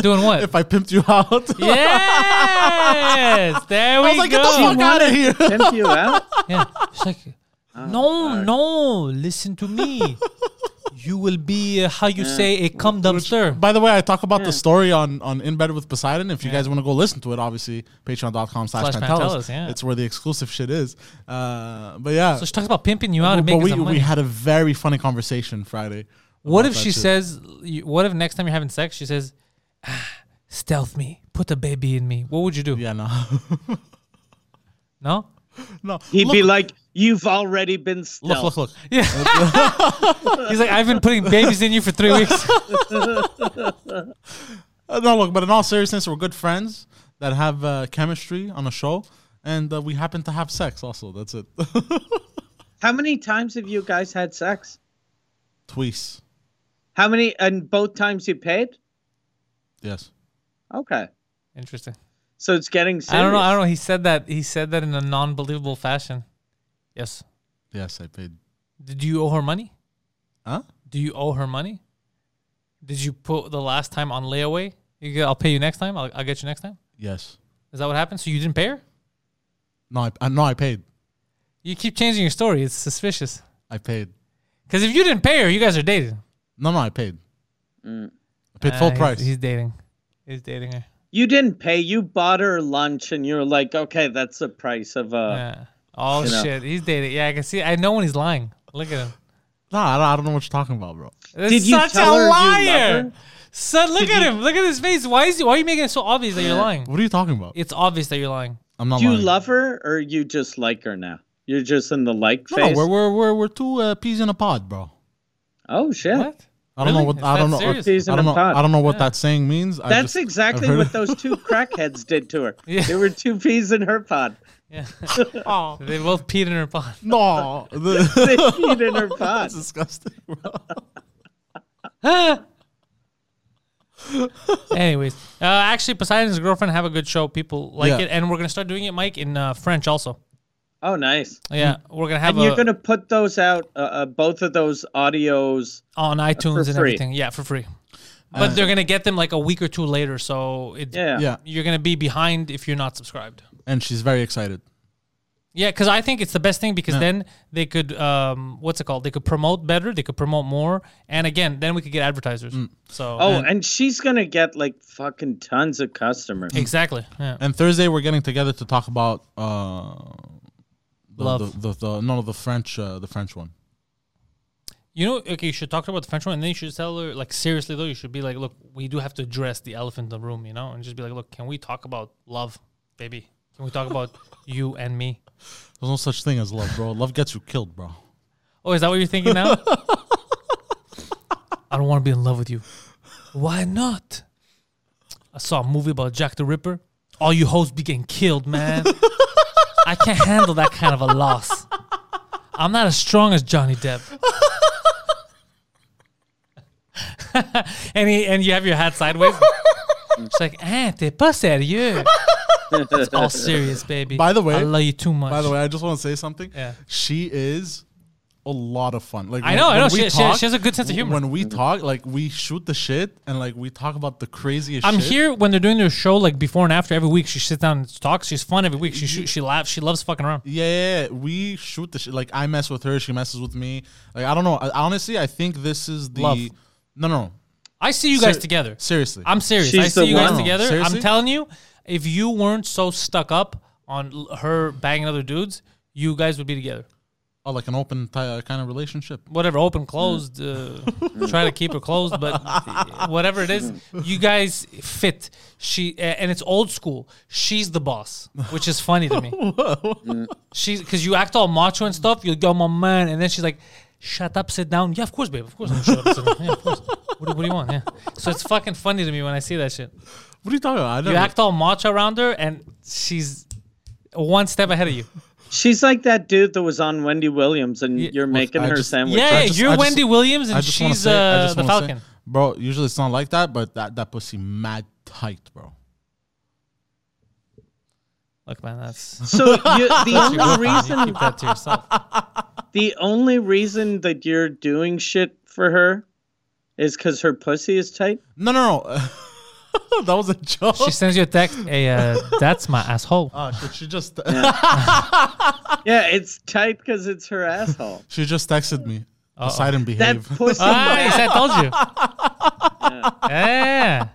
A: Doing what?
C: if I pimped you out.
A: yes. There we
C: I was like,
A: go.
C: get the fuck out of here.
B: Pimp you out?
A: yeah. She's like,
C: Ah,
A: no, no. Listen to me. You will be uh, how you say a cum dumpster.
C: By the way, I talk about the story on, on In Bed with Poseidon. If you guys want to go listen to it, obviously, patreon.com slash
A: Slash
C: Pantelis.
A: Pantelis, yeah.
C: It's where the exclusive shit is. Uh, but yeah.
A: so she talks about pimping you out and
C: but
A: making
C: we,
A: some money.
C: we had a very funny conversation Friday.
A: What
C: about
A: if
C: that
A: she
C: shit.
A: says? you- What if next time you're having sex, she says, "Ah, "Stealth me, put the baby in me." What would you do?
C: Yeah, no.
A: No.
C: no.
B: He'd
C: look,
B: be like, "You've already been stealth."
C: look, look, look.
A: He's like, I've been putting babies in you for three weeks.
C: Uh, no, look, but in all seriousness, we're good friends that have uh, chemistry on a show, and uh, we happen to have sex also. That's it.
B: How many times have you guys had sex?
C: Tweets.
B: How many? And both times you paid?
C: Yes.
B: Okay,
A: Interesting.
B: so it's getting. Serious.
A: I don't know. I don't know. He said that. He said that in a non-believable fashion. Yes.
C: Yes, I paid.
A: Did you owe her money?
C: Huh?
A: Do you owe her money? Did you put the last time on layaway? You go, I'll pay you next time. I'll, I'll get you next time.
C: Yes.
A: Is that what happened? So you didn't pay her?
C: No, I, uh, no, I paid.
A: You keep changing your story. It's suspicious.
C: I paid.
A: Because if you didn't pay her, you guys are dating.
C: No, no, I paid.
B: Mm.
C: I paid full
A: Ah, he's-
C: price.
A: He's, dating. He's dating her.
B: You didn't pay. You bought her lunch, and you're like, okay, that's the price of uh, a.
A: Yeah. Oh
B: know.
A: shit. He's dating. Yeah, I can see. I know when he's lying. Look at him.
C: Nah, I don't, I don't know what you're talking about, bro.
A: That's
B: Did you
A: such
B: tell
A: a
B: her you love
A: liar.
B: her?
A: Son, look at him. Look at his face. Why is he, why are you making it so obvious that you're lying?
C: What are you talking about?
A: It's obvious that you're lying.
C: I'm not
B: Do you
C: lying.
B: love her, or you just like her now? You're just in the like
C: No,
B: phase.
C: no, we're we're we're, we're two uh, peas in a pod, bro.
B: oh shit!
A: What?
C: I don't
A: Really?
C: know what
A: Is
C: I
A: that
C: don't know.
A: serious?
C: I
B: Peas in
C: don't
B: a
C: know.
B: pod.
C: I don't know what that saying means. I
B: That's
C: just-
B: exactly
C: heard
B: what
C: it.
B: those two crackheads did to her.
A: Yeah.
B: There were two peas in her pod.
A: They both peed in her pond.
C: No,
B: They peed in her pod.
C: that's disgusting, bro.
A: Anyways, uh, actually, Poseidon's girlfriend have a good show. People like
C: Yeah.
A: it, and we're gonna start doing it, Mike, in uh, French also.
B: Oh, nice.
A: Yeah, we're gonna have
B: And you're
A: a,
B: gonna put those out, uh, uh, both of those audios.
A: on iTunes and
B: free.
A: everything. Yeah, for free. But they're gonna get them like a week or two later, so it,
B: Yeah.
C: Yeah,
A: you're gonna be behind if you're not subscribed.
C: and she's very excited.
A: Yeah, because I think it's the best thing because then they could, um, what's it called? They could promote better. They could promote more, and again, then we could get advertisers. So
B: Oh, and she's gonna get like fucking tons of customers.
A: exactly. Yeah.
C: And Thursday we're getting together to talk about uh, the,
A: Love.
C: The, the, the no, no, the French, uh, the French one.
A: You know, okay, you should talk about the French one, and then you should tell her, like, seriously, though, you should be like, look, we do have to address the elephant in the room, you know, and just be like, look, can we talk about love, baby? Can we talk about you and me?
C: There's no such thing as love, bro. Love gets you killed, bro.
A: Oh, is that what you're thinking now? I don't want to be in love with you. Why not? I saw a movie about Jack the Ripper. All you hoes be getting killed, man. I can't handle that kind of a loss. I'm not as strong as Johnny Depp. and he, and you have your hat sideways. It's like, eh, t'es pas sérieux. It's all serious, baby.
C: By the way-
A: I love you too much.
C: By the way, I just want to say something.
A: Yeah.
C: She is a lot of fun. Like
A: I know, I know. She- she- she has a good sense of humor.
C: When we talk, like we shoot the shit and like we talk about the craziest
A: I'm
C: shit.
A: here when they're doing their show, like before and after every week. She sits down and talks. She's fun every week. She shoots, she laughs. She loves fucking around.
C: Yeah, yeah, yeah, we shoot the shit. Like I mess with her, she messes with me. Like I don't know. I, honestly, I think this is the
A: Love.
C: no, no.
A: I see you guys
C: Ser-
A: together.
C: Seriously,
A: I'm serious. I
B: She's
A: see
B: the
A: you guys
B: one.
A: together.
C: Seriously?
A: I'm telling you, if you weren't so stuck up on l- her banging other dudes, you guys would be together.
C: oh, like an open ti- uh, kind of relationship.
A: Whatever, open, closed. Uh, try to keep her closed, but whatever it is, you guys fit. She a- and it's old school. She's the boss, which is funny to me. she's because you act all macho and stuff. You go, my man, and then she's like, "Shut up, sit down." Yeah, of course, babe. Of course, I'm gonna shut up, sit down. Yeah, of course. What, do- what do you want? Yeah. So it's fucking funny to me when I see that shit.
C: What are you talking about? I
A: You
C: never-
A: act all macho around her, and she's one step ahead of you.
B: She's like that dude that was on Wendy Williams, and you're making
C: I
B: her
C: just-
B: sandwich.
A: Yeah,
C: I just-
A: you're
C: I just-
A: Wendy Williams,
C: I
A: and
C: just wanna
A: she's
C: say- I
A: uh,
C: just
A: the
C: wanna say,
A: Falcon.
C: bro. Usually it's not like that, but that that pussy mad tight, bro.
A: Look, man, that's
B: So you, the
A: You're
B: only
A: fine. You
B: reason
A: keep that to yourself.
B: the only reason that you're doing shit for her is because her pussy is tight.
C: No, no, no. that was a joke.
A: She sends you a text. Hey, uh, that's my asshole.
C: oh, shit, she just
B: Yeah, it's tight because it's her asshole.
C: she just texted me.
B: That
C: Poseidon behave.
B: pussy.
A: Nice, I Ah, told you. Yeah.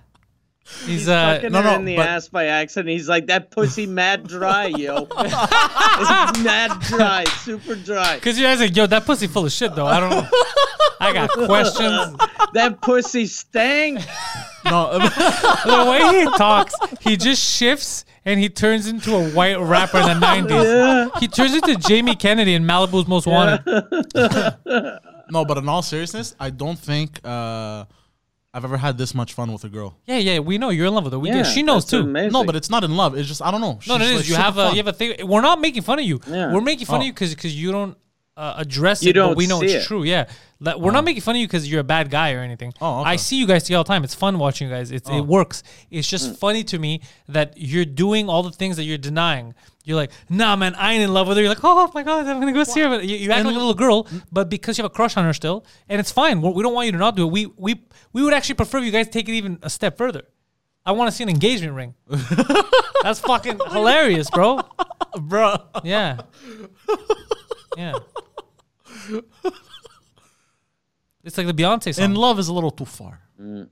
A: He's,
B: He's
A: uh,
B: fucking
C: no,
B: her
C: no,
B: in the
C: but-
B: ass by accident. He's like, that pussy mad dry, yo. it's mad dry, super dry.
A: Cause you guys like, yo, that pussy full of shit though. I don't. I got questions.
B: That pussy stank.
C: no,
A: The way he talks, he just shifts and he turns into a white rapper in the '90s. He turns into Jamie Kennedy in Malibu's Most Wanted.
C: no, but in all seriousness, I don't think uh, I've ever had this much fun with a girl.
A: Yeah, yeah, we know you're in love with her. We
B: Yeah,
A: do. She knows
B: that's
A: too.
B: amazing.
C: No, but it's not in love. It's just I don't know.
A: No, it
C: She's,
A: is.
C: like,
A: you
C: super
A: have a
C: fun.
A: you have a thing. We're not making fun of you.
B: Yeah.
A: We're making fun
C: Oh.
A: of you because because you don't uh, address
B: You
A: it, but
B: don't
A: we know
B: see
A: it's
B: it.
A: true. Yeah, Like, we're not making fun of you because you're a bad guy or anything.
C: Oh, okay. Oh.
A: I see you guys together all the time. It's fun watching you guys. It's, It works. It's just funny to me that you're doing all the things that you're denying. You're like, nah, man, I ain't in love with her. You're like, oh my god, I'm gonna go see her. But you, you act like a little girl, but because you have a crush on her still, and it's fine. We're, we don't want you to not do it. We we we would actually prefer you guys take it even a step further. I want to see an engagement ring. That's fucking hilarious, bro.
C: bro.
A: Yeah. Yeah. It's like the Beyonce song.
C: In love is a little too far,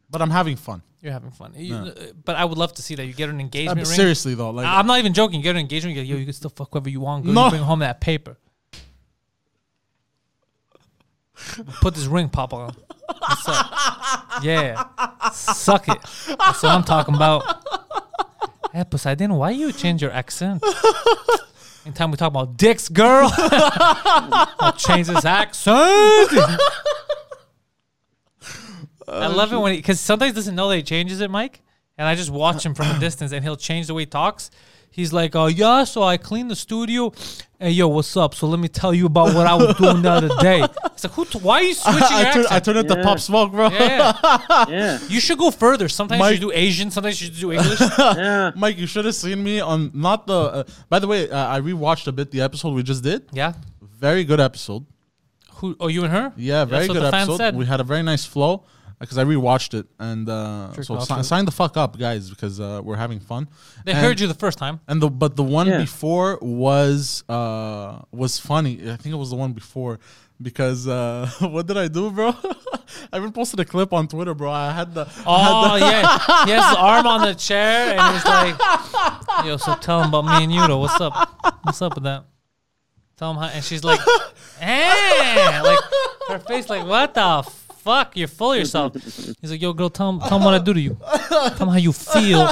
C: but I'm having fun.
A: You're having fun. You- uh, But I would love to see that. You get an
C: Uh,
A: engagement
C: but
A: ring.
C: seriously though, like
A: I- I'm not even joking. You get an engagement ring. Yo, you can still fuck whoever you want. Girl.
C: No.
A: You bring home that paper. Put this ring pop on. What's up? Yeah. Suck it. That's what I'm talking about. Hey, Poseidon, why you change your accent? Anytime we talk about dicks, girl, I'll change his accent.
C: Oh,
A: I love it when he, because sometimes he doesn't know that he changes it, Mike. And I just watch him from a distance and he'll change the way he talks. He's like, oh, yeah, so I cleaned the studio. Hey, yo, what's up? So let me tell you about what I was doing the other day. It's like, who, t- why are you switching your
C: I, turn,
A: accent?
C: I turn it to pop smoke, bro.
A: yeah, yeah.
B: Yeah,
A: You should go further. Sometimes
C: Mike-
A: you do Asian, sometimes you do English.
B: yeah.
C: Mike, you should have seen me on not the. Uh, by the way, uh, I rewatched a bit the episode we just did.
A: yeah.
C: Very good episode.
A: Who? Oh, you and her?
C: Yeah,
A: That's
C: very
A: what
C: good
A: the fans
C: episode.
A: said.
C: We had a very nice flow because I rewatched it and uh,
A: Jerk
C: so
A: off
C: si-
A: to it.
C: sign the fuck up, guys, because uh, we're having fun.
A: They
C: and,
A: heard you the first time.
C: And the but the one
B: Yeah.
C: before was uh, was funny. I think it was the one before because uh, what did I do, bro? I even posted a clip on Twitter, bro. I had the
A: Oh yeah, he has his arm on the chair and he's like, "Yo, so tell him about me and you though. What's up? What's up with that? Tell him how." And she's like, "Eh, like Her face like, what the fuck? You're full of yourself. He's like, yo, girl, tell him, tell him what I do to you. Tell him how you feel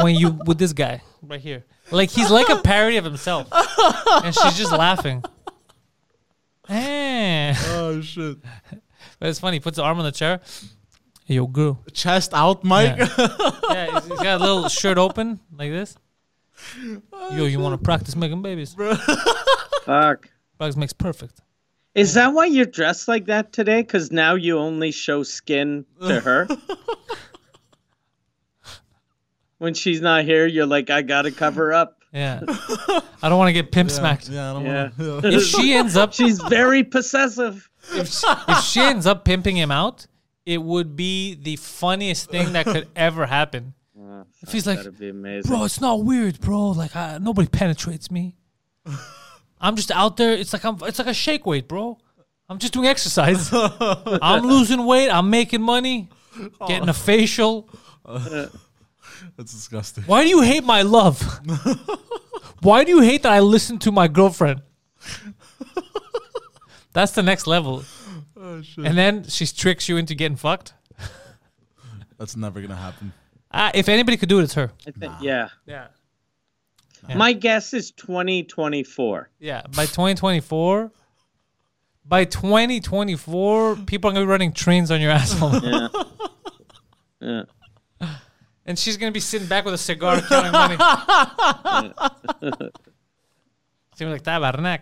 A: when you with this guy right here. Like he's like a parody of himself, and she's just laughing. Eh.
C: Oh shit!
A: But it's funny. He puts his arm on the chair. Hey, yo, girl.
C: Chest out, Mike.
A: Yeah, he's, Oh, he's got a little shirt open like this. Yo, you want to practice making babies?
B: Fuck.
A: Practice makes perfect.
B: Is that why you're dressed like that today? Because now you only show skin to her? when she's not here, you're like, I gotta cover up.
A: Yeah. I don't want to get pimp smacked.
C: Yeah, I don't
B: Yeah.
C: want
A: If she ends up
B: She's very possessive.
A: if she ends up pimping him out, it would be the funniest thing that could ever happen. if he's like,
B: That'd be amazing.
A: bro, it's not weird, bro. Like I, nobody penetrates me. I'm just out there. It's like I'm. It's like a shake weight, bro. I'm just doing exercise. I'm losing weight. I'm making money. Getting a facial.
C: That's disgusting.
A: Why do you hate my love? Why do you hate that I listen to my girlfriend? That's the next level. And then she tricks you into getting fucked.
C: That's never gonna happen.
A: Ah, if anybody could do it, it's her.
B: I think, yeah.
A: Yeah.
B: My guess is 2024.
A: Yeah. By 2024, by 2024, people are going to be running trains on your asshole.
B: Yeah. Yeah.
A: And she's going to be sitting back with a cigar counting money. Seems like tabarnak.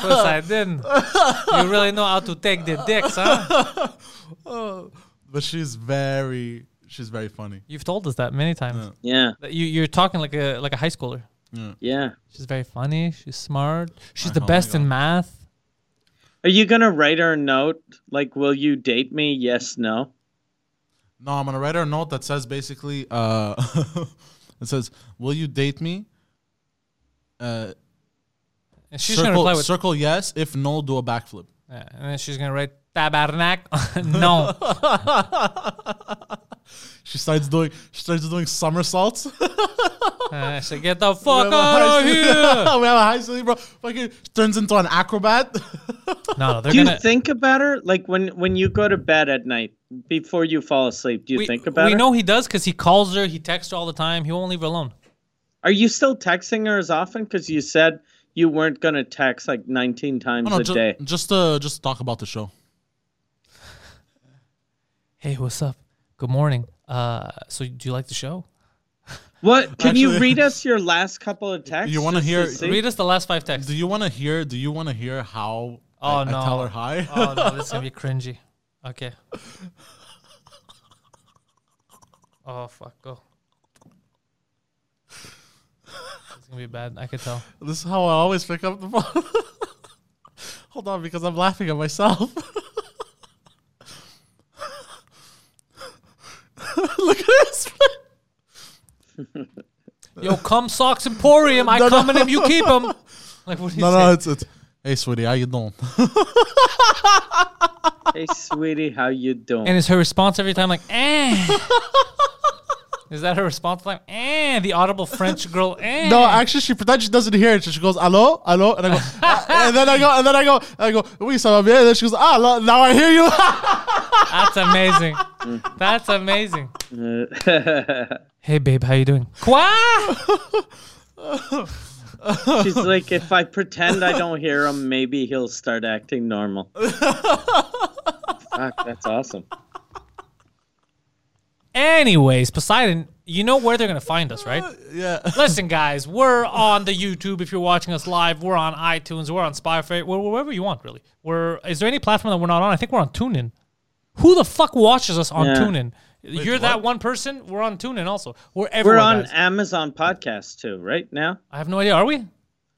A: Pues I didn't. You really know how to take the dicks, huh?
C: But she's very, she's very funny.
A: You've told us that many times.
B: Yeah.
A: That You, you're talking like a like a high schooler.
B: Yeah.
A: She's very funny. She's smart. She's
C: Oh
A: the
C: my
A: best in
C: God.
A: math.
B: Are you gonna write her a note? Like, will you date me? Yes, no.
C: No, I'm gonna write her a note that says basically, uh, it says, "Will you date me?" Uh,
A: And she's going to
C: circle,
A: reply with
C: circle yes. If no, do a backflip.
A: Yeah, Uh, and then she's gonna write tabarnak. no, Uh,
C: She starts doing, she starts doing somersaults.
A: uh, she get the fuck
C: We have a
A: out
C: high
A: of
C: school-
A: here.
C: we have a high school, bro. Fucking turns into an acrobat.
A: No, no, they're
B: Do you
A: gonna.
B: think about her? Like when when you go to bed at night before you fall asleep, do you
A: we,
B: think about
A: we
B: her?
A: know he does because he calls her, he texts her all the time. He won't leave her alone.
B: Are you still texting her as often? Because you said you weren't gonna text like 19 times
C: no,
B: a
C: just,
B: day.
C: just uh, just talk about the show.
A: Hey, what's up? Good morning. Uh, so do you like the show?
B: What? Can you
C: Actually-
B: read us your last couple of texts?
C: You wanna
B: just
C: hear-
B: see?
A: Read us the last five texts.
C: Do you want to hear? Do you want to hear how
A: Oh,
C: I,
A: no.
C: I tell her hi?
A: oh no, this is gonna be cringy. Okay. Oh fuck, go. It's gonna be bad. I could tell.
C: this is how I always pick up the phone. Hold on, because I'm laughing at myself. Look at this.
A: Yo, come socks emporium. I
C: No, no.
A: come in him, you keep him. Like what do you
C: No,
A: say?
C: no, it's it's. Hey, sweetie, how you doing?
B: hey, sweetie, how you doing?
A: And is her response every time like, eh? is that her response time? Eh, the audible French girl, eh?
C: No, actually, she pretends she doesn't hear it. So she goes, "Hello, hello," and I go, "Ah," and then I go, and then I go, I go, "We saw me," and then she goes, "Ah, lo- now I hear you."
A: That's amazing. That's amazing. hey, babe, how you doing? Qua?
B: She's like, if I pretend I don't hear him, maybe he'll start acting normal. Fuck, that's awesome.
A: Anyways, Poseidon, you know where they're going to find us, right?
C: yeah.
A: Listen, guys, we're on the YouTube. If you're watching us live, we're on iTunes, we're on Spotify, we're wherever you want, really. We're is there any platform that we're not on? I think we're on TuneIn. Who the fuck watches us on
B: Yeah.
A: TuneIn? You're that one person. We're on TuneIn also. We're everywhere.
B: We're on
A: guys.
B: Amazon Podcast too, right now?
A: I have no idea. Are we? God,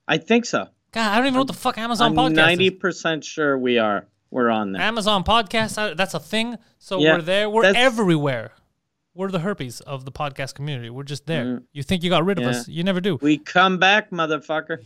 B: I think so.
A: I don't even know what the fuck Amazon
B: I'm
A: Podcast
B: ninety
A: is.
B: percent sure we are. We're on there.
A: Amazon Podcast, I- that's a thing. So
B: Yeah,
A: we're there. We're
B: that's-
A: everywhere. We're the herpes of the podcast community. We're just there. You think you got rid of
B: Mm. Yeah.
A: us? You never do.
B: We come back, motherfucker.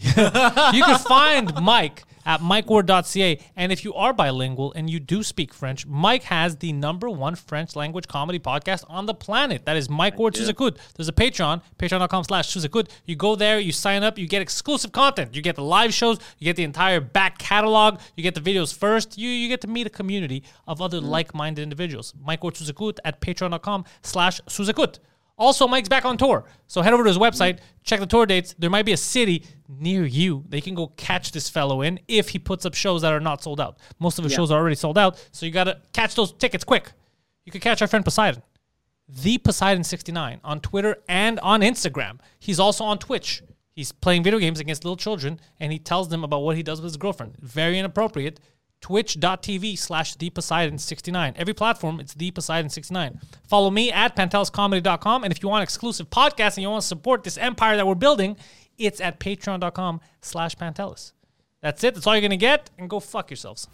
A: you can find Mike at mikeward.ca. And if you are bilingual and you do speak French, Mike has the number one French language comedy podcast on the planet. That is Mike Ward Suzakud. There's a Patreon, patreon.com slash Suzakud. You go there, you sign up, you get exclusive content. You get the live shows, you get the entire back catalog, you get the videos first, you, you get to meet a community of other like-minded individuals. Mike Ward Suzakud at patreon.com slash Suzakud. Also, Mike's back on tour. So head over to his website, check the tour dates. There might be a city near you they can go catch this fellow in if he puts up shows that are not sold out. Most of his shows are already sold out. So you got to catch those tickets quick. You could catch our friend Poseidon, the Poseidon69 on Twitter and on Instagram. He's also on Twitch. He's playing video games against little children and he tells them about what he does with his girlfriend. Very inappropriate. Twitch.tv slash the Poseidon69. Every platform, it's the Poseidon69. Follow me at panteliscomedy.com. And if you want exclusive podcasts and you want to support this empire that we're building, it's at patreon.com slash pantelis. That's it. That's all you're going to get. And go fuck yourselves.